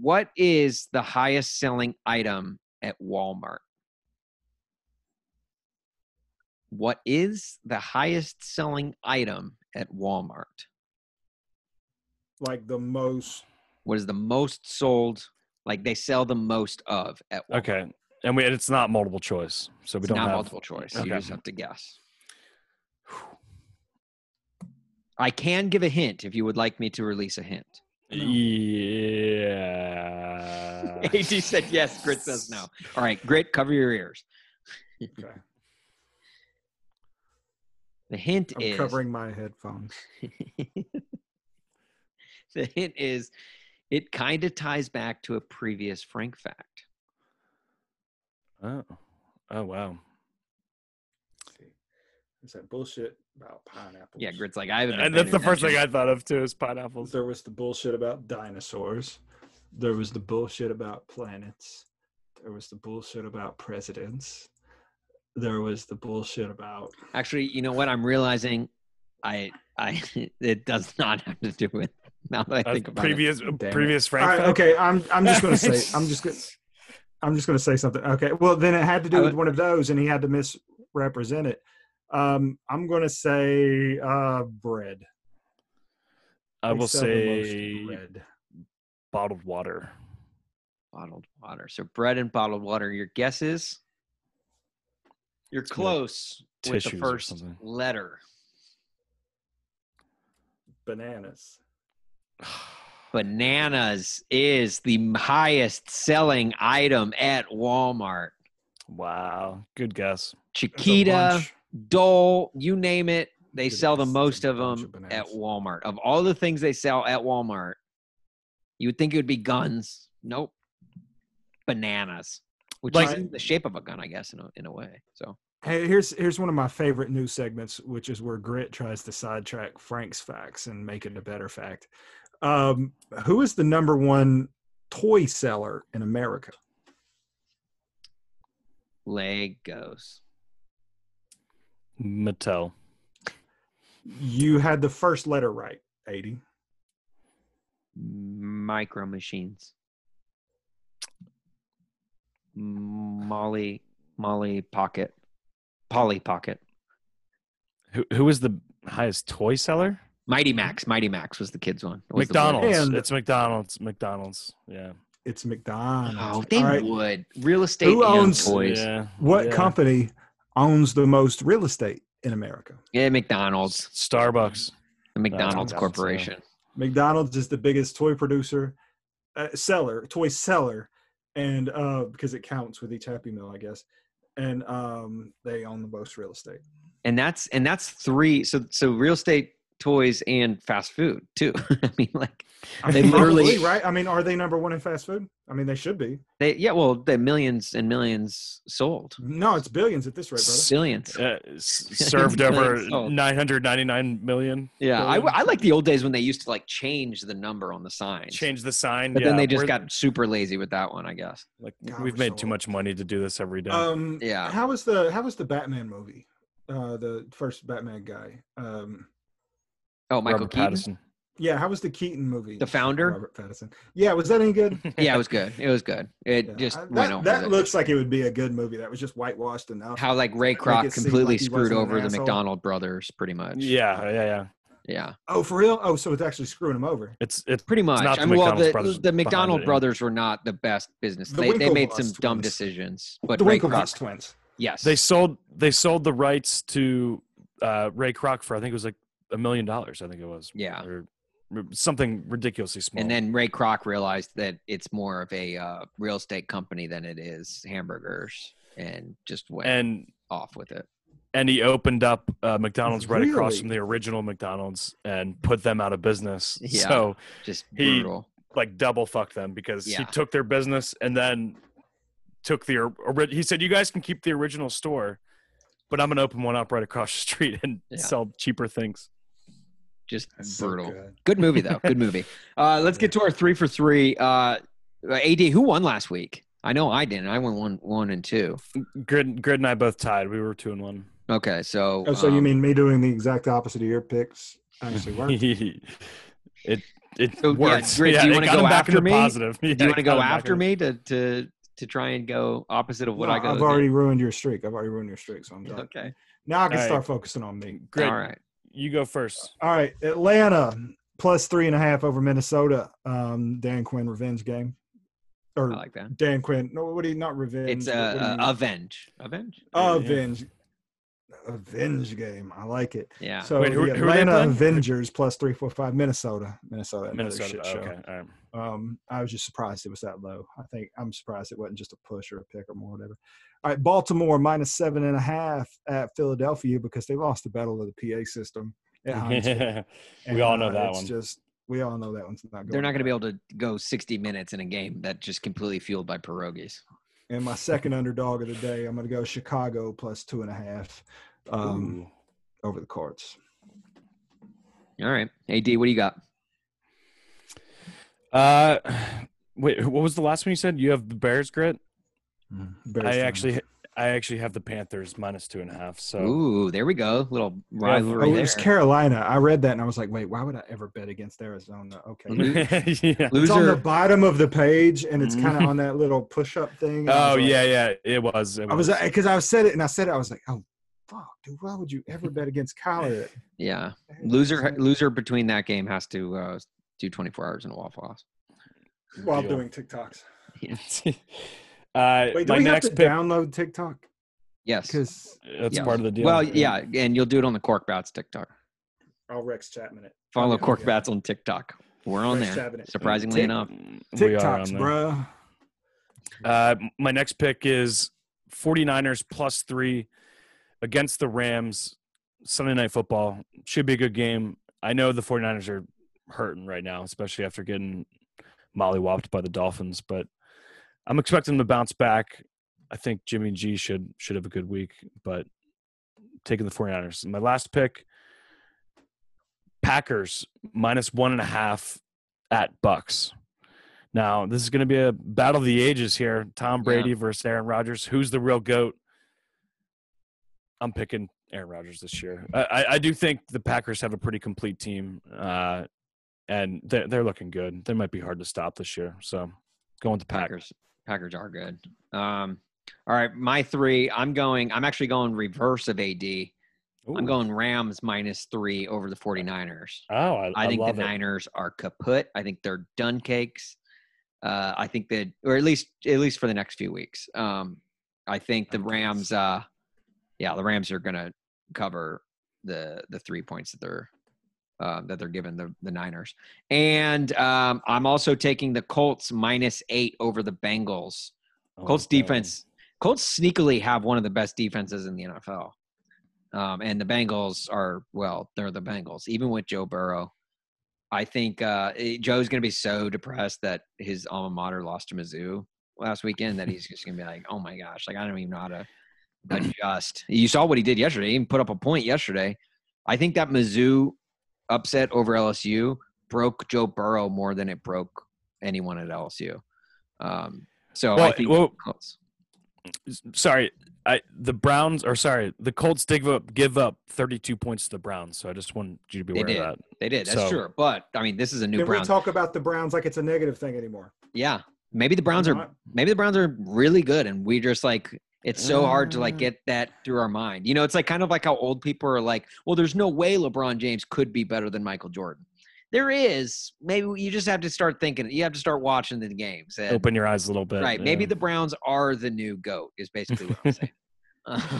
Speaker 1: What is the highest selling item at Walmart? What is the highest selling item at Walmart?
Speaker 3: like the most
Speaker 1: What is the most sold? Like they sell the most of at Walmart.
Speaker 2: Okay. And we, and it's not multiple choice, so we
Speaker 1: It's
Speaker 2: don't
Speaker 1: not
Speaker 2: have.
Speaker 1: multiple choice.
Speaker 2: Okay.
Speaker 1: You just have to guess. I can give a hint if you would like me to release a hint.
Speaker 3: No. *laughs*
Speaker 2: Yeah.
Speaker 1: *laughs* AD said yes. Grit says no. All right, Grit, cover your ears.
Speaker 3: Okay.
Speaker 1: The hint
Speaker 3: I'm
Speaker 1: is
Speaker 3: covering my headphones.
Speaker 1: *laughs* the hint is it kind of ties back to a previous Frank fact.
Speaker 2: Oh. oh wow.
Speaker 3: It's that bullshit about pineapples.
Speaker 1: Yeah, Grit's like I haven't. been
Speaker 2: And Uh, that's the
Speaker 1: paying
Speaker 2: first thing
Speaker 1: attention.
Speaker 2: I thought of too is pineapples.
Speaker 3: There was the bullshit about dinosaurs. There was the bullshit about planets. There was the bullshit about presidents. There was the bullshit about
Speaker 1: Actually, you know what? I'm realizing, I, I, *laughs* it does not have to do with. Now that I *laughs*
Speaker 2: Uh,
Speaker 1: think about it,
Speaker 2: previous
Speaker 3: Damn it.
Speaker 2: previous
Speaker 3: All
Speaker 2: Frank.
Speaker 3: right,
Speaker 2: fact?
Speaker 3: okay, I'm I'm just
Speaker 1: *laughs*
Speaker 3: gonna say I'm *laughs* just gonna I'm just gonna say something. Okay, well then it had to
Speaker 1: I
Speaker 3: do with
Speaker 1: would-
Speaker 3: one of those, and he had to misrepresent it. Um, I'm gonna say uh, bread.
Speaker 2: I
Speaker 3: They
Speaker 2: will
Speaker 3: sell the most
Speaker 2: say
Speaker 3: bread.
Speaker 2: bottled water. *sighs*
Speaker 1: bottled water. So bread and bottled water. Your guesses. You're
Speaker 2: gonna be
Speaker 1: close with the
Speaker 2: tissues or
Speaker 1: first
Speaker 2: something.
Speaker 1: letter,
Speaker 3: bananas.
Speaker 1: Bananas is the m- highest selling item at Walmart.
Speaker 2: Wow. Good guess.
Speaker 3: It's a
Speaker 1: Chiquita,
Speaker 3: bunch.
Speaker 1: Dole, you name it, they
Speaker 3: It's a-
Speaker 1: sell the
Speaker 3: it's a
Speaker 1: most of
Speaker 3: bunch
Speaker 1: them
Speaker 3: of
Speaker 1: at
Speaker 3: bananas.
Speaker 1: Walmart. Of all the things they sell at Walmart, you would think it would be guns. Nope. Bananas, which
Speaker 2: Like-
Speaker 1: is in the shape of a gun, I guess, in a, in a way. So
Speaker 3: Hey, here's here's one of my favorite news segments, which is where Grit tries to sidetrack Frank's facts and make it a better fact. Um, who is the number one toy seller in America?
Speaker 1: Legos.
Speaker 2: Mattel.
Speaker 3: You had the first letter right, 80.
Speaker 1: Micro Machines. Molly, Molly Pocket, Polly Pocket,
Speaker 2: Who who is the highest toy seller?
Speaker 1: Mighty Max. Mighty Max was the kids one. It was the one-
Speaker 2: McDonald's.
Speaker 3: And-
Speaker 2: it's McDonald's. McDonald's. Yeah.
Speaker 3: It's McDonald's.
Speaker 1: Oh, they
Speaker 3: All right.
Speaker 1: would. Real estate
Speaker 3: Who
Speaker 1: and
Speaker 3: owns-
Speaker 1: toys. Yeah.
Speaker 2: Yeah.
Speaker 3: What
Speaker 2: yeah.
Speaker 3: company owns the most real estate in America?
Speaker 1: McDonald's.
Speaker 2: Starbucks.
Speaker 1: *laughs* The
Speaker 2: McDonald's,
Speaker 1: McDonald's
Speaker 2: yeah.
Speaker 1: Corporation.
Speaker 3: McDonald's is the biggest toy producer, uh, seller, toy seller, and uh, because it counts with each Happy Meal, I guess. And um, they own the most real estate.
Speaker 1: And that's and that's three. So so real estate, toys, and fast food too. *laughs* I mean, like
Speaker 3: I
Speaker 1: They
Speaker 3: mean,
Speaker 1: literally-
Speaker 3: probably, right. I mean, are they number one in fast food? I mean, they should be.
Speaker 1: they yeah, well, the millions and millions sold.
Speaker 3: No, it's billions at this rate, brother.
Speaker 1: Billions.
Speaker 2: Uh, s-
Speaker 1: *laughs*
Speaker 2: served over
Speaker 1: Billion sold.
Speaker 2: 999 million.
Speaker 1: Yeah, I,
Speaker 2: billion.
Speaker 1: I like the old days when they used to like change the number on the signs.
Speaker 2: Change the sign.
Speaker 1: but
Speaker 2: yeah,
Speaker 1: then they just
Speaker 2: we're-
Speaker 1: got super lazy with that one, I guess.
Speaker 2: like
Speaker 3: God,
Speaker 2: we've
Speaker 3: we're
Speaker 2: made
Speaker 3: so
Speaker 2: too
Speaker 3: old.
Speaker 2: much money to do this every day.
Speaker 1: Oh,
Speaker 3: Um,
Speaker 1: Yeah.
Speaker 3: How was the How was the Batman movie? Uh, the first Batman guy. Um,
Speaker 1: Oh, Michael
Speaker 2: Robert
Speaker 1: Keaton,
Speaker 2: Pattinson.
Speaker 3: yeah. How was the Keaton movie?
Speaker 1: the founder.
Speaker 3: Robert Pattinson. Yeah, was that
Speaker 1: *laughs*
Speaker 3: any good?
Speaker 1: Yeah, it was good. It was good. It
Speaker 3: Yeah.
Speaker 1: just
Speaker 3: I-
Speaker 1: went over.
Speaker 3: that, that
Speaker 1: the-
Speaker 3: looks like it would be a good movie. That was just whitewashed enough.
Speaker 1: how like Ray
Speaker 3: Make it
Speaker 1: Kroc
Speaker 3: seem
Speaker 1: completely
Speaker 3: like he
Speaker 1: screwed
Speaker 3: wasn't an
Speaker 1: over the
Speaker 3: asshole.
Speaker 1: McDonald brothers, pretty much.
Speaker 2: Yeah, yeah, yeah.
Speaker 1: yeah,
Speaker 3: oh, for real? Oh, so it's actually screwing him over.
Speaker 2: It's it's
Speaker 1: pretty much.
Speaker 2: not
Speaker 1: I
Speaker 2: the
Speaker 1: mean, well,
Speaker 2: McDonald's
Speaker 1: the,
Speaker 2: brothers
Speaker 1: the
Speaker 2: behind
Speaker 1: McDonald
Speaker 2: it, yeah.
Speaker 1: brothers were not the best business.
Speaker 3: The
Speaker 1: they they made
Speaker 3: Winklevoss
Speaker 1: some dumb
Speaker 3: twins.
Speaker 1: decisions, but
Speaker 3: the
Speaker 1: Ray
Speaker 3: Winklevoss
Speaker 1: Kroc,
Speaker 3: twins.
Speaker 1: yes,
Speaker 2: they sold they sold the rights to uh Ray Kroc for I think it was like a million dollars, I think it was.
Speaker 1: Yeah.
Speaker 2: Or r- something ridiculously small.
Speaker 1: And then Ray Kroc realized that it's more of a uh, real estate company than it is hamburgers, and just went
Speaker 2: and
Speaker 1: off with it.
Speaker 2: and he opened up uh, McDonald's right across
Speaker 3: Really?
Speaker 2: from the original McDonald's and put them out of business.
Speaker 1: Yeah.
Speaker 2: So
Speaker 1: Just
Speaker 2: He-
Speaker 1: brutal.
Speaker 2: like double fucked them because he
Speaker 1: Yeah.
Speaker 2: took their business and then took the or- ori- he said you guys can keep the original store but i'm going to open one up right across the street and
Speaker 1: Yeah.
Speaker 2: sell cheaper things
Speaker 1: Just
Speaker 3: That's so
Speaker 1: brutal.
Speaker 3: good.
Speaker 1: Good movie though. Good
Speaker 3: *laughs*
Speaker 1: movie. Uh, let's get to our three for three. Uh, Ad, who won last week? I know I didn't. I won one, one and two.
Speaker 2: grid grid and i both tied we were two and one
Speaker 1: Okay, so
Speaker 3: Oh, so you
Speaker 1: um,
Speaker 3: mean me doing the exact opposite of your picks
Speaker 1: *laughs*
Speaker 3: actually worked?
Speaker 2: *laughs* it it
Speaker 1: So, yeah,
Speaker 2: worked
Speaker 1: Grid, do you
Speaker 2: it
Speaker 1: wanna
Speaker 2: got
Speaker 1: go
Speaker 2: him back in
Speaker 1: after
Speaker 2: the
Speaker 1: me?
Speaker 2: positive *laughs* Yeah,
Speaker 1: do you want to
Speaker 2: it got
Speaker 1: go
Speaker 2: him back
Speaker 1: after
Speaker 2: in-
Speaker 1: me to to to try and go opposite of what
Speaker 3: No,
Speaker 1: I go?
Speaker 3: I've already ruined your streak. I've already ruined your streak, so I'm done.
Speaker 1: okay.
Speaker 3: Now I can
Speaker 2: All right.
Speaker 3: start focusing on me.
Speaker 2: grid
Speaker 1: All right.
Speaker 2: you go first
Speaker 3: All right, Atlanta plus three and a half over Minnesota. Um, Dan Quinn revenge game,
Speaker 1: I
Speaker 3: or
Speaker 1: like that.
Speaker 3: Dan Quinn? No, what do you not revenge?
Speaker 1: Uh, It's uh,
Speaker 3: but what do
Speaker 1: a,
Speaker 3: you-
Speaker 1: a avenge. Avenge.
Speaker 2: yeah.
Speaker 3: avenge, avenge game. I like it.
Speaker 1: Yeah.
Speaker 3: So
Speaker 2: Wait, who-
Speaker 3: the
Speaker 2: who are they
Speaker 3: Atlanta
Speaker 2: playing?
Speaker 3: Avengers plus three, four, five. Minnesota, Minnesota, another
Speaker 2: minnesota oh,
Speaker 3: shit show.
Speaker 2: okay all right.
Speaker 3: Um, I was just surprised it was that low. I think I'm surprised it wasn't just a push or a pick or more, whatever. All right, Baltimore minus seven and a half at Philadelphia because they lost the battle of the PA system.
Speaker 2: *laughs*
Speaker 3: At Heinz Field.
Speaker 2: we all know
Speaker 3: uh,
Speaker 2: that
Speaker 3: it's
Speaker 2: one
Speaker 3: Just we all know that one's not good.
Speaker 1: They're not going to be able to go 60 minutes in a game that just completely fueled by pierogies.
Speaker 3: And my second underdog of the day, I'm going to go Chicago plus two and a half um,
Speaker 2: Ooh.
Speaker 3: over the Cards.
Speaker 1: All right. AD, what do you got?
Speaker 2: Uh, wait, what was the last one you said? You have the Bears grit.
Speaker 3: Bears
Speaker 2: Mm. I
Speaker 3: down.
Speaker 2: actually, I actually have the Panthers minus two and a half. So
Speaker 1: *laughs* Ooh, there we go. Little
Speaker 3: Oh,
Speaker 1: rivalry
Speaker 3: it
Speaker 1: there.
Speaker 3: was Carolina. I read that and I was like, wait, why would I ever bet against Arizona? Okay.
Speaker 1: Mhm.
Speaker 2: yeah.
Speaker 3: It's on the
Speaker 1: Loser.
Speaker 3: bottom of the page and it's kind
Speaker 1: Mm-hmm.
Speaker 2: Mhm.
Speaker 3: of on that little push up thing. I
Speaker 2: Oh
Speaker 3: was like-
Speaker 2: yeah, yeah. It was. It
Speaker 3: I was because I said it and I said it. I was like, oh, fuck, dude, why would you ever bet against Kyler?
Speaker 1: Yeah. Loser loser between that game has to uh, do 24 hours in a Waffle House.
Speaker 3: while
Speaker 2: Deal.
Speaker 3: doing TikToks.
Speaker 2: *laughs* uh,
Speaker 3: Wait, do
Speaker 2: my
Speaker 3: we have to
Speaker 2: next pick.
Speaker 3: download TikTok?
Speaker 1: Yes.
Speaker 3: Because
Speaker 2: That's
Speaker 1: Yeah.
Speaker 2: part of the deal.
Speaker 1: Well, yeah. And you'll do it on the Cork Bats TikTok.
Speaker 3: I'll Rex Chapman it.
Speaker 1: Follow
Speaker 3: Okay,
Speaker 1: Cork
Speaker 3: yeah.
Speaker 1: Bats on TikTok. We're on
Speaker 3: Rex
Speaker 1: there.
Speaker 3: Chapman it.
Speaker 1: Surprisingly
Speaker 3: Tick-
Speaker 1: enough.
Speaker 2: We are on
Speaker 3: TikToks,
Speaker 2: there.
Speaker 3: bruh.
Speaker 2: Uh, my next pick is 49ers plus three against the Rams. Sunday night football should be a good game. I know the 49ers are hurting right now, especially after getting mollywopped by the Dolphins, but I'm expecting them to bounce back. I think Jimmy G should should have a good week, but taking the 49ers. My last pick Packers minus one and a half at Bucks. Now, this is going to be a battle of the ages here. Tom
Speaker 1: Yeah.
Speaker 2: Brady versus Aaron Rodgers. Who's the real GOAT? I'm picking Aaron Rodgers this year. I, I, I do think the Packers have a pretty complete team, uh, and they're, they're looking good. They might be hard to stop this year. So going to Packers.
Speaker 1: Packers. Packers are good. Um, all right, my three. I'm going. I'm actually going reverse of AD. I'm going Rams minus three over the 49ers.
Speaker 2: Oh, I,
Speaker 1: I,
Speaker 2: I
Speaker 1: think the
Speaker 2: love it.
Speaker 1: Niners are kaput. I think they're done cakes. Uh, I think that, or at least at least for the next few weeks. Um, I think the
Speaker 2: Done cakes.
Speaker 1: Rams. Uh, yeah, the Rams are going to cover the the three points that they're uh, that they're giving the the Niners. And um, I'm also taking the Colts minus eight over the Bengals.
Speaker 2: Oh,
Speaker 1: Colts
Speaker 2: damn.
Speaker 1: defense. Colts sneakily have one of the best defenses in the NFL. Um, and the Bengals are well, they're the Bengals. Even with Joe Burrow, I think uh, eh, Joe's going to be so depressed that his alma mater lost to Mizzou last weekend that he's just going to be like, "Oh my gosh!" Like I don't even know how to adjust. You saw what he did yesterday. He even put up a point yesterday. I think that Mizzou upset over LSU broke Joe Burrow more than it broke anyone at LSU. Um, so I
Speaker 2: Well,
Speaker 1: think
Speaker 2: well,
Speaker 1: Colts.
Speaker 2: sorry, I, the Browns or sorry, the Colts give up give up 32 points to the Browns. So I just wanted you to be
Speaker 1: They
Speaker 2: aware
Speaker 1: did.
Speaker 2: of that.
Speaker 1: They did. That's
Speaker 2: So-
Speaker 1: true. But I mean, this is a new
Speaker 3: Can we
Speaker 1: Browns.
Speaker 3: talk about the Browns like it's a negative thing anymore?
Speaker 1: yeah, maybe the Browns
Speaker 3: We're
Speaker 1: are
Speaker 3: not.
Speaker 1: maybe the Browns are really good, and we just like it's so hard to
Speaker 2: Ah.
Speaker 1: like get that through our mind. You know, it's like kind of like how old people are like, well, there's no way LeBron James could be better than Michael Jordan. There is. Maybe you just have to start thinking. You have to start watching the games. and-
Speaker 2: Open your eyes a little bit.
Speaker 1: right.
Speaker 2: yeah. *laughs*
Speaker 1: Maybe the Browns are the new goat. Is basically what I'm saying.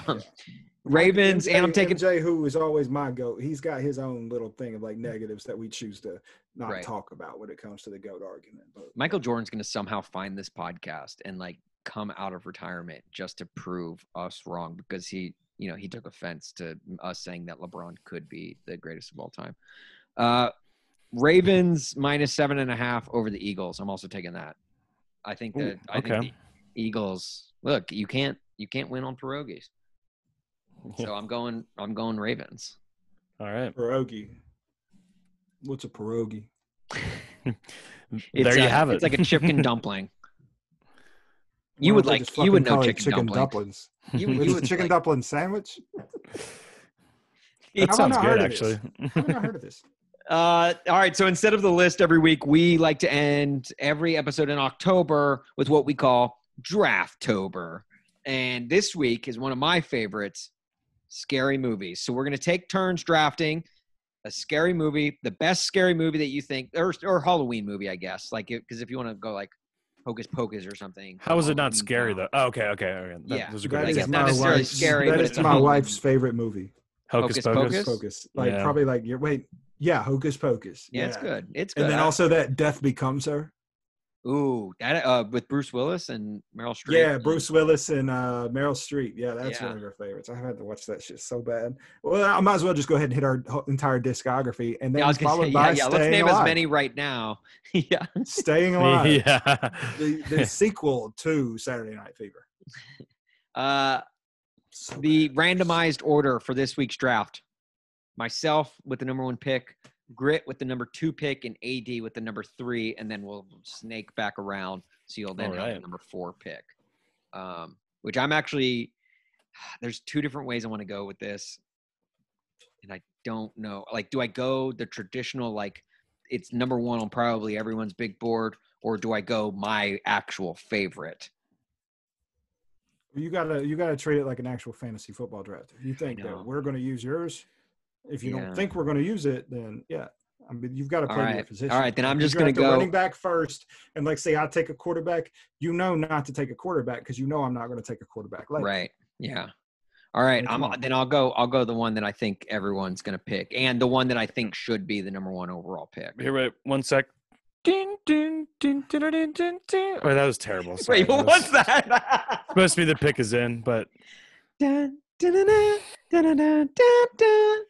Speaker 1: um, *laughs* Ravens, and I'm taking
Speaker 3: Jay, who is always my goat. He's got his own little thing of like negatives that we choose to not
Speaker 1: Right.
Speaker 3: talk about when it comes to the goat argument. But
Speaker 1: Michael Jordan's going to somehow find this podcast and like come out of retirement just to prove us wrong because he, you know, he took offense to us saying that LeBron could be the greatest of all time. Uh,
Speaker 2: *laughs*
Speaker 1: Ravens minus seven and a half over the Eagles. I'm also taking that. I think
Speaker 2: Ooh,
Speaker 1: that I
Speaker 2: okay.
Speaker 1: think the Eagles. Look, you can't you can't win on pierogies. So I'm going I'm going Ravens.
Speaker 2: All right.
Speaker 3: pierogi, what's a pierogi?
Speaker 1: It's
Speaker 2: there you
Speaker 1: a-
Speaker 2: have it.
Speaker 1: It's
Speaker 2: *laughs*
Speaker 1: like a *laughs* chicken dumpling. You
Speaker 3: Why
Speaker 1: would
Speaker 3: don't they
Speaker 1: like-
Speaker 3: just
Speaker 1: you would
Speaker 3: fucking
Speaker 1: know
Speaker 3: call it
Speaker 1: chicken dumpling.
Speaker 3: dumplings.
Speaker 1: You,
Speaker 3: It's
Speaker 1: *laughs* you
Speaker 3: a
Speaker 1: would
Speaker 3: chicken
Speaker 1: like-
Speaker 3: dumpling sandwich.
Speaker 2: that
Speaker 3: I've
Speaker 2: sounds
Speaker 3: not
Speaker 2: good,
Speaker 3: heard of this.
Speaker 2: actually.
Speaker 3: I've not heard of this.
Speaker 1: Uh, all right. So instead of the list every week, we like to end every episode in October with what we call Drafttober. And this week is one of my favorites scary movies. So we're going to take turns drafting a scary movie, the best scary movie that you think, or, or Halloween movie, I guess. Like, because if you want to go like Hocus Pocus or something.
Speaker 2: How is it not
Speaker 1: Halloween
Speaker 2: scary
Speaker 1: now.
Speaker 2: though? Oh, okay, okay, okay. That
Speaker 1: Yeah.
Speaker 2: was a
Speaker 3: That
Speaker 1: Like,
Speaker 2: great
Speaker 3: is
Speaker 1: it's
Speaker 2: example.
Speaker 1: not
Speaker 3: my
Speaker 1: necessarily
Speaker 3: wife's,
Speaker 1: scary,
Speaker 3: that
Speaker 1: but
Speaker 3: is
Speaker 1: it's a
Speaker 3: my
Speaker 1: Halloween
Speaker 3: wife's favorite movie.
Speaker 2: Hocus
Speaker 1: Hocus
Speaker 2: Pocus.
Speaker 1: Pocus?
Speaker 3: Focus, like
Speaker 2: Yeah.
Speaker 3: probably like your wait, yeah, Hocus Pocus.
Speaker 1: Yeah, it's good. It's good.
Speaker 3: And then
Speaker 1: I-
Speaker 3: also that Death Becomes Her.
Speaker 1: ooh, that uh, with Bruce Willis and Meryl Streep.
Speaker 3: Yeah, Bruce Willis and uh, Meryl Streep. Yeah, that's
Speaker 1: Yeah.
Speaker 3: one of her favorites. I've had to watch that shit so bad. Well, I might as well just go ahead and hit our ho- entire discography, and then
Speaker 1: Yeah, I was gonna
Speaker 3: followed
Speaker 1: say,
Speaker 3: by
Speaker 1: yeah, yeah.
Speaker 3: Staying
Speaker 1: Let's name
Speaker 3: Alive.
Speaker 1: as many right now. *laughs* yeah.
Speaker 2: *laughs*
Speaker 3: Staying Alive,
Speaker 2: Yeah.
Speaker 3: the, the sequel to Saturday Night Fever.
Speaker 1: Uh,
Speaker 3: So
Speaker 1: the
Speaker 3: bad.
Speaker 1: randomized order for this week's draft: myself with the number one pick, Grit with the number two pick, and AD with the number three, and then we'll snake back around. So you'll then
Speaker 2: All
Speaker 1: have the
Speaker 2: right.
Speaker 1: number four pick, um, which I'm actually. *sighs* There's two different ways I want to go with this, and I don't know. Like, do I go the traditional like it's number one on probably everyone's big board, or do I go my actual favorite?
Speaker 3: you gotta you gotta treat it like an actual fantasy football draft. If you think
Speaker 1: know.
Speaker 3: that we're gonna use yours, if you
Speaker 1: Yeah.
Speaker 3: don't think we're gonna use it, then yeah. I mean, you've got to
Speaker 1: All
Speaker 3: play to your
Speaker 1: right.
Speaker 3: position.
Speaker 1: All right, then
Speaker 3: Like,
Speaker 1: I'm
Speaker 3: you
Speaker 1: just gonna
Speaker 3: draft a
Speaker 1: go-
Speaker 3: running back first, and like say I take a quarterback. You know not to take a quarterback because you know I'm not going to take a quarterback. Later.
Speaker 1: Right. Yeah. All right.
Speaker 3: Which
Speaker 1: I'm
Speaker 3: one?
Speaker 1: then I'll go I'll go the one that I think everyone's gonna pick and the one that I think should be the number one overall pick.
Speaker 2: Here, wait one sec. Ding, ding, ding, ding, ding, ding, ding. Wait, that was terrible.
Speaker 1: *laughs*
Speaker 2: Sorry,
Speaker 1: Wait,
Speaker 2: that
Speaker 1: what was
Speaker 2: was-
Speaker 1: that? *laughs*
Speaker 2: Supposed to be the pick is in, but *laughs*
Speaker 1: Dun, dun, dun, dun, dun, dun, dun, dun.
Speaker 3: *laughs*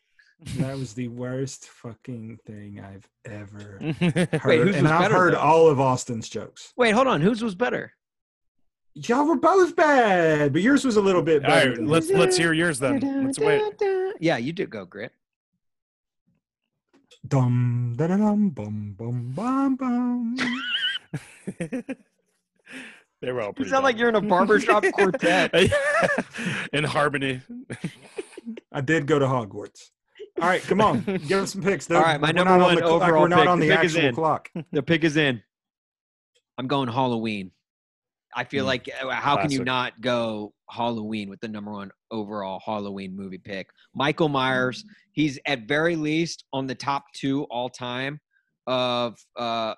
Speaker 3: That was the worst fucking thing I've ever heard.
Speaker 1: Mm, whose
Speaker 3: and
Speaker 1: was
Speaker 3: I've
Speaker 1: better,
Speaker 3: heard
Speaker 1: though?
Speaker 3: all of Austin's jokes.
Speaker 1: Wait, hold on. Whose was better?
Speaker 3: Y'all were both bad, but yours was a little bit
Speaker 2: All
Speaker 3: better.
Speaker 2: right,
Speaker 3: than
Speaker 2: let's
Speaker 3: mine.
Speaker 2: let's hear yours then. Let's wait.
Speaker 1: Yeah, you did go grit.
Speaker 3: Dum da da dum bum bum bum bum.
Speaker 2: *laughs* they were all
Speaker 1: You
Speaker 2: pretty.
Speaker 1: sound like
Speaker 2: bad.
Speaker 1: you're in a *laughs* barbershop
Speaker 2: *laughs*
Speaker 1: quartet.
Speaker 2: in harmony.
Speaker 3: I did go to Hogwarts. All right, come on, give us some picks. Dude.
Speaker 1: All right, my
Speaker 3: We're
Speaker 1: number
Speaker 3: not
Speaker 1: one
Speaker 3: on the, clock,
Speaker 1: overall
Speaker 3: We're not
Speaker 1: pick.
Speaker 3: on
Speaker 1: The
Speaker 3: the,
Speaker 1: pick is
Speaker 3: actual
Speaker 1: in.
Speaker 3: clock.
Speaker 1: The pick is in. I'm going Halloween. I feel
Speaker 2: Mm.
Speaker 1: like uh, how can you
Speaker 2: Classic.
Speaker 1: not go Halloween with the number one overall Halloween movie pick? Michael Myers. He's at very least on the top two all time of. uh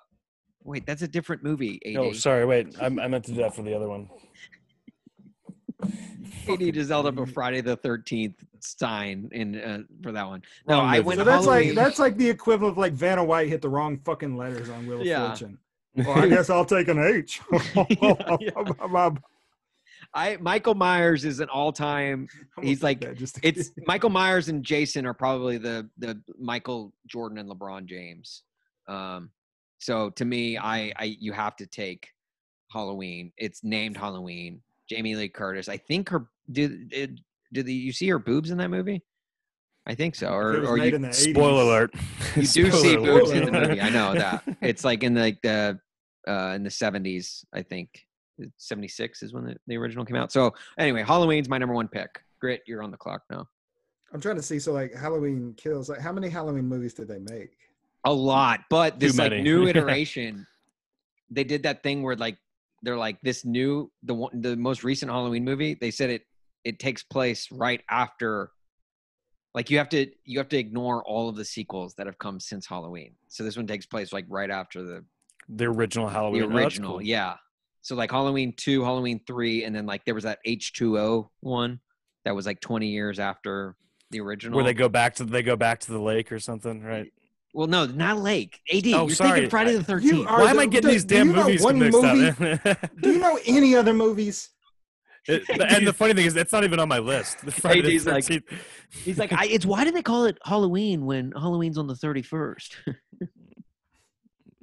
Speaker 1: Wait, that's a different movie. AD.
Speaker 2: Oh, sorry. Wait, I, I meant to do that for the other one.
Speaker 1: AD just held up a Friday the Thirteenth sign in uh, for that one. No,
Speaker 2: Wrong
Speaker 1: I
Speaker 2: movie.
Speaker 1: went
Speaker 3: So that's like
Speaker 1: Halloween.
Speaker 3: that's like the equivalent of like Vanna White hit the wrong fucking letters on Wheel of
Speaker 1: Yeah. *laughs*
Speaker 3: Fortune. Well, I guess I'll take an H. *laughs*
Speaker 1: I Michael Myers is an all time He's like,
Speaker 3: just *laughs*
Speaker 1: it's Michael Myers and Jason are probably the the Michael Jordan and LeBron James. Um, so to me, I, I you have to take Halloween. It's named Halloween. Jamie Lee Curtis. I think her did did, did the, you see her boobs in that movie? I think so.
Speaker 3: It
Speaker 1: Or,
Speaker 3: was
Speaker 1: or
Speaker 3: made
Speaker 1: you,
Speaker 3: in the 80s.
Speaker 2: Spoiler alert.
Speaker 1: you do see
Speaker 2: *laughs* Spoiler
Speaker 1: boobs in
Speaker 2: alert.
Speaker 1: the movie. I know
Speaker 3: *laughs*
Speaker 1: that. It's like in like the uh, in the seventies. I think seventy six is when the, the original came out. So anyway, Halloween's my number one pick. Grit, you're on the clock now.
Speaker 3: I'm trying to see. So like Halloween kills. Like how many Halloween movies did they make?
Speaker 1: a lot but this like
Speaker 2: many.
Speaker 1: new
Speaker 2: *laughs* Yeah.
Speaker 1: iteration they did that thing where like they're like this new the one the most recent halloween movie they said it it takes place right after like you have to you have to ignore all of the sequels that have come since halloween so this one takes place like right after the,
Speaker 2: *laughs* the original Halloween.
Speaker 1: the
Speaker 2: Oh, that's
Speaker 1: original
Speaker 2: cool.
Speaker 1: yeah so like halloween 2 halloween 3 and then like there was that h2o one that was like 20 years after the original.
Speaker 2: Where they go back to they go back to the lake or something, right?
Speaker 1: Well, no, not Lake. AD,
Speaker 2: Oh,
Speaker 1: you're
Speaker 2: sorry.
Speaker 1: thinking Friday the 13th.
Speaker 3: You are-
Speaker 2: Why am I
Speaker 3: the-
Speaker 2: getting
Speaker 3: the-
Speaker 2: these
Speaker 3: do
Speaker 2: damn
Speaker 3: you know
Speaker 2: movies
Speaker 3: one
Speaker 2: mixed *laughs*
Speaker 3: movie-
Speaker 2: up?
Speaker 3: Do you know any other movies?
Speaker 2: It- the- and the funny thing is, that's not even on my list. The Friday the
Speaker 1: AD's like-
Speaker 2: 13th.
Speaker 1: He's like, I, it's why do they call it Halloween when Halloween's on the 31st?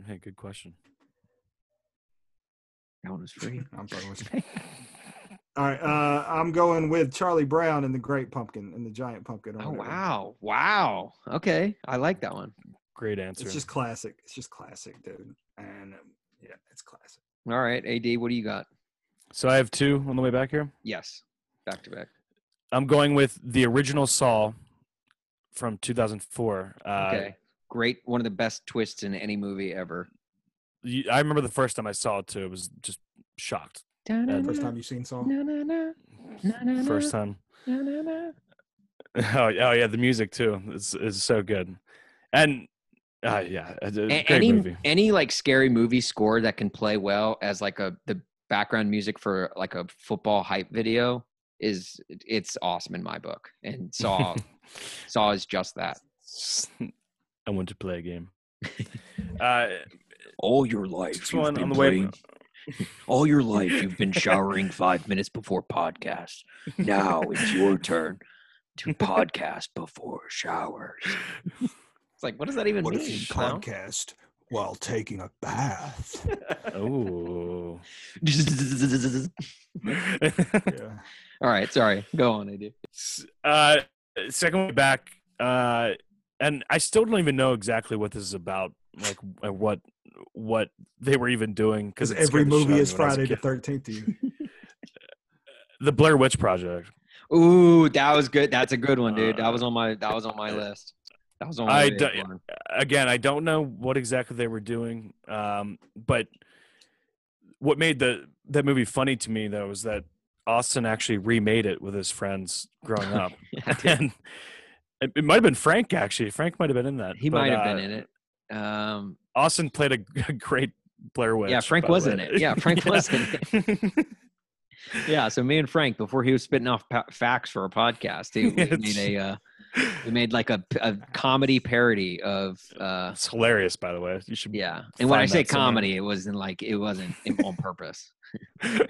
Speaker 2: Hey, good question.
Speaker 1: *laughs* that one was free.
Speaker 3: I'm fucking with you. All right, uh, I'm going with Charlie Brown and the Great Pumpkin and the Giant Pumpkin. or
Speaker 1: *laughs* Oh
Speaker 3: whatever.
Speaker 1: wow, wow. Okay, I like that one.
Speaker 2: Great answer.
Speaker 3: It's just classic. It's just classic, dude. And um, yeah, it's classic.
Speaker 1: All right, AD, what do you got?
Speaker 2: so I have two on the way back here.
Speaker 1: Yes, back to back.
Speaker 2: I'm going with the original Saw from 2004. Uh,
Speaker 1: Okay, great. One of the best twists in any movie ever.
Speaker 2: you- I remember the first time I saw it too. It was just shocked.
Speaker 3: First time you've seen Saw?
Speaker 2: First time. *laughs* Oh, oh yeah, the music too is is so good, and uh, yeah, it's a
Speaker 1: A-
Speaker 2: great
Speaker 1: any
Speaker 2: movie.
Speaker 1: any like scary movie score that can play well as like a the background music for like a football hype video is it's awesome in my book. And
Speaker 2: *laughs*
Speaker 1: Saw Saw is just that.
Speaker 2: I want to play a
Speaker 3: *laughs*
Speaker 2: game. uh,
Speaker 1: All your life,
Speaker 2: Next you've one been on the way- playing-
Speaker 1: All your
Speaker 2: *laughs*
Speaker 1: life, you've been showering five minutes before podcast. Now it's
Speaker 2: *laughs*
Speaker 1: your turn to podcast before showers. It's like, what does that even mean? clown?
Speaker 3: podcast while taking a
Speaker 1: *laughs*
Speaker 3: bath?
Speaker 2: *laughs* oh,
Speaker 3: yeah.
Speaker 1: *laughs* All right, sorry. Go on, I do.
Speaker 2: S- *laughs* uh, second way back, uh, and I still don't even know exactly what this is about, like uh, what what they were even doing because
Speaker 3: Because every movie is Friday the
Speaker 1: *laughs*
Speaker 3: 13th to you.
Speaker 2: The Blair Witch Project.
Speaker 1: Ooh, that was good. That's a good one, dude. That was on my. That was on my list. That was on my.
Speaker 2: Uh, I
Speaker 1: radar.
Speaker 2: d- Again, I don't know what exactly they were doing, um, but what made the that movie funny to me though was that Austin actually remade it with his friends
Speaker 1: *laughs*
Speaker 2: growing up, *laughs*
Speaker 1: Yeah, dude.
Speaker 2: and it, it might have been Frank actually. Frank might have been in that.
Speaker 1: he
Speaker 2: but,
Speaker 1: might have
Speaker 2: uh,
Speaker 1: been in it. Um,
Speaker 2: Austin played a, *laughs* a great Blair Witch.
Speaker 1: Frank
Speaker 2: by the
Speaker 1: was in
Speaker 2: way.
Speaker 1: it.
Speaker 2: *laughs*
Speaker 1: Yeah, Frank was in yeah. So me and Frank, before he was spitting off pa- facts for a podcast, he,
Speaker 2: *laughs*
Speaker 1: we made a. Uh, we made like a, a comedy parody of. uh
Speaker 2: it's hilarious, by the way. You should.
Speaker 1: Yeah, and when I
Speaker 2: Find
Speaker 1: say
Speaker 2: that somewhere.
Speaker 1: comedy, it wasn't like it wasn't on purpose.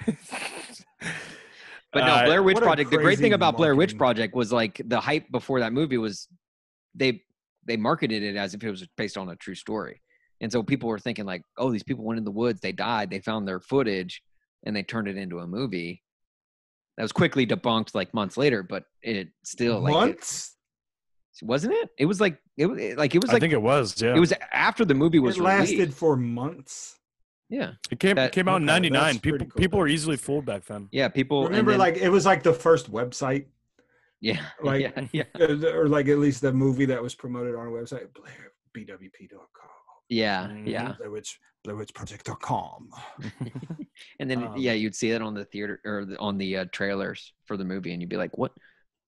Speaker 3: *laughs*
Speaker 1: But no,
Speaker 2: Uh,
Speaker 1: Blair Witch
Speaker 3: what a
Speaker 1: Project. The great thing
Speaker 3: crazy
Speaker 1: about Blair Witch
Speaker 3: marketing-
Speaker 1: Project was like the hype before that movie was they they marketed it as if it was based on a true story, and so people were thinking like, oh, these people went in the woods, they died, they found their footage, and they turned it into a movie. That was quickly debunked like months later, but it still like it,
Speaker 3: Months?
Speaker 1: wasn't it? It was like it was like it was
Speaker 2: I
Speaker 1: like
Speaker 2: think it was. Yeah,
Speaker 1: it was after the movie
Speaker 3: It,
Speaker 1: was
Speaker 3: lasted
Speaker 1: released.
Speaker 3: for months.
Speaker 1: Yeah,
Speaker 2: It came
Speaker 1: that-
Speaker 2: came out in
Speaker 3: okay, that's
Speaker 2: '99.
Speaker 3: pretty
Speaker 2: People
Speaker 3: cool.
Speaker 2: people were easily fooled back then.
Speaker 1: yeah. People and
Speaker 3: Remember,
Speaker 1: then-
Speaker 3: like, it was like the first website,
Speaker 1: yeah, *laughs*
Speaker 3: like-
Speaker 1: yeah, yeah.
Speaker 3: uh, or like at least the movie that was promoted on a website, BlairBWP.com,
Speaker 1: Yeah,
Speaker 3: Mm-hmm.
Speaker 1: yeah.
Speaker 2: Mhm.
Speaker 3: Blair Witch, BlairWitchProject.com.
Speaker 1: And then
Speaker 3: Um,
Speaker 1: yeah, you'd see it on the theater or the, on the uh, trailers for the movie, and you'd be like, "What?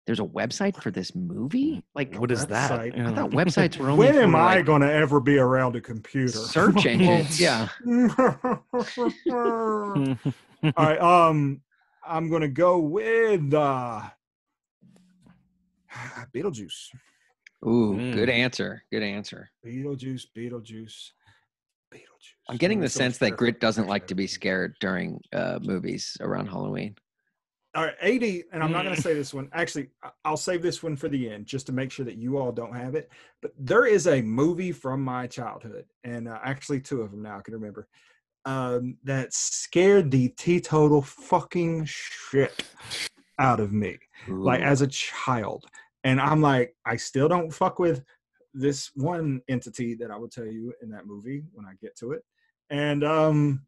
Speaker 1: There's a website for this movie? Like,
Speaker 2: What is that?
Speaker 3: website.
Speaker 1: I
Speaker 2: Yeah. *laughs*
Speaker 3: *laughs*
Speaker 1: thought websites were only
Speaker 3: When
Speaker 1: for,
Speaker 3: am I
Speaker 1: like,
Speaker 3: going to ever be around a computer? *laughs*
Speaker 1: search engines? yeah, *laughs*
Speaker 2: Hmm.
Speaker 3: All right. Um, I'm gonna go with uh, *sighs* Beetlejuice.
Speaker 1: ooh,
Speaker 2: Mm.
Speaker 1: good answer, good answer.
Speaker 3: Beetlejuice. Beetlejuice. Beetlejuice.
Speaker 1: I'm getting the
Speaker 3: That's so much
Speaker 1: sense that
Speaker 3: better.
Speaker 1: Grit doesn't like to be scared during uh, movies around Halloween.
Speaker 3: All right, 80, and I'm not going to say this one. Actually, I- I'll save this one for the end just to make sure that you all don't have it. But there is a movie from my childhood, and uh, actually two of them now I can remember, um, that scared the teetotal fucking shit out of me,
Speaker 1: *laughs*
Speaker 3: like
Speaker 1: Ooh.
Speaker 3: as a child. And I'm like, I still don't fuck with this one entity that I will tell you in that movie when I get to it. And um,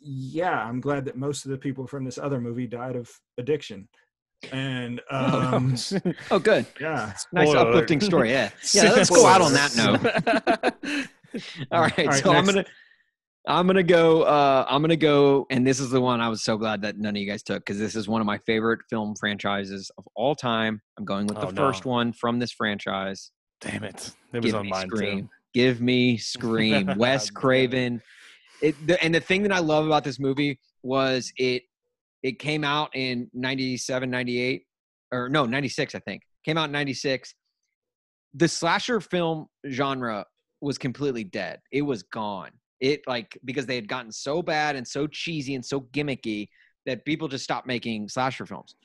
Speaker 3: yeah, I'm glad that most of the people from this other movie died of addiction. And um,
Speaker 1: oh, good,
Speaker 3: yeah.
Speaker 1: nice
Speaker 2: Spoiler alert.
Speaker 1: uplifting story.
Speaker 2: *laughs*
Speaker 1: Yeah, yeah. Let's go out on that note. All right,
Speaker 3: All right,
Speaker 1: so I'm
Speaker 3: next.
Speaker 1: gonna I'm gonna go uh I'm gonna go and this is the one I was so glad that none of you guys took because this is one of my favorite film franchises of all time. I'm going with the
Speaker 2: Oh, no.
Speaker 1: first one from this franchise.
Speaker 2: Damn it! It was
Speaker 1: Give
Speaker 2: on
Speaker 1: me
Speaker 2: mine
Speaker 1: Scream.
Speaker 2: too.
Speaker 1: Give me Scream. Wes Craven. It, the, and the thing that I love about this movie was it it came out in 97, 98 or no, 96, I think. Came out in 96. The slasher film genre was completely dead. It was gone. It like because they had gotten so bad and so cheesy and so gimmicky that people just stopped making slasher films.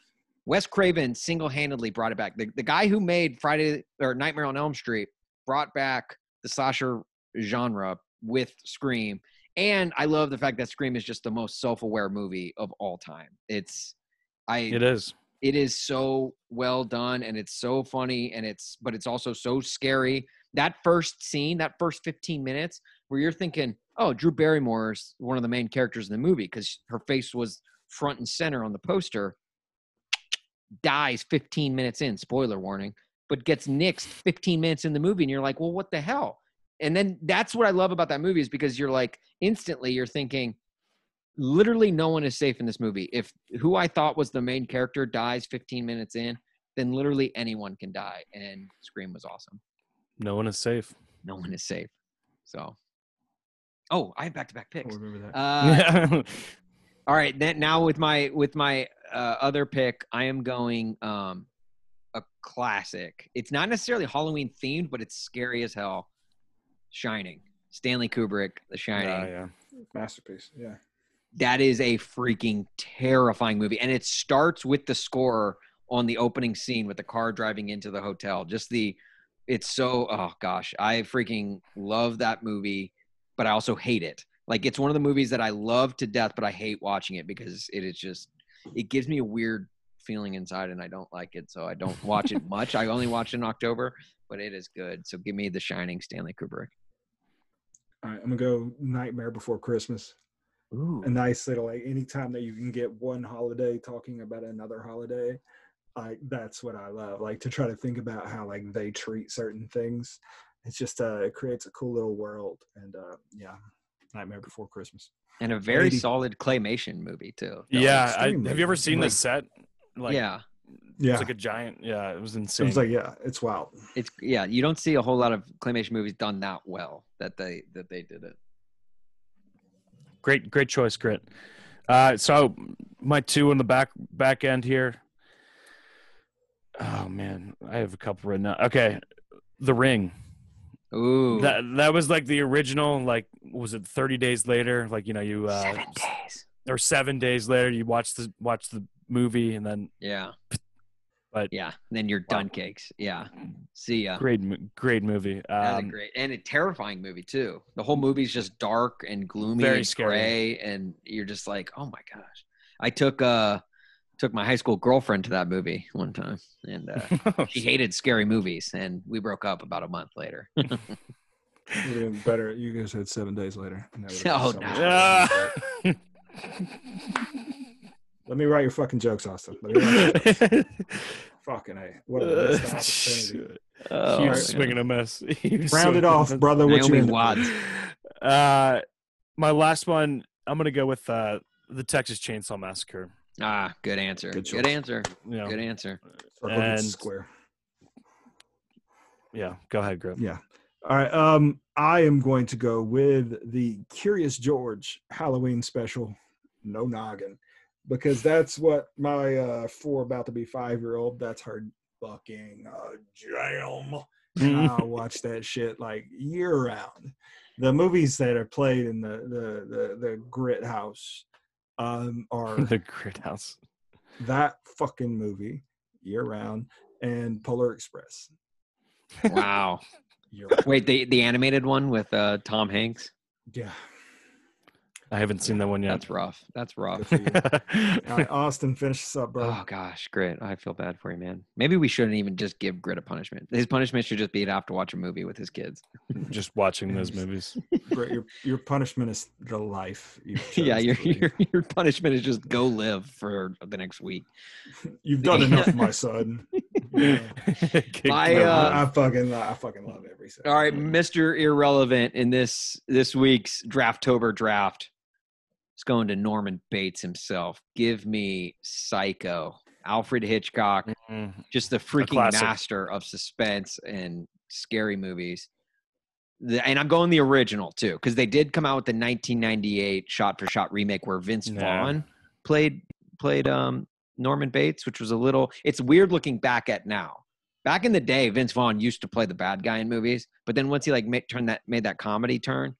Speaker 1: Wes Craven single-handedly brought it back. The, the guy who made Friday or Nightmare on Elm Street brought back the slasher genre with Scream. And I love the fact that Scream is just the most self-aware movie of all time. It's I
Speaker 2: It is.
Speaker 1: it is so well done and it's so funny and it's but it's also so scary that first scene that first 15 minutes where you're thinking oh drew barrymore is one of the main characters in the movie because her face was front and center on the poster dies 15 minutes in spoiler warning but gets nixed 15 minutes in the movie and you're like well what the hell and then that's what i love about that movie is because you're like instantly you're thinking literally no one is safe in this movie. If who I thought was the main character dies 15 minutes in, then literally anyone can die. And Scream was awesome.
Speaker 2: No one is safe.
Speaker 1: No one is safe. So, oh, I have back to back
Speaker 3: I
Speaker 1: picks.
Speaker 3: remember that.
Speaker 1: Uh,
Speaker 2: *laughs*
Speaker 1: all right, then now with my with my uh, other pick, I am going um, a classic. It's not necessarily Halloween themed, but it's scary as hell. Shining, Stanley Kubrick, The Shining.
Speaker 2: Yeah, yeah.
Speaker 3: Masterpiece. Yeah.
Speaker 1: that is a freaking terrifying movie and it starts with the score on the opening scene with the car driving into the hotel just the it's so oh gosh i freaking love that movie but i also hate it like it's one of the movies that i love to death but i hate watching it because it is just it gives me a weird feeling inside and i don't like it so i don't watch it much i only watch it in october but it is good so give me the shining stanley kubrick
Speaker 3: All right. I'm gonna go Nightmare Before Christmas.
Speaker 1: Ooh.
Speaker 3: A nice little like anytime that you can get one holiday talking about another holiday, like that's what I love. Like to try to think about how like they treat certain things. It's just uh it creates a cool little world and uh yeah. Nightmare Before Christmas.
Speaker 1: and a very
Speaker 3: Lady.
Speaker 1: solid claymation movie too
Speaker 2: yeah I,
Speaker 3: extremely.
Speaker 2: have you ever seen
Speaker 3: Like-
Speaker 2: this set? Like,
Speaker 1: yeah
Speaker 3: Yeah.
Speaker 2: It's like a giant. Yeah, it was
Speaker 3: So
Speaker 2: insane.
Speaker 3: it's like yeah, it's wild.
Speaker 1: it's yeah you don't see a whole lot of claymation movies done that well that they that they did it
Speaker 2: great, great choice, Grit. Uh, so my two on the back back end here. Oh man, I have a couple right now. Okay, The Ring.
Speaker 1: ooh
Speaker 2: That that was like the original. Like, was it Thirty Days Later? Like you know you uh,
Speaker 1: seven days
Speaker 2: or seven days later you watch the watch the movie and then
Speaker 1: yeah
Speaker 2: But-
Speaker 1: yeah and then you're done cakes yeah see ya
Speaker 2: great mo- great movie.
Speaker 1: that's a
Speaker 2: Um,
Speaker 1: great and a terrifying movie too the whole movie's just dark and gloomy
Speaker 2: Very
Speaker 1: and
Speaker 2: scary.
Speaker 1: gray and you're just like oh my gosh i took uh took my high school girlfriend to that movie one time and
Speaker 2: *laughs*
Speaker 1: uh she hated scary movies and we broke up about a month
Speaker 2: *laughs*
Speaker 1: later
Speaker 3: Would've been better. You guys had seven days later. and that would've been
Speaker 1: Oh,
Speaker 3: so
Speaker 1: no.
Speaker 3: much
Speaker 1: *laughs*
Speaker 2: Ah.
Speaker 3: better. Let me write your fucking jokes, Austin. Let me
Speaker 2: *laughs*
Speaker 3: write your jokes. fucking a. What a missed opportunity.
Speaker 1: Oh,
Speaker 2: Huge
Speaker 1: man.
Speaker 2: swing and a *laughs* miss. Huge
Speaker 3: Round
Speaker 2: swing
Speaker 3: it
Speaker 2: and a
Speaker 3: off,
Speaker 2: miss.
Speaker 3: brother. What
Speaker 1: Naomi
Speaker 3: you into?
Speaker 1: Watts.
Speaker 2: Uh, my last one. I'm gonna go with uh, the Texas Chainsaw Massacre.
Speaker 1: ah good answer
Speaker 3: Good
Speaker 1: good
Speaker 3: choice.
Speaker 1: answer
Speaker 2: You know,
Speaker 1: good answer
Speaker 3: Circle gets
Speaker 2: And-
Speaker 3: square.
Speaker 2: yeah. Go ahead, Grip. *laughs*
Speaker 3: Yeah. All right. Um, I am going to go with the Curious George Halloween special, no noggin, because that's what my uh four about to be five year old. That's her fucking uh, jam. and I watch that shit like year round. The movies that are played in the the the, the grit house um, are
Speaker 2: *laughs* the Grit House.
Speaker 3: that fucking movie year round and Polar Express.
Speaker 1: wow
Speaker 3: Year round.
Speaker 1: Wait, the the animated one with uh, Tom Hanks.
Speaker 3: Yeah,
Speaker 2: I haven't seen that one yet.
Speaker 1: That's rough. That's *laughs*
Speaker 3: good
Speaker 1: rough.
Speaker 3: for you. All right, Austin, finish this up, bro.
Speaker 1: Oh gosh, Grit, I feel bad for you, man. Maybe we shouldn't even just give Grit a punishment. His punishment should just be to have to watch a movie with his kids.
Speaker 2: *laughs* Just watching
Speaker 1: Mm.
Speaker 2: those movies.
Speaker 3: Bro, your your punishment is the life. you
Speaker 1: *laughs* *laughs* yeah,
Speaker 3: chose
Speaker 1: your,
Speaker 3: to lead.
Speaker 1: your your punishment is just go live for the next week.
Speaker 3: you've
Speaker 1: *laughs*
Speaker 3: done enough, my son. *laughs* Yeah.
Speaker 2: *laughs* Kick
Speaker 1: My,
Speaker 2: the-
Speaker 1: uh,
Speaker 3: I fucking lo- I fucking love every. second.
Speaker 1: All right, Mister Irrelevant in this this week's Drafttober draft is going to Norman Bates himself. Give me Psycho, Alfred Hitchcock.
Speaker 2: Mm,
Speaker 1: just the freaking
Speaker 2: classic.
Speaker 1: master of suspense and scary movies. The, and I'm going the original too, because they did come out with the 1998 shot for shot remake where Vince
Speaker 2: Nah.
Speaker 1: Vaughn played played um Norman Bates, which was a little. It's weird looking back at now. Back in the day, Vince Vaughn used to play the bad guy in movies, but then once he like made, turned that made that comedy turn,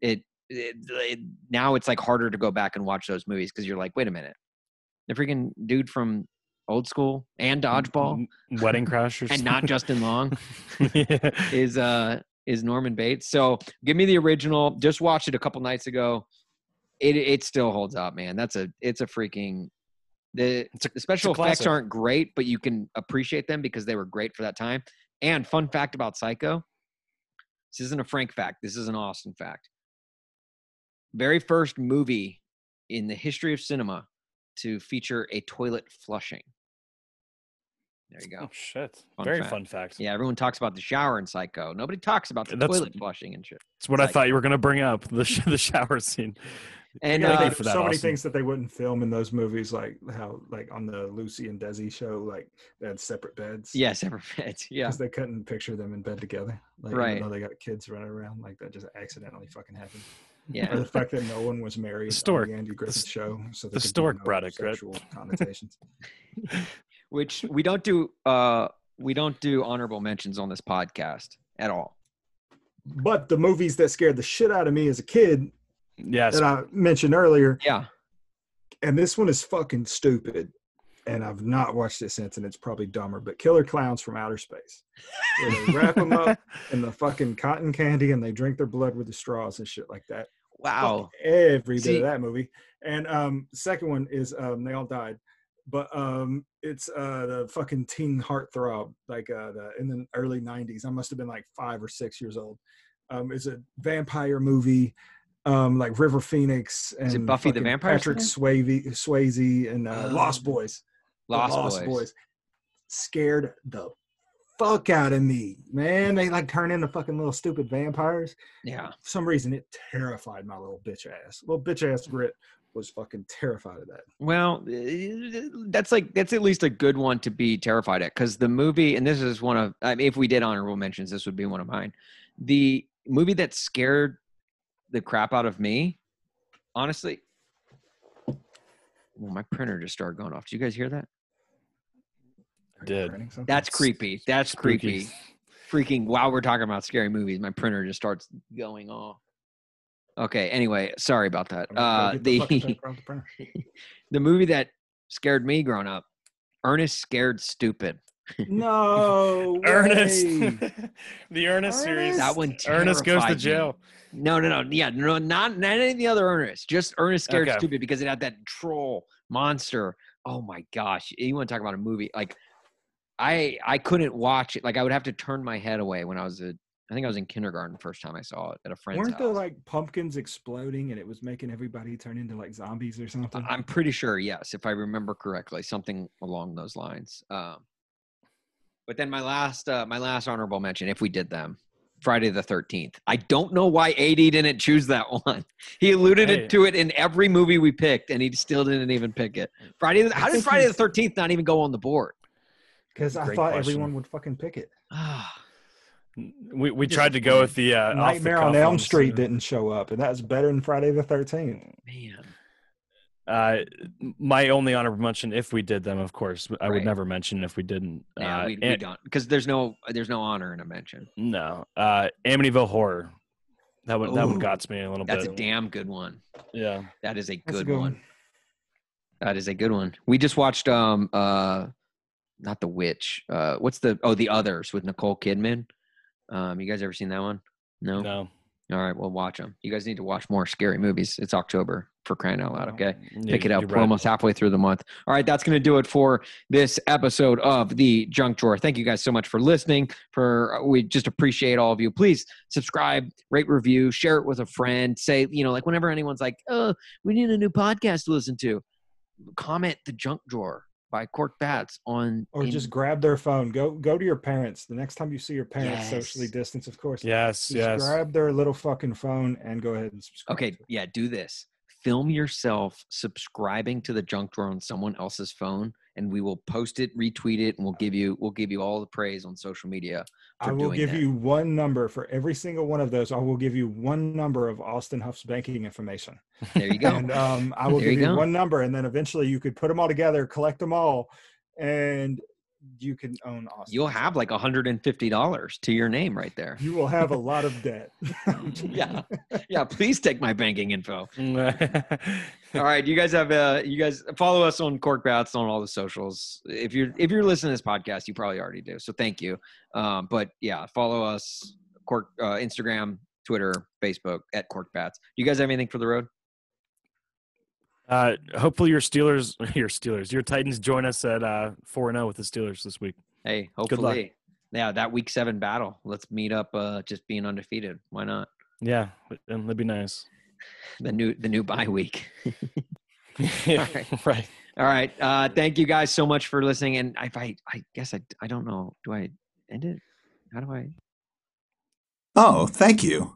Speaker 1: it, it, it now it's like harder to go back and watch those movies because you're like, wait a minute, the freaking dude from Old School and Dodgeball
Speaker 2: Mm-hmm. Wedding Crashers,
Speaker 1: and not Justin Long
Speaker 2: *laughs* yeah.
Speaker 1: is uh is Norman Bates. So give me the original. Just watched it a couple nights ago. It it still holds up, man. That's a it's a freaking the,
Speaker 2: It's a-
Speaker 1: the special
Speaker 2: it's a
Speaker 1: effects
Speaker 2: classic.
Speaker 1: aren't great, but you can appreciate them because they were great for that time. And fun fact about Psycho. This isn't a Frank fact. This is an Austin fact. Very first movie in the history of cinema to feature a toilet flushing. There you go.
Speaker 2: Oh shit!
Speaker 1: Fun
Speaker 2: Very
Speaker 1: fact.
Speaker 2: fun fact.
Speaker 1: Yeah, everyone talks about the shower in Psycho. Nobody talks about the
Speaker 2: That's-
Speaker 1: toilet flushing and shit.
Speaker 2: It's what I
Speaker 1: Like-
Speaker 2: thought you were going to bring up the sh- *laughs* the shower scene.
Speaker 1: And
Speaker 2: Yeah,
Speaker 3: Like,
Speaker 2: Thank
Speaker 1: uh,
Speaker 2: you
Speaker 3: there's
Speaker 2: for that,
Speaker 3: so many
Speaker 2: Austin.
Speaker 3: things that they wouldn't film in those movies, like how, like on the Lucy and Desi show, like they had separate beds.
Speaker 1: yeah, *laughs* separate beds.
Speaker 3: *laughs*
Speaker 1: Yeah,
Speaker 3: Because they couldn't picture them in bed together. Like,
Speaker 1: Right.
Speaker 3: Even though they got kids running around, like that just accidentally fucking happened. Or
Speaker 1: yeah.
Speaker 3: the fact that no one was married. on
Speaker 2: stork.
Speaker 3: The Andy Griffith
Speaker 2: s-
Speaker 3: show. So there
Speaker 2: the
Speaker 3: could be
Speaker 2: stork
Speaker 3: no
Speaker 2: brought it, right?
Speaker 3: sexual connotations.
Speaker 1: Which we don't do. Uh, we don't do honorable mentions on this podcast at all.
Speaker 3: But the movies that scared the shit out of me as a kid
Speaker 2: Yes,
Speaker 3: that I mentioned earlier,
Speaker 1: Yeah,
Speaker 3: and this one is fucking stupid. And I've not watched it since, and it's probably dumber. But Killer Clowns from Outer Space, where they wrap them up in the fucking cotton candy and they drink their blood with the straws and shit like that.
Speaker 1: wow.
Speaker 3: Fuck every
Speaker 1: See-
Speaker 3: bit of that movie. And um, second one is um, they all died, but um, it's uh, the fucking teen heartthrob, like uh, the in the early '90s. I must have been like five or six years old. Um, it's a vampire movie, um, like River Phoenix and
Speaker 1: Is it Buffy the
Speaker 3: fucking
Speaker 1: Vampire
Speaker 3: Patrick Swayze, Swayze and uh,
Speaker 1: Oh.
Speaker 3: Lost Boys. The
Speaker 1: Lost, Boys.
Speaker 3: scared the fuck out of me, man. They like turn into fucking little stupid vampires
Speaker 1: Yeah,
Speaker 3: for some reason it terrified my little bitch ass. Little bitch
Speaker 1: Hmm.
Speaker 3: ass Brit was fucking terrified of that.
Speaker 1: Well, eh, that's like that's at least a good one to be terrified at because the movie, and this is one of I mean, if we did honorable mentions, this would be one of mine. The movie that scared the crap out of me, honestly. Well, my printer just started going off. Did you guys hear that?
Speaker 2: *laughs* I did.
Speaker 3: Writing something.
Speaker 1: That's creepy. That's
Speaker 2: Spooky.
Speaker 1: creepy. Freaking while we're talking about scary movies, my printer just starts going off. Okay. Anyway, sorry about that.
Speaker 3: I'm gonna
Speaker 1: Uh,
Speaker 3: go get
Speaker 1: the
Speaker 3: fucking paper off
Speaker 1: *laughs*
Speaker 3: the printer.
Speaker 1: the movie that scared me growing up, Ernest Scared Stupid.
Speaker 3: no,
Speaker 1: *laughs*
Speaker 2: Ernest, *laughs*
Speaker 3: way.
Speaker 2: the Ernest series.
Speaker 1: That one
Speaker 2: Ernest goes
Speaker 1: terrified
Speaker 2: to
Speaker 1: me.
Speaker 2: jail.
Speaker 1: No, no, no. Yeah, no, not not any of the other Ernest. Just Ernest Scared
Speaker 2: Okay.
Speaker 1: Stupid because it had that troll monster. Oh my gosh! You want to talk about a movie like I I couldn't watch it. Like I would have to turn my head away when I was a. I think I was in kindergarten the first time I saw it at a friend's
Speaker 3: Weren't
Speaker 1: house.
Speaker 3: there like pumpkins exploding and it was making everybody turn into like zombies or something?
Speaker 1: I- I'm pretty sure, yes, if I remember correctly, something along those lines. Um, but then my last, uh, my last honorable mention, if we did them, Friday the Thirteenth. I don't know why AD didn't choose that *laughs* one. He alluded
Speaker 2: Hey.
Speaker 1: it to it in every movie we picked, and he still didn't even pick it. Friday, the, how did
Speaker 3: think
Speaker 1: Friday
Speaker 3: he-
Speaker 1: the Thirteenth not even go on the board?
Speaker 3: Because I
Speaker 2: Great
Speaker 3: thought
Speaker 2: question.
Speaker 3: everyone would fucking pick it.
Speaker 1: Ah,
Speaker 2: We we tried to go with the uh, off the
Speaker 3: Nightmare on
Speaker 2: cuff
Speaker 3: Elm
Speaker 2: ones.
Speaker 3: Street didn't show up, and that was better than Friday the Thirteenth.
Speaker 1: man,
Speaker 2: Uh, my only honorable mention, if we did them, of course, I
Speaker 1: Right.
Speaker 2: would never mention if we didn't.
Speaker 1: yeah,
Speaker 2: uh,
Speaker 1: we, we
Speaker 2: An-
Speaker 1: don't because there's no, there's no honor in a mention.
Speaker 2: No, uh, Amityville Horror. That one, that one
Speaker 3: Ooh.
Speaker 2: got me a little
Speaker 1: That's a
Speaker 2: bit.
Speaker 1: damn good one.
Speaker 2: yeah,
Speaker 1: That is a good, one. That is a good one. We just watched um uh not the witch. Uh what's the oh the others with Nicole Kidman. Um you guys ever seen that one? No.
Speaker 2: no.
Speaker 1: All right, well watch them. You guys need to watch more scary movies. It's October for crying out loud, okay? Pick it up. We're almost halfway through the month. All right, that's going to do it for this episode of the Junk Drawer. Thank you guys so much for listening. For uh, we just appreciate all of you. Please subscribe, rate, review, share it with a friend. Say you know like whenever anyone's like, oh, we need a new podcast to listen to, comment the Junk Drawer by Cork Bats on
Speaker 3: Or
Speaker 1: in-
Speaker 3: just grab their phone. Go go to your parents. The next time you see your
Speaker 1: Yes.
Speaker 3: parents, socially distance, of course.
Speaker 2: Yes,
Speaker 3: Just
Speaker 2: yes.
Speaker 3: grab their little fucking phone and go ahead and subscribe.
Speaker 1: okay
Speaker 3: to it.
Speaker 1: yeah do this film yourself subscribing to the junk drawer on someone else's phone and we will post it retweet it and we'll give you we'll give you all the praise on social media
Speaker 3: I
Speaker 1: for
Speaker 3: will
Speaker 1: doing
Speaker 3: give
Speaker 1: that.
Speaker 3: you one number for every single one of those. I will give you one number of Austin Huff's banking information.
Speaker 1: there
Speaker 2: *laughs*
Speaker 1: you go
Speaker 3: And
Speaker 2: uh,
Speaker 3: um, I will
Speaker 1: There you
Speaker 3: give you,
Speaker 1: go.
Speaker 3: one number, and then eventually you could put them all together, collect them all, and you can own Austin.
Speaker 1: you'll have like $150 to your name right
Speaker 2: *laughs*
Speaker 1: there *laughs*
Speaker 3: You will have a lot of debt.
Speaker 1: yeah yeah please take my banking
Speaker 2: *laughs*
Speaker 1: info all
Speaker 2: yeah.
Speaker 1: right you guys have uh you guys follow us on cork bats on all the socials if you're if you're listening to this podcast you probably already do so thank you um but yeah follow us cork uh, instagram twitter facebook at cork bats you guys have anything for the road
Speaker 2: *laughs* uh, hopefully your Steelers, *laughs* your Steelers, your Titans join us at uh, four and zero with the Steelers this week.
Speaker 1: Hey,
Speaker 2: Good luck.
Speaker 1: hopefully. Yeah, that week seven battle. Let's meet up uh just being undefeated. Why not?
Speaker 2: Yeah, and that'd be nice.
Speaker 1: The new the new bye week.
Speaker 2: *laughs* yeah, *laughs* right.
Speaker 1: All right. Uh thank you guys so much for listening. And if I I guess I I don't know. Do I end it? How do I
Speaker 4: Oh, thank you.